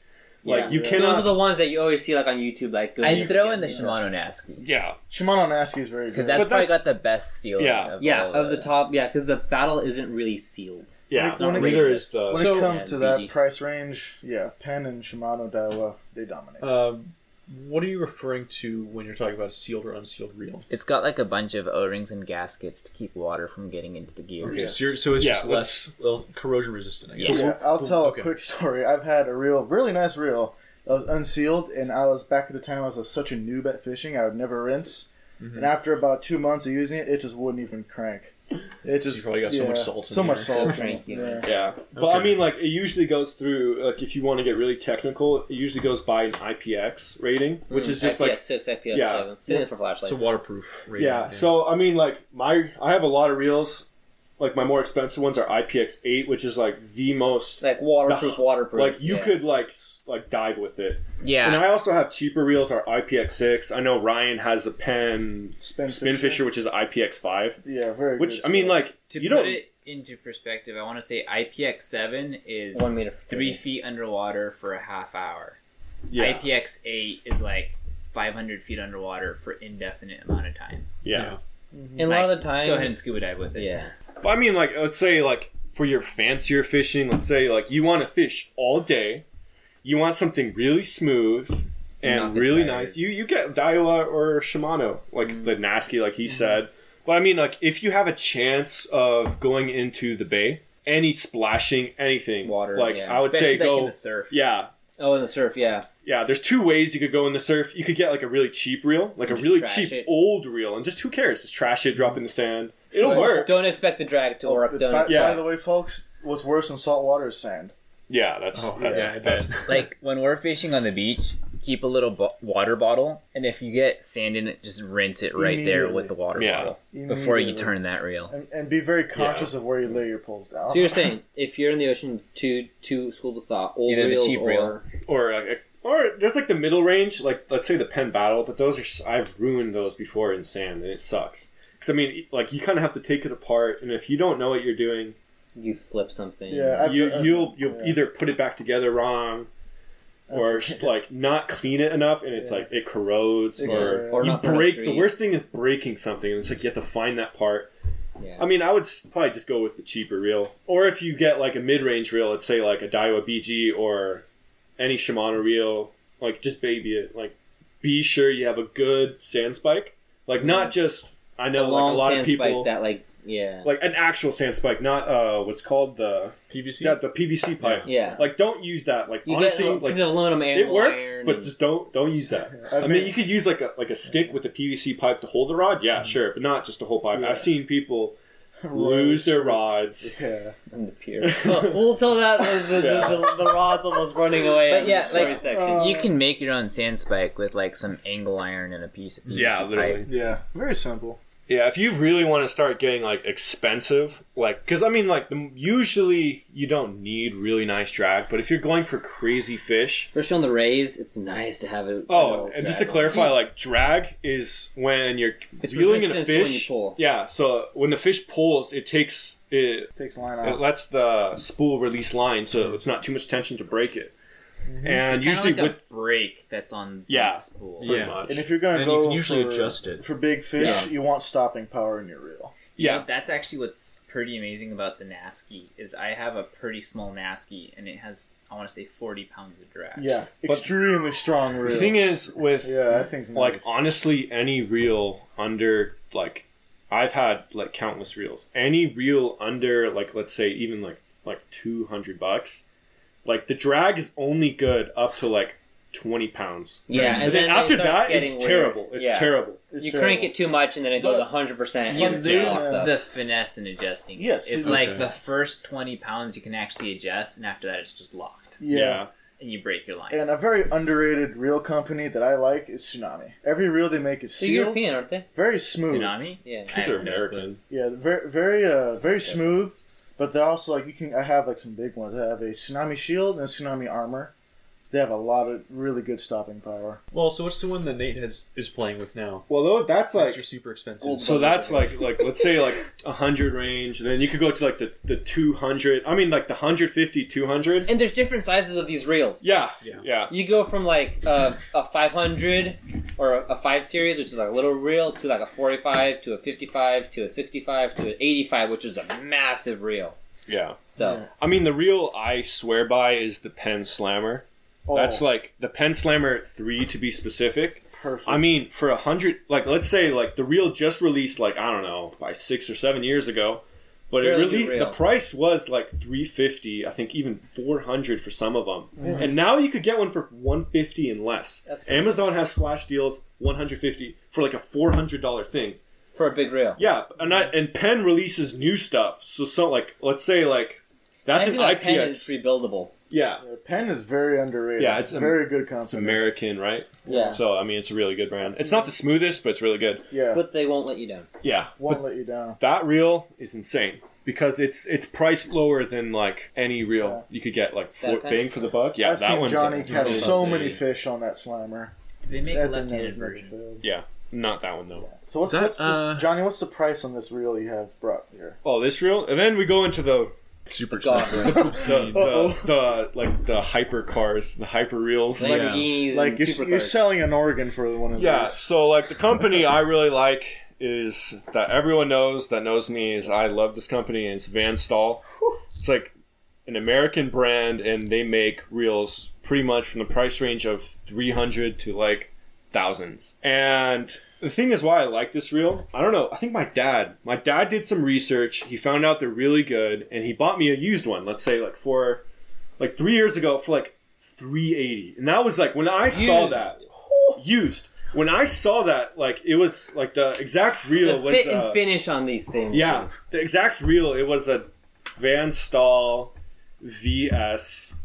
Speaker 7: Like
Speaker 5: Yeah.
Speaker 7: you
Speaker 4: Those
Speaker 5: Those are
Speaker 7: cannot.
Speaker 5: the ones that you always see like on YouTube, like doing
Speaker 2: I'd
Speaker 5: your-
Speaker 2: throw in the
Speaker 5: yeah,
Speaker 2: Shimano Nasky
Speaker 7: yeah,
Speaker 4: Shimano Nasky is very
Speaker 2: because
Speaker 4: good.
Speaker 2: that's
Speaker 7: But
Speaker 2: probably
Speaker 7: that's-
Speaker 2: got the best sealing.
Speaker 7: Yeah.
Speaker 2: of
Speaker 5: Yeah,
Speaker 2: all
Speaker 5: of the
Speaker 2: those.
Speaker 5: top, yeah, because the battle isn't really sealed.
Speaker 7: yeah.
Speaker 4: It's not
Speaker 7: Neither
Speaker 5: rated.
Speaker 7: is the.
Speaker 4: when
Speaker 6: So-
Speaker 4: it comes to
Speaker 2: Yeah,
Speaker 4: that
Speaker 2: BG.
Speaker 4: price range, yeah, Penn and Shimano Daiwa they dominate.
Speaker 6: Um, what are you referring to when you're talking about sealed or unsealed reel?
Speaker 2: It's got like a bunch of O rings and gaskets to keep water from getting into the gears.
Speaker 6: So, you're- so it's
Speaker 7: Yeah,
Speaker 6: just less well, corrosion resistant, I guess.
Speaker 2: Yeah.
Speaker 4: Yeah, I'll tell
Speaker 6: Okay.
Speaker 4: a quick story. I've had a reel, really nice reel, that was unsealed, and I was back at the time I was such a noob at fishing, I would never rinse.
Speaker 6: Mm-hmm.
Speaker 4: And after about two months of using it, it just wouldn't even crank. It just
Speaker 6: probably got so much salt in
Speaker 4: so much
Speaker 6: there.
Speaker 4: salt. in
Speaker 5: Crank,
Speaker 4: it,
Speaker 5: yeah.
Speaker 4: yeah.
Speaker 7: Yeah, but I
Speaker 6: Okay.
Speaker 7: mean, like it usually goes through. Like if you want to get really technical, it usually goes by an IPX rating,
Speaker 2: Mm.
Speaker 7: which is
Speaker 5: IPX6,
Speaker 7: just like
Speaker 5: six, IPX7.
Speaker 7: yeah.
Speaker 5: Same thing for flashlights.
Speaker 6: It's a waterproof rating.
Speaker 7: Yeah, so I mean, like my I have a lot of reels. Like my more expensive ones are IPX8, which is like the most
Speaker 5: like waterproof, waterproof.
Speaker 7: like you
Speaker 5: yeah.
Speaker 7: could like s- like dive with it.
Speaker 2: Yeah.
Speaker 7: And I also have cheaper reels are IPX6. I know Ryan has a pen
Speaker 4: Spin
Speaker 7: spin
Speaker 4: fisher.
Speaker 7: fisher, which is IPX5.
Speaker 4: Yeah, very
Speaker 7: Which
Speaker 4: good
Speaker 7: I mean,
Speaker 4: salt.
Speaker 7: like
Speaker 2: to
Speaker 7: you
Speaker 2: put
Speaker 7: don't.
Speaker 2: it into perspective, I want to say IPX7 is
Speaker 5: one meter for
Speaker 2: three
Speaker 5: thirty.
Speaker 2: feet underwater for a half hour.
Speaker 7: yeah,
Speaker 2: IPX8 is like 500 feet underwater for indefinite amount of time.
Speaker 7: yeah.
Speaker 5: And a lot of the
Speaker 2: Like,
Speaker 5: times,
Speaker 2: Go ahead and scuba dive with it.
Speaker 5: Yeah,
Speaker 7: But I mean, like let's say like for your fancier fishing, let's say like you want to fish all day, you want something really smooth
Speaker 2: Not
Speaker 7: and
Speaker 2: get
Speaker 7: really
Speaker 2: tired. Mm-hmm.
Speaker 7: nice. You you get Daiwa or Shimano, like the Nasky, like he said. But I mean, like if you have a chance of going into the bay, any splashing, anything,
Speaker 5: Water,
Speaker 7: like
Speaker 5: yeah.
Speaker 7: I would
Speaker 2: Especially
Speaker 7: say
Speaker 2: like in
Speaker 7: go.
Speaker 2: the surf.
Speaker 7: Yeah,
Speaker 5: oh, in the surf, yeah,
Speaker 7: yeah. There's two ways you could go in the surf. You could get like a really cheap reel, like a
Speaker 2: just
Speaker 7: really
Speaker 2: trash
Speaker 7: cheap
Speaker 2: it.
Speaker 7: old reel, and just who cares? Just trash it, drop it in the sand. It'll
Speaker 5: But
Speaker 7: work. Oh,
Speaker 5: Don't expect the drag to work.
Speaker 4: But
Speaker 5: Don't.
Speaker 4: by,
Speaker 7: Yeah.
Speaker 4: by the way, folks, what's worse than salt water is sand.
Speaker 7: Yeah, that's
Speaker 6: Oh,
Speaker 7: that's
Speaker 6: yeah, I
Speaker 7: that's-
Speaker 6: bet.
Speaker 2: Like when we're fishing on the beach, keep a little bo- water bottle, and if you get sand in it, just rinse it right there
Speaker 4: Immediately.
Speaker 2: with the water
Speaker 7: Yeah.
Speaker 2: bottle before you
Speaker 4: Immediately.
Speaker 2: turn that reel.
Speaker 4: And, and be very conscious of where you lay your poles down.
Speaker 5: So you're saying if you're in the ocean, two two schools of thought: old
Speaker 2: Either the
Speaker 5: reels
Speaker 2: cheap
Speaker 5: or
Speaker 2: reel.
Speaker 7: or like, or there's like the middle range, like let's say the pen battle, but those are s- I've ruined those before in sand, and it sucks. Because I mean, e, like you kind of have to take it apart, and if you don't know what you're doing,
Speaker 5: you flip something.
Speaker 4: yeah, I've-
Speaker 7: you
Speaker 4: I've-
Speaker 7: you'll you'll
Speaker 4: yeah.
Speaker 7: either put it back together wrong, or s- like not clean it enough, and it's
Speaker 4: Yeah.
Speaker 7: like it corrodes,
Speaker 4: It
Speaker 7: or,
Speaker 4: corrodes. Or
Speaker 7: you
Speaker 5: not put up
Speaker 7: break. The
Speaker 5: trees.
Speaker 7: worst thing is breaking something, and it's like you have to find that part.
Speaker 5: Yeah.
Speaker 7: I mean, I would s- probably just go with the cheaper reel, or if you get like a mid-range reel, let's say like a Daiwa BG or any Shimano reel, like just baby it. Like, be sure you have a good sand spike, like not just I
Speaker 5: Mm-hmm. a
Speaker 7: know like
Speaker 5: long
Speaker 7: a lot
Speaker 5: sand
Speaker 7: of people
Speaker 5: spike that like yeah
Speaker 7: like an actual sand spike, not uh what's called the
Speaker 6: PVC.
Speaker 7: yeah the PVC pipe.
Speaker 5: yeah.
Speaker 7: Like, don't use that. Like
Speaker 5: you
Speaker 7: honestly,
Speaker 5: get
Speaker 7: like
Speaker 5: because of aluminum and
Speaker 7: it works,
Speaker 5: iron
Speaker 7: but
Speaker 5: and-
Speaker 7: just don't don't use that.
Speaker 4: I've
Speaker 7: I mean,
Speaker 4: been-
Speaker 7: you could use like a like a stick with a PVC pipe to hold the rod. Yeah,
Speaker 5: Mm-hmm.
Speaker 7: sure, but not just a whole pipe.
Speaker 4: Yeah.
Speaker 7: I've seen people lose their rods.
Speaker 4: Yeah.
Speaker 5: and the pier. Well, we'll tell that the, the,
Speaker 7: Yeah.
Speaker 5: the, the rod's almost running away.
Speaker 2: But
Speaker 5: in
Speaker 2: yeah,
Speaker 5: the story
Speaker 2: like-
Speaker 5: section.
Speaker 4: Uh,
Speaker 2: you can make your own sand spike with like some angle iron and a piece of PVC
Speaker 7: Yeah, literally.
Speaker 2: pipe.
Speaker 4: Yeah. Very simple.
Speaker 7: Yeah, if you really want to start getting like expensive, like because I mean, like the, usually you don't need really nice drag, but if you're going for crazy fish,
Speaker 5: Especially on the rays, it's nice to have it.
Speaker 7: oh,
Speaker 5: you know,
Speaker 7: and just to
Speaker 5: drag.
Speaker 7: clarify, like drag is when you're
Speaker 5: It's
Speaker 7: reeling in a
Speaker 5: resistance to when
Speaker 7: fish.
Speaker 5: you pull.
Speaker 7: Yeah, so when the fish pulls, it takes it,
Speaker 4: Takes line
Speaker 7: it
Speaker 4: out.
Speaker 7: lets the spool release line, so it's not too much tension to break it.
Speaker 5: Mm-hmm.
Speaker 7: And
Speaker 2: It's
Speaker 7: usually
Speaker 2: usually like
Speaker 7: with
Speaker 2: a break that's on
Speaker 7: Yeah.
Speaker 2: the spool.
Speaker 7: pretty
Speaker 6: Yeah.
Speaker 7: much.
Speaker 4: And if you're going to
Speaker 6: And
Speaker 4: go
Speaker 6: you can usually
Speaker 4: for,
Speaker 6: adjust it.
Speaker 4: for big fish,
Speaker 7: Yeah.
Speaker 4: you want stopping power in your reel.
Speaker 2: Yeah,
Speaker 7: yeah,
Speaker 2: that's actually what's pretty amazing about the Nasky is I have a pretty small Nasky and it has I want to say forty pounds of drag.
Speaker 4: Yeah, extremely strong
Speaker 7: the
Speaker 4: reel.
Speaker 7: thing is with
Speaker 4: yeah, that thing's nice.
Speaker 7: like honestly any reel under like i've had like countless reels any reel under like let's say even like like 200 bucks like the drag is only good up to like 20 pounds
Speaker 5: Yeah,
Speaker 7: and,
Speaker 5: and
Speaker 7: then,
Speaker 5: then it
Speaker 7: after
Speaker 5: starts
Speaker 7: that
Speaker 5: getting
Speaker 7: it's
Speaker 5: weird.
Speaker 7: terrible it's
Speaker 5: Yeah.
Speaker 7: terrible
Speaker 4: It's
Speaker 5: You
Speaker 4: terrible.
Speaker 5: crank it too much and then it goes 100%.
Speaker 2: You
Speaker 5: and uh, it
Speaker 2: lose
Speaker 5: locks up.
Speaker 2: the finesse in adjusting. it.
Speaker 4: Yes,
Speaker 2: it's
Speaker 4: okay.
Speaker 2: like the first twenty pounds you can actually adjust, and after that, it's just locked. left
Speaker 4: yeah.
Speaker 2: and you break your line.
Speaker 4: And a very underrated reel company that I like is Tsunami. Every reel they make is
Speaker 5: They're
Speaker 4: sealed,
Speaker 5: European, aren't they?
Speaker 4: very smooth.
Speaker 2: Tsunami?
Speaker 5: Yeah.
Speaker 2: I have
Speaker 7: They're
Speaker 2: no
Speaker 7: American.
Speaker 4: Yeah, very very uh very smooth, but they're also like you can I have like some big ones. I have a Tsunami shield and a Tsunami armor. They have a lot of really good stopping power.
Speaker 6: Well, so what's the one that Nate has is playing with now?
Speaker 7: Well, though that's
Speaker 6: Like
Speaker 7: like
Speaker 6: you're super expensive.
Speaker 7: Well, so that's like like let's say like a 100 range and then you could go to like the, the 200 i mean like the 150 200
Speaker 5: And there's different sizes of these reels.
Speaker 7: yeah
Speaker 6: Yeah.
Speaker 7: yeah,
Speaker 5: You go from like a, a 500 or a, a 5 series, which is like a little reel, to like a 45, to a 55, to a 65, to an 85, which is a massive reel.
Speaker 7: yeah
Speaker 5: So,
Speaker 7: i mean the real i swear by is the pen slammer
Speaker 4: Oh,
Speaker 7: that's like the pen slammer 3 to be specific
Speaker 4: perfect.
Speaker 7: i mean for a 100 like let's say like the reel just released like i don't know by 6 or 7 years ago but it
Speaker 5: Fairly
Speaker 7: really
Speaker 5: new reel.
Speaker 7: the price was like 350 i think even 400 for some of them and now you could get one for 150 and less
Speaker 5: That's pretty
Speaker 7: Amazon has flash deals 150 for like a $400 thing.
Speaker 5: for a big reel.
Speaker 7: Yeah, and I, and Penn releases new stuff. So so like let's say like that's
Speaker 5: I
Speaker 7: an
Speaker 5: think that pen is
Speaker 7: IPX.
Speaker 5: rebuildable.
Speaker 7: yeah.
Speaker 4: Yeah, Pen is very underrated.
Speaker 7: Yeah, it's a-
Speaker 4: very good
Speaker 7: It's
Speaker 4: concept.
Speaker 7: American, right?
Speaker 5: Yeah.
Speaker 7: So I mean it's a really good brand. It's not the smoothest, but it's really good.
Speaker 4: Yeah,
Speaker 5: But they won't let you down.
Speaker 7: Yeah.
Speaker 4: won't let you down.
Speaker 7: That reel is insane because it's it's priced lower than like any reel you could get like for,
Speaker 5: That Penn?
Speaker 7: bang for the buck. Yeah,
Speaker 4: I've
Speaker 7: that
Speaker 4: seen
Speaker 7: one's
Speaker 4: Johnny catch so
Speaker 7: insane.
Speaker 4: many fish on that slammer.
Speaker 2: Do they make
Speaker 4: That thing
Speaker 2: left-handed
Speaker 4: has never
Speaker 2: version?
Speaker 4: failed.
Speaker 7: Yeah, not that one though.
Speaker 4: So what's,
Speaker 6: That,
Speaker 4: what's this,
Speaker 6: uh,
Speaker 4: Johnny? What's the price on this reel you have brought here?
Speaker 7: Oh, this reel, and then we go into the
Speaker 6: super
Speaker 5: God.
Speaker 6: expensive.
Speaker 7: the,
Speaker 4: Uh-oh.
Speaker 7: the, the like the hyper cars, the hyper reels.
Speaker 6: Like-
Speaker 5: Lamborghinis
Speaker 4: Like
Speaker 5: and
Speaker 4: you're,
Speaker 5: supercars.
Speaker 4: you're selling an Oregon for one of
Speaker 7: yeah,
Speaker 4: these.
Speaker 7: so like the company I really like is that everyone knows that knows me is I love this company and it's Van Stahl. It's like an American brand and they make reels pretty much from the price range of 300 to like thousands. And the thing is why I like this reel, I don't know, I think my dad, my dad did some research, he found out they're really good and he bought me a used one, let's say like for like 3 years ago for like 380. And that was like when I saw
Speaker 5: Used.
Speaker 7: that used. When I saw that, like it was like the exact reel
Speaker 5: the
Speaker 7: was
Speaker 5: fit
Speaker 7: uh,
Speaker 5: and finish on these things.
Speaker 7: yeah, the exact reel. It was a Van Stahl VS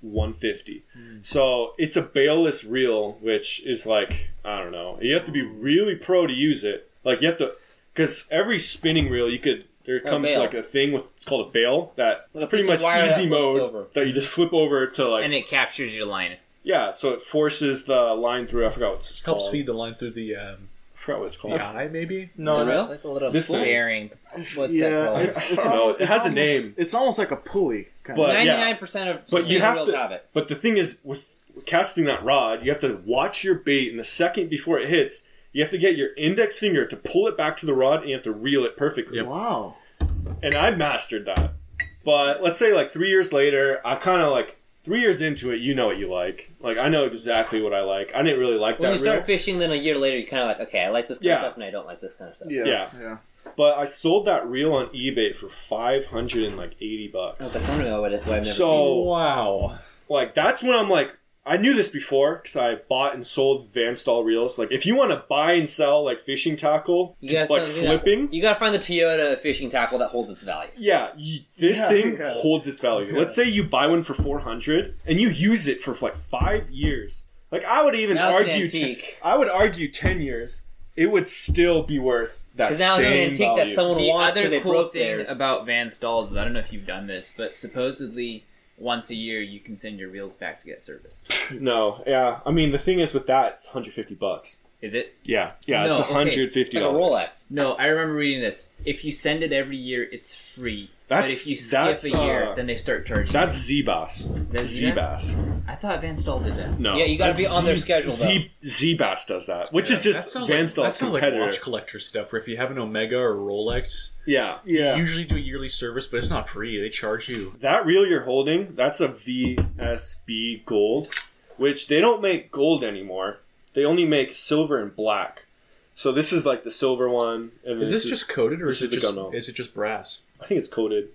Speaker 7: 150.
Speaker 5: Hmm.
Speaker 7: So it's a bailless reel, which is like I don't know. You have to be really pro to use it. Like you have to, because every spinning reel you could. There comes
Speaker 5: bail.
Speaker 7: like a thing with it's called a bail that it's
Speaker 5: Like a
Speaker 7: pretty
Speaker 5: freaking
Speaker 7: much
Speaker 5: wire that
Speaker 7: easy
Speaker 5: flips
Speaker 7: mode
Speaker 5: over.
Speaker 7: that you just flip over to like
Speaker 2: And it captures your line.
Speaker 7: yeah, so it forces the line through. I forgot what it's called.
Speaker 6: Helps feed the line through the um,
Speaker 7: I forgot what it's
Speaker 6: the
Speaker 7: called.
Speaker 6: eye, maybe.
Speaker 4: No,
Speaker 5: The
Speaker 4: no,
Speaker 5: reel?
Speaker 2: It's like a little
Speaker 7: This thing?
Speaker 2: flaring. What's that
Speaker 4: yeah,
Speaker 2: called?
Speaker 4: it's, it's,
Speaker 7: I don't know, it
Speaker 4: it's
Speaker 7: has a
Speaker 4: almost-
Speaker 7: name.
Speaker 4: It's almost like a pulley. Kind
Speaker 7: But-
Speaker 4: of.
Speaker 7: yeah.
Speaker 5: 99% of
Speaker 7: But you
Speaker 5: spinning
Speaker 7: have
Speaker 5: reels
Speaker 7: to-
Speaker 5: have it.
Speaker 7: But the thing is, with casting that rod, you have to watch your bait, and the second before it hits, you have to get your index finger to pull it back to the rod, and you have to reel it perfectly.
Speaker 4: Wow.
Speaker 7: And I mastered that. But let's say like three years later, I kind of like three years into it, you know what you like. Like I know exactly what I like. I didn't really like
Speaker 5: When you
Speaker 7: that reel,
Speaker 5: start fishing, then a year later, you're kind of like, okay, I like this kind
Speaker 7: Yeah.
Speaker 5: of stuff and I don't like this kind of stuff.
Speaker 4: Yeah.
Speaker 7: Yeah. but I sold that reel on eBay for five hundred and like eighty
Speaker 5: I was
Speaker 7: bucks.
Speaker 5: like, I don't know what, it, what I've never seen.
Speaker 7: So
Speaker 6: Wow.
Speaker 7: like that's when I'm like I knew this before because I bought and sold Van Stahl reels. Like if you want to buy and sell like fishing tackle,
Speaker 5: You gotta
Speaker 7: like
Speaker 5: sell- you gotta-
Speaker 7: flipping,
Speaker 5: You gotta find the Toyota fishing tackle that holds its value.
Speaker 7: yeah, you, this
Speaker 4: Yeah,
Speaker 7: thing
Speaker 4: yeah.
Speaker 7: holds its value.
Speaker 4: Yeah.
Speaker 7: Let's say you buy one for four hundred and you use it for like five years. Like I would even
Speaker 5: Now it's an
Speaker 7: argue, ten,
Speaker 5: antique.
Speaker 7: I would argue ten years, it would still be worth that
Speaker 5: Because now
Speaker 7: same
Speaker 5: it's an antique
Speaker 7: value.
Speaker 5: that someone
Speaker 2: The
Speaker 5: wants because
Speaker 2: other
Speaker 5: they
Speaker 2: cool
Speaker 5: broke
Speaker 2: thing
Speaker 5: theirs.
Speaker 2: about Van Stalls is I don't know if you've done this, but supposedly once a year you can send your reels back to get serviced.
Speaker 7: no, yeah. I mean the thing is with that, it's hundred fifty bucks.
Speaker 2: Is it?
Speaker 7: Yeah, yeah, it's
Speaker 2: No, okay.
Speaker 7: hundred
Speaker 5: it's
Speaker 7: fifty
Speaker 5: like a Rolex.
Speaker 2: No, I remember reading this. If you send it every year, it's free. but
Speaker 7: That's-
Speaker 2: if you skip
Speaker 7: that's,
Speaker 2: a year,
Speaker 7: uh,
Speaker 2: then they start charging.
Speaker 7: That's Z Bass.
Speaker 2: you. Does
Speaker 7: Z
Speaker 2: that-
Speaker 7: Bass.
Speaker 2: I thought Van Stahl did that.
Speaker 7: No.
Speaker 5: Yeah, you gotta
Speaker 7: that's
Speaker 5: be on their
Speaker 7: Z-
Speaker 5: schedule,
Speaker 7: Z Zbass does that, which is
Speaker 6: that
Speaker 7: just
Speaker 6: sounds
Speaker 7: Van
Speaker 6: like, that
Speaker 7: Stahl's
Speaker 6: sounds like
Speaker 7: competitor.
Speaker 6: watch collector stuff. Where if you have an Omega or Rolex,
Speaker 7: yeah,
Speaker 4: Yeah.
Speaker 6: you usually do a yearly service, but it's not free. They charge you.
Speaker 7: that reel you're holding, that's a VSB Gold, which they don't make gold anymore. They only make silver and black. So this is like the silver one. And
Speaker 6: Is this just coated or
Speaker 7: this
Speaker 6: is
Speaker 7: is
Speaker 6: it
Speaker 7: the
Speaker 6: just
Speaker 7: gunmetal.
Speaker 6: is it just brass?
Speaker 7: I think it's coated.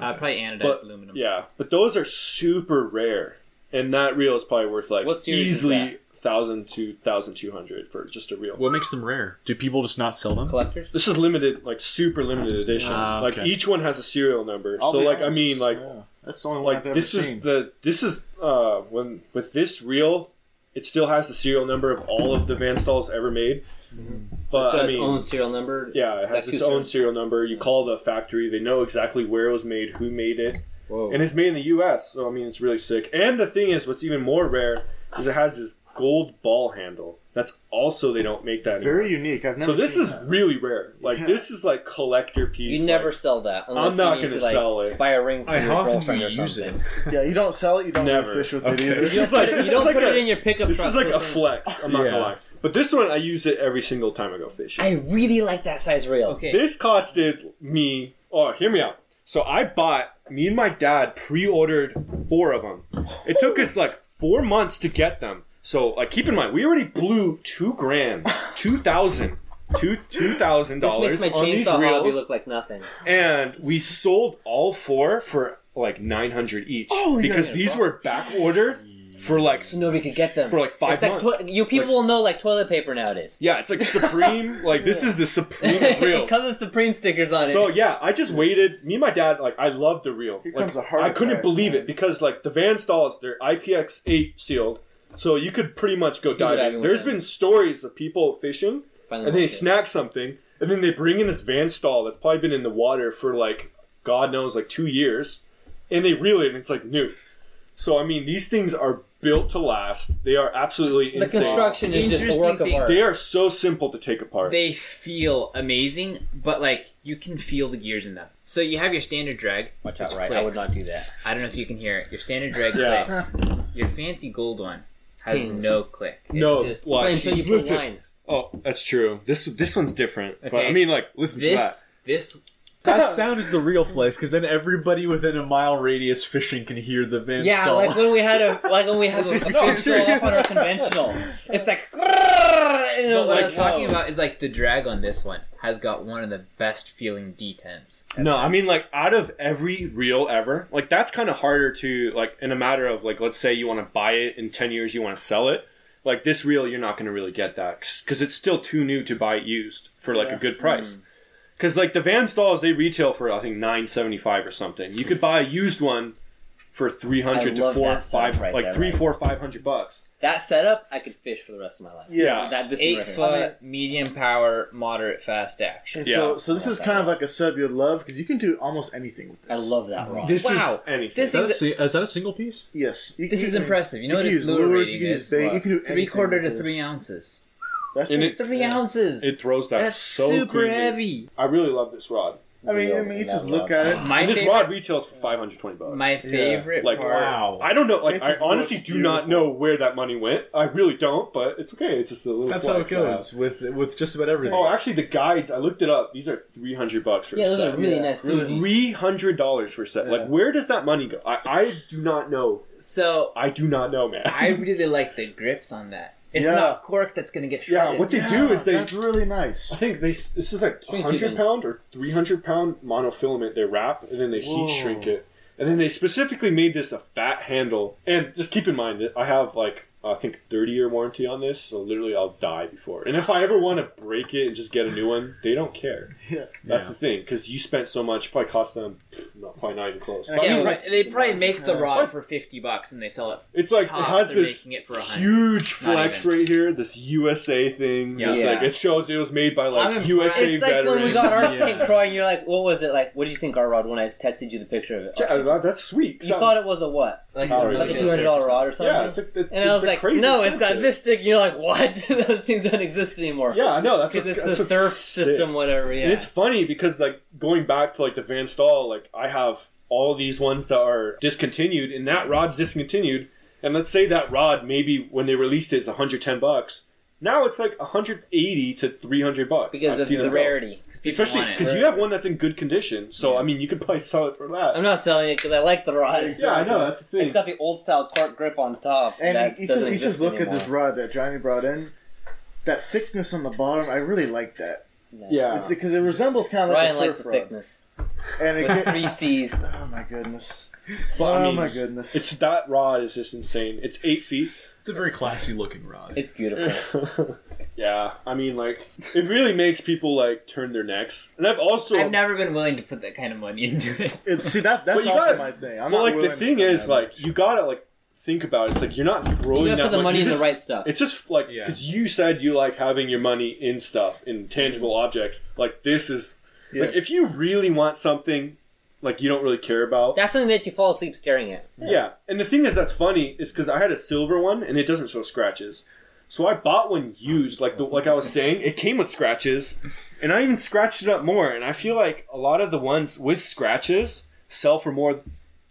Speaker 2: Uh, probably anodized
Speaker 7: But-
Speaker 2: aluminum.
Speaker 7: Yeah, but those are super rare, and that reel is probably worth like
Speaker 5: What series is
Speaker 7: easily thousand to thousand two hundred for just a reel.
Speaker 6: What makes them rare? Do people just not sell them?
Speaker 5: Collectors?
Speaker 7: This is limited, like super limited edition.
Speaker 6: Ah,
Speaker 7: Like
Speaker 6: okay.
Speaker 7: each one has a serial number.
Speaker 4: I'll
Speaker 7: so
Speaker 4: be
Speaker 7: like I
Speaker 4: honest,
Speaker 7: mean like
Speaker 4: yeah. That's the only one
Speaker 7: like
Speaker 4: I've ever
Speaker 7: this
Speaker 4: seen.
Speaker 7: is the this is uh when with this reel it still has the serial number of all of the van stalls ever made
Speaker 5: it's
Speaker 4: Mm-hmm.
Speaker 7: but
Speaker 5: got
Speaker 7: i
Speaker 5: its
Speaker 7: mean
Speaker 5: own serial number.
Speaker 7: yeah it has
Speaker 5: That's
Speaker 7: its
Speaker 5: too
Speaker 7: own
Speaker 5: soon.
Speaker 7: serial number you call the factory they know exactly where it was made who made it
Speaker 5: Whoa.
Speaker 7: and it's made in the us so i mean it's really sick and the thing is what's even more rare is it has this gold ball handle that's also they don't make that anymore.
Speaker 4: very unique. I've never.
Speaker 7: so this
Speaker 4: seen
Speaker 7: is
Speaker 4: that.
Speaker 7: really rare like
Speaker 4: Yeah.
Speaker 7: this is like collector
Speaker 5: you
Speaker 7: piece
Speaker 5: never
Speaker 7: like,
Speaker 5: sell that. Unless
Speaker 7: i'm not
Speaker 5: you need
Speaker 7: gonna
Speaker 5: to, like,
Speaker 7: sell it
Speaker 5: Buy a ring for
Speaker 6: Alright,
Speaker 5: your
Speaker 6: how often
Speaker 5: girlfriend
Speaker 6: do
Speaker 5: or
Speaker 6: you use
Speaker 5: something.
Speaker 6: it?
Speaker 4: yeah. You don't sell it. You don't
Speaker 7: Never.
Speaker 4: fish with
Speaker 6: Okay.
Speaker 4: it either.
Speaker 7: This is like this
Speaker 5: you
Speaker 7: is
Speaker 5: don't
Speaker 7: like
Speaker 5: put
Speaker 7: a-
Speaker 5: it in your pickup
Speaker 7: This
Speaker 5: truck.
Speaker 7: is like a
Speaker 5: listen.
Speaker 7: flex. I'm not
Speaker 6: Yeah.
Speaker 7: gonna lie, but this one I use it every single time I go fishing.
Speaker 5: I really like that size reel.
Speaker 2: Okay.
Speaker 7: This costed me. Oh, hear me out. So I bought. Me and my dad pre-ordered four of them. It took us like four months to get them. So like, keep in mind, we already blew two grand, two thousand. Two two thousand
Speaker 5: This makes
Speaker 7: dollars
Speaker 5: my
Speaker 7: on these
Speaker 5: chainsaw hobby
Speaker 7: reels,
Speaker 5: look like nothing.
Speaker 7: and we sold all four for like nine hundred each
Speaker 4: Oh, yeah,
Speaker 7: because
Speaker 4: yeah,
Speaker 7: these
Speaker 4: fuck.
Speaker 7: were back ordered for like
Speaker 5: So nobody could get them
Speaker 7: For like five
Speaker 5: It's like
Speaker 7: months.
Speaker 5: toi- you people
Speaker 7: Like-
Speaker 5: will know like toilet paper nowadays.
Speaker 7: Yeah, it's like Supreme. like this is the Supreme reel.
Speaker 5: it comes with Supreme stickers on it.
Speaker 7: So yeah, I just waited. Me and my dad, like I love the reel.
Speaker 4: Here
Speaker 7: Like,
Speaker 4: comes a hard
Speaker 7: I couldn't
Speaker 4: attack,
Speaker 7: believe
Speaker 4: man.
Speaker 7: it because like the Van Stalls, they're IPX8 sealed, so you could pretty much go
Speaker 5: Scuba diving
Speaker 7: diving.
Speaker 5: with
Speaker 7: There's
Speaker 5: them.
Speaker 7: been stories of people fishing
Speaker 5: Finally
Speaker 7: and they
Speaker 5: marked it.
Speaker 7: snack something, and then they bring in this Van Stall that's probably been in the water for like God knows like two years, and they reel it, and it's like new. So I mean, these things are built to last. They are absolutely
Speaker 5: The
Speaker 7: insane.
Speaker 5: construction is just a
Speaker 2: Interesting
Speaker 5: work of
Speaker 2: thing.
Speaker 5: art.
Speaker 7: They are so simple to take apart.
Speaker 2: They feel amazing, but like you can feel the gears in them. So you have your standard drag.
Speaker 5: Watch
Speaker 2: which
Speaker 5: out, right? I
Speaker 2: clicks.
Speaker 5: would not do that.
Speaker 2: I don't know if you can hear it. Your standard drag
Speaker 7: Yeah.
Speaker 2: clicks. Your fancy gold one has
Speaker 5: Tings.
Speaker 2: no click. It
Speaker 7: No,
Speaker 2: just-
Speaker 7: why?
Speaker 5: Wait until you put
Speaker 7: Listen.
Speaker 5: wine.
Speaker 7: Oh, that's true. This this one's different. But I
Speaker 2: Okay.
Speaker 7: mean, like, listen to that.
Speaker 2: this this
Speaker 6: That sound is the real place because then everybody within a mile radius fishing can hear the Van
Speaker 5: Yeah,
Speaker 6: Stall.
Speaker 5: like when we had a like when we had a
Speaker 7: No,
Speaker 5: fish roll up on our conventional. It's like and
Speaker 2: But
Speaker 5: it'll
Speaker 2: what I
Speaker 5: let
Speaker 2: was
Speaker 5: us
Speaker 2: talking
Speaker 5: know.
Speaker 2: about is like the drag on this one has got one of the best feeling detents.
Speaker 7: No, I mean, like, out of every reel ever, like, that's kind of harder to, like, in a matter of, like, let's say you want to buy it in 10 years, you want to sell it. Like, this reel, you're not going to really get that because it's still too new to buy used for, like,
Speaker 4: Yeah.
Speaker 7: a good price. Because, like, the Van Stalls, they retail for, I think, nine seventy five or something. You could buy a used one for 300
Speaker 5: I
Speaker 7: to
Speaker 5: love
Speaker 7: 4
Speaker 5: that stuff
Speaker 7: 5
Speaker 5: right
Speaker 7: like,
Speaker 5: there,
Speaker 7: three,
Speaker 5: right?
Speaker 7: four, five hundred bucks.
Speaker 5: That setup, I could fish for the rest of my life.
Speaker 4: Yeah.
Speaker 5: That this
Speaker 2: Eight
Speaker 5: right here.
Speaker 2: foot, medium power, moderate fast action.
Speaker 4: And
Speaker 7: Yeah.
Speaker 4: So, so this is kind of like a sub you love because you can do almost anything with
Speaker 5: I
Speaker 4: this.
Speaker 5: love that rod.
Speaker 7: This
Speaker 2: Wow.
Speaker 7: is anything.
Speaker 2: This
Speaker 6: is, that a,
Speaker 2: is
Speaker 6: si- is that a single piece?
Speaker 4: Yes. You-
Speaker 2: this
Speaker 4: you
Speaker 2: is
Speaker 4: can-
Speaker 2: impressive. You know
Speaker 4: you
Speaker 2: what
Speaker 4: can
Speaker 2: its
Speaker 4: use
Speaker 2: lure
Speaker 4: lures,
Speaker 2: rating
Speaker 4: you can use
Speaker 2: is?
Speaker 4: bait,
Speaker 2: What?
Speaker 4: you can do
Speaker 2: three
Speaker 4: anything
Speaker 2: quarter
Speaker 4: with
Speaker 2: to
Speaker 4: this.
Speaker 2: three ounces.
Speaker 4: That's
Speaker 7: And
Speaker 4: pretty-
Speaker 7: it-
Speaker 2: Three
Speaker 4: yeah.
Speaker 2: ounces.
Speaker 7: It throws that
Speaker 2: That's
Speaker 7: so
Speaker 2: super
Speaker 7: cleanly.
Speaker 2: heavy.
Speaker 7: I really love this rod.
Speaker 4: I mean, I mean, you just look at it.
Speaker 2: My
Speaker 7: and this
Speaker 2: favorite,
Speaker 7: rod retails for five hundred twenty bucks.
Speaker 2: my favorite
Speaker 7: Like,
Speaker 2: part.
Speaker 7: I don't know. Like,
Speaker 4: It's
Speaker 7: I
Speaker 4: just
Speaker 7: honestly
Speaker 4: looks
Speaker 7: do not
Speaker 4: beautiful.
Speaker 7: know where that money went. I really don't, but it's okay. It's just a little.
Speaker 6: That's how it
Speaker 7: flex I have.
Speaker 6: goes with with just about everything.
Speaker 7: Oh, actually, the guides I looked it up. These are three hundred bucks for
Speaker 5: Yeah,
Speaker 7: a
Speaker 5: those are
Speaker 7: set.
Speaker 5: really
Speaker 4: Yeah.
Speaker 5: nice.
Speaker 6: Mm-hmm.
Speaker 5: Fuji.
Speaker 7: Three hundred dollars for a set.
Speaker 4: Yeah.
Speaker 7: Like, where does that money go? I, I do not know.
Speaker 2: So
Speaker 7: I do not know, man.
Speaker 2: I really like the grips on that. It's
Speaker 4: Yeah.
Speaker 2: not cork that's gonna get
Speaker 7: yeah,
Speaker 2: shredded.
Speaker 7: what they
Speaker 4: Yeah,
Speaker 7: do is they.
Speaker 4: That's really nice.
Speaker 7: I think they. s- This is like
Speaker 5: Shrink it
Speaker 7: hundred
Speaker 5: in.
Speaker 7: pound or three hundred pound monofilament. They wrap and then they
Speaker 4: Whoa.
Speaker 7: heat shrink it, and then they specifically made this a fat handle. And just keep in mind that I have like I think thirty year warranty on this, so literally I'll die before. And if I ever want to break it and just get a new one, they don't care.
Speaker 4: Yeah.
Speaker 7: That's
Speaker 6: Yeah.
Speaker 7: the thing because you spent so much, probably cost them pff, not probably not even close.
Speaker 4: And
Speaker 7: But I
Speaker 2: Yeah,
Speaker 7: mean,
Speaker 2: but
Speaker 7: like,
Speaker 2: they probably make the
Speaker 4: Yeah.
Speaker 2: rod for fifty bucks and they sell it.
Speaker 7: it's like it
Speaker 2: tops,
Speaker 7: has
Speaker 2: they're
Speaker 7: this
Speaker 2: making it for 100.
Speaker 7: huge
Speaker 2: Not
Speaker 7: flex
Speaker 2: even.
Speaker 7: right here, this USA thing.
Speaker 2: Yeah.
Speaker 7: Yeah. It's like
Speaker 5: Yeah.
Speaker 7: it shows it was made by
Speaker 2: I'm
Speaker 7: like
Speaker 2: impressed.
Speaker 7: USA
Speaker 5: It's like
Speaker 7: veterans.
Speaker 5: when we got our
Speaker 6: Yeah.
Speaker 5: St. Croix and you're like, what was it like? What do you think our rod when I texted you the picture of it?
Speaker 7: Yeah, that- that's sweet.
Speaker 5: You
Speaker 7: So-
Speaker 5: thought it was a what?
Speaker 2: Like,
Speaker 7: Power
Speaker 5: Like a
Speaker 7: Yeah.
Speaker 5: two hundred dollar rod or something?
Speaker 7: yeah, it's like the,
Speaker 5: and I was like, no, it's got this stick. And you're like, what? Those things don't exist anymore.
Speaker 7: Yeah, I know. That's
Speaker 5: Because
Speaker 7: what's,
Speaker 5: it's
Speaker 7: that's
Speaker 5: the
Speaker 7: what's
Speaker 5: surf
Speaker 7: sick.
Speaker 5: system, whatever. Yeah.
Speaker 7: And it's funny because like going back to like the Van Stahl, like I have all these ones that are discontinued, and that rod's discontinued. And let's say that rod maybe when they released it is 110 bucks. Now it's like 180 to 300 bucks.
Speaker 5: because
Speaker 7: I've
Speaker 5: of
Speaker 7: seen
Speaker 5: the
Speaker 7: them go.
Speaker 5: rarity.
Speaker 2: people
Speaker 7: Especially
Speaker 2: want it.
Speaker 7: because you have one that's in good condition, so I mean you could probably sell it for that.
Speaker 5: I'm not selling it because I like the rod.
Speaker 7: yeah, I know that's the thing.
Speaker 5: It's got the old style cork grip on top.
Speaker 4: And
Speaker 5: that
Speaker 4: you, you just,
Speaker 5: doesn't
Speaker 4: you just
Speaker 5: exist
Speaker 4: look
Speaker 5: anymore.
Speaker 4: at this rod that Johnny brought in. That thickness on the bottom, I really like that.
Speaker 7: yeah,
Speaker 4: It's because it resembles kind of like
Speaker 5: Ryan
Speaker 4: a
Speaker 5: likes
Speaker 4: surf
Speaker 5: the
Speaker 4: rod.
Speaker 5: thickness
Speaker 4: And it
Speaker 5: with
Speaker 4: get-
Speaker 5: three C's.
Speaker 4: oh my goodness!
Speaker 7: But, I
Speaker 4: oh
Speaker 7: mean,
Speaker 4: my goodness!
Speaker 7: It's that rod is just insane. It's eight feet. It's
Speaker 6: a very classy looking rod.
Speaker 5: It's beautiful.
Speaker 7: yeah, I mean, like it really makes people like turn their necks, and I've also
Speaker 2: I've never been willing to put that kind of money into it.
Speaker 4: It's, see that that's
Speaker 7: But you
Speaker 4: also
Speaker 7: gotta-
Speaker 4: my thing. I'm
Speaker 7: Well,
Speaker 4: not
Speaker 7: like the
Speaker 4: willing to
Speaker 7: thing
Speaker 4: spend
Speaker 7: is,
Speaker 4: that much.
Speaker 7: like you gotta like think about it. It's like you're not
Speaker 5: You
Speaker 7: throwing
Speaker 5: gotta
Speaker 7: that
Speaker 5: put the money
Speaker 7: you
Speaker 5: in the
Speaker 7: just-
Speaker 5: right stuff.
Speaker 7: It's just like
Speaker 6: Yeah.
Speaker 7: because you said you like having your money in stuff, in tangible objects. Like this is like
Speaker 4: Yes.
Speaker 7: if you really want something, like you don't really care about.
Speaker 5: That's something that you fall asleep staring at.
Speaker 7: yeah. and the thing is that's funny is because I had a silver one and it doesn't show scratches. So I bought one used, like the like I was saying, it came with scratches, and I even scratched it up more. And I feel like a lot of the ones with scratches sell for more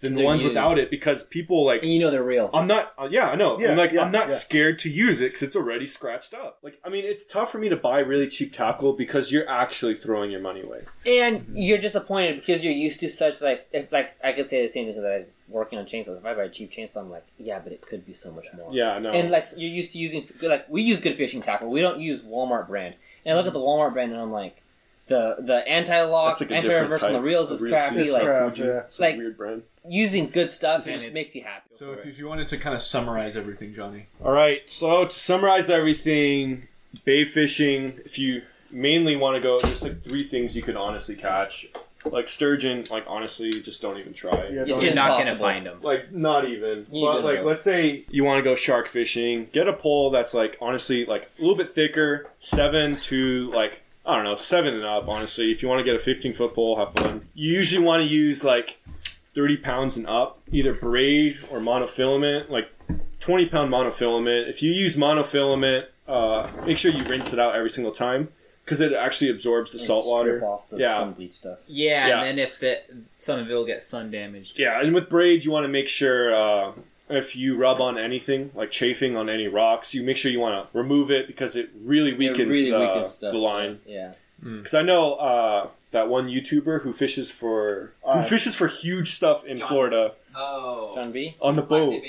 Speaker 7: than the
Speaker 5: They're
Speaker 7: ones
Speaker 5: used.
Speaker 7: without it because people like
Speaker 5: And you know they're real.
Speaker 7: I'm not. Uh, yeah, I know.
Speaker 4: Yeah,
Speaker 7: I'm like,
Speaker 4: yeah,
Speaker 7: I'm not
Speaker 4: yeah.
Speaker 7: scared to use it because it's already scratched up. Like, I mean, it's tough for me to buy really cheap tackle because you're actually throwing your money away.
Speaker 5: And you're disappointed because you're used to such like if, like I could say the same thing because I'm working on chainsaws. If I buy a cheap chainsaw, I'm like, yeah, but it could be so much more.
Speaker 7: Yeah, I know.
Speaker 5: And like you're used to using like we use good fishing tackle. We don't use Walmart brand. And I look at the Walmart brand and I'm like, the the anti lock,
Speaker 7: That's like a
Speaker 5: anti
Speaker 7: different
Speaker 5: reverse on the
Speaker 7: type.
Speaker 5: reels
Speaker 7: A
Speaker 5: is
Speaker 7: reel
Speaker 5: crappy.
Speaker 7: seems
Speaker 5: Like
Speaker 4: crap,
Speaker 7: Fuji.
Speaker 4: yeah.
Speaker 7: It's a
Speaker 5: like-
Speaker 7: weird brand.
Speaker 5: using good stuff, it
Speaker 6: And
Speaker 5: just
Speaker 6: it's-
Speaker 5: makes you happy.
Speaker 6: So if, if you wanted to kind of summarize everything, Johnny,
Speaker 7: All right. So to summarize everything, bay fishing. If you mainly want to go, there's like three things you could honestly catch. Like sturgeon. Like honestly, just don't even try.
Speaker 4: Yeah,
Speaker 5: Yes,
Speaker 4: don't-
Speaker 5: yeah.
Speaker 2: You're not gonna
Speaker 5: impossible.
Speaker 2: find them.
Speaker 7: like not even
Speaker 5: You
Speaker 7: but
Speaker 5: don't
Speaker 7: like
Speaker 5: know.
Speaker 7: let's say you want to go shark fishing get a pole that's like honestly like a little bit thicker seven to like i don't know seven and up honestly if you want to get a 15 foot pole have fun you usually want to use like 30 pounds and up either braid or monofilament like 20 pound monofilament if you use monofilament uh, make sure you rinse it out every single time because it actually absorbs the salt water
Speaker 5: Strip off the
Speaker 7: Yeah.
Speaker 5: sun bleach stuff.
Speaker 2: Yeah,
Speaker 7: Yeah.
Speaker 2: and then if the some of it will get sun damaged.
Speaker 7: Yeah, and with braid, you want to make sure uh, if you rub on anything, like chafing on any rocks, you make sure you want to remove it because it really weakens,
Speaker 5: it really
Speaker 7: the,
Speaker 5: weakens stuff.
Speaker 7: uh, the line.
Speaker 5: Yeah.
Speaker 7: Because I know uh, that one YouTuber who fishes for
Speaker 4: Uh,
Speaker 7: who fishes for huge stuff in
Speaker 2: John.
Speaker 7: Florida
Speaker 2: Oh,
Speaker 5: John B.
Speaker 7: on the boat.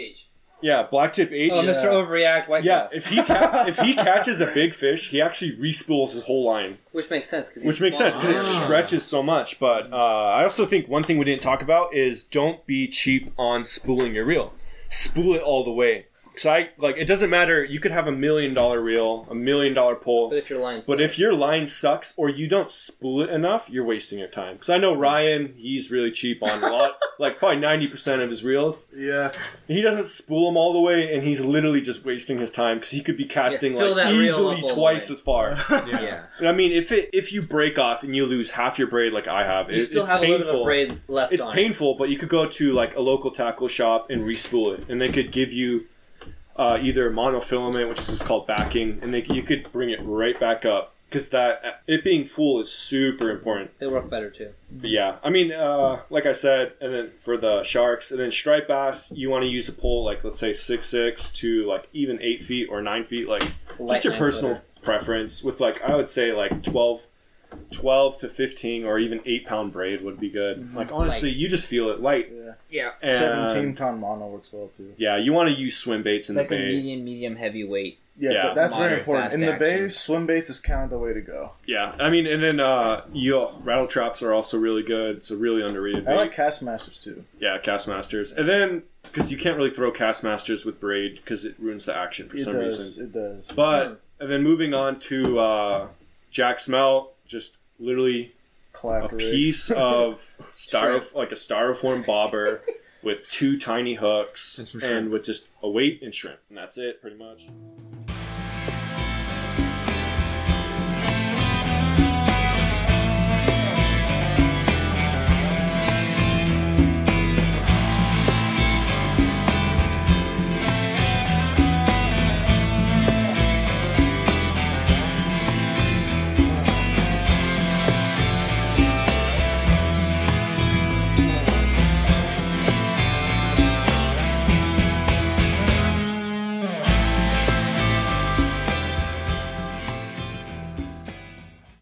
Speaker 7: Yeah, blacktip H.
Speaker 5: Oh,
Speaker 2: uh,
Speaker 5: Mr. Overreact. White
Speaker 7: yeah, if he ca- if he catches a big fish, he actually respools his whole line.
Speaker 5: which makes sense because
Speaker 7: which makes sense because it
Speaker 6: Ah.
Speaker 7: stretches so much. But uh, I also think one thing we didn't talk about is don't be cheap on spooling your reel. Spool it all the way. Because I like it doesn't matter. You could have a million dollar reel, a million dollar
Speaker 5: But
Speaker 7: pole,
Speaker 5: if your line's
Speaker 7: but if your line sucks or you don't spool it enough, you're wasting your time. Because I know Ryan, he's really cheap on a lot, like probably ninety percent of his reels.
Speaker 4: yeah,
Speaker 7: He doesn't spool them all the way, and he's literally just wasting his time because he could be casting
Speaker 5: fill
Speaker 7: like
Speaker 5: that reel
Speaker 7: easily
Speaker 5: up all the
Speaker 7: twice
Speaker 5: way.
Speaker 7: as far.
Speaker 6: yeah,
Speaker 5: yeah,
Speaker 7: And I mean, if it if you break off and you lose half your braid, like I have, it,
Speaker 5: you still
Speaker 7: it's
Speaker 5: have
Speaker 7: painful.
Speaker 5: a little bit of braid left
Speaker 7: it's
Speaker 5: on. it.
Speaker 7: painful, but you could go to like a local tackle shop and respool it, and they could give you uh, either monofilament, which is just called backing, and they, you could bring it right back up because that it being full is super important.
Speaker 5: They work better too.
Speaker 7: But yeah, I mean, uh, like I said, and then for the sharks, and then striped bass, you want to use a pole like let's say six six to like even eight feet or nine feet, like just your
Speaker 5: Lightning
Speaker 7: personal
Speaker 5: footer.
Speaker 7: preference with like i would say like 12 12 to 15 or even 8 pound braid would be good like honestly you just feel it light
Speaker 4: yeah.
Speaker 2: Yeah,
Speaker 7: and,
Speaker 4: uh, seventeen ton mono works well too.
Speaker 7: yeah you want to use swim baits in
Speaker 2: like
Speaker 7: the
Speaker 2: a
Speaker 7: bay
Speaker 2: medium, medium heavyweight.
Speaker 4: Yeah,
Speaker 7: Yeah.
Speaker 4: th- that's very
Speaker 2: Moderate,
Speaker 4: important.
Speaker 2: fast
Speaker 4: In the bay,
Speaker 2: action.
Speaker 4: swim baits is kind of the way to go.
Speaker 7: yeah i mean and then uh you rattle traps are also really good it's a really underrated
Speaker 4: I
Speaker 7: bait.
Speaker 4: like cast masters too.
Speaker 7: yeah cast masters and then because you can't really throw cast masters with braid because it ruins the action for
Speaker 4: it
Speaker 7: some
Speaker 4: does.
Speaker 7: reason
Speaker 4: It does.
Speaker 7: but and then moving on to uh jack smelt just literally a
Speaker 4: Clap rig.
Speaker 7: piece of styro like a styrofoam bobber with two tiny hooks
Speaker 6: And some
Speaker 7: and with just a weight and shrimp and that's it pretty much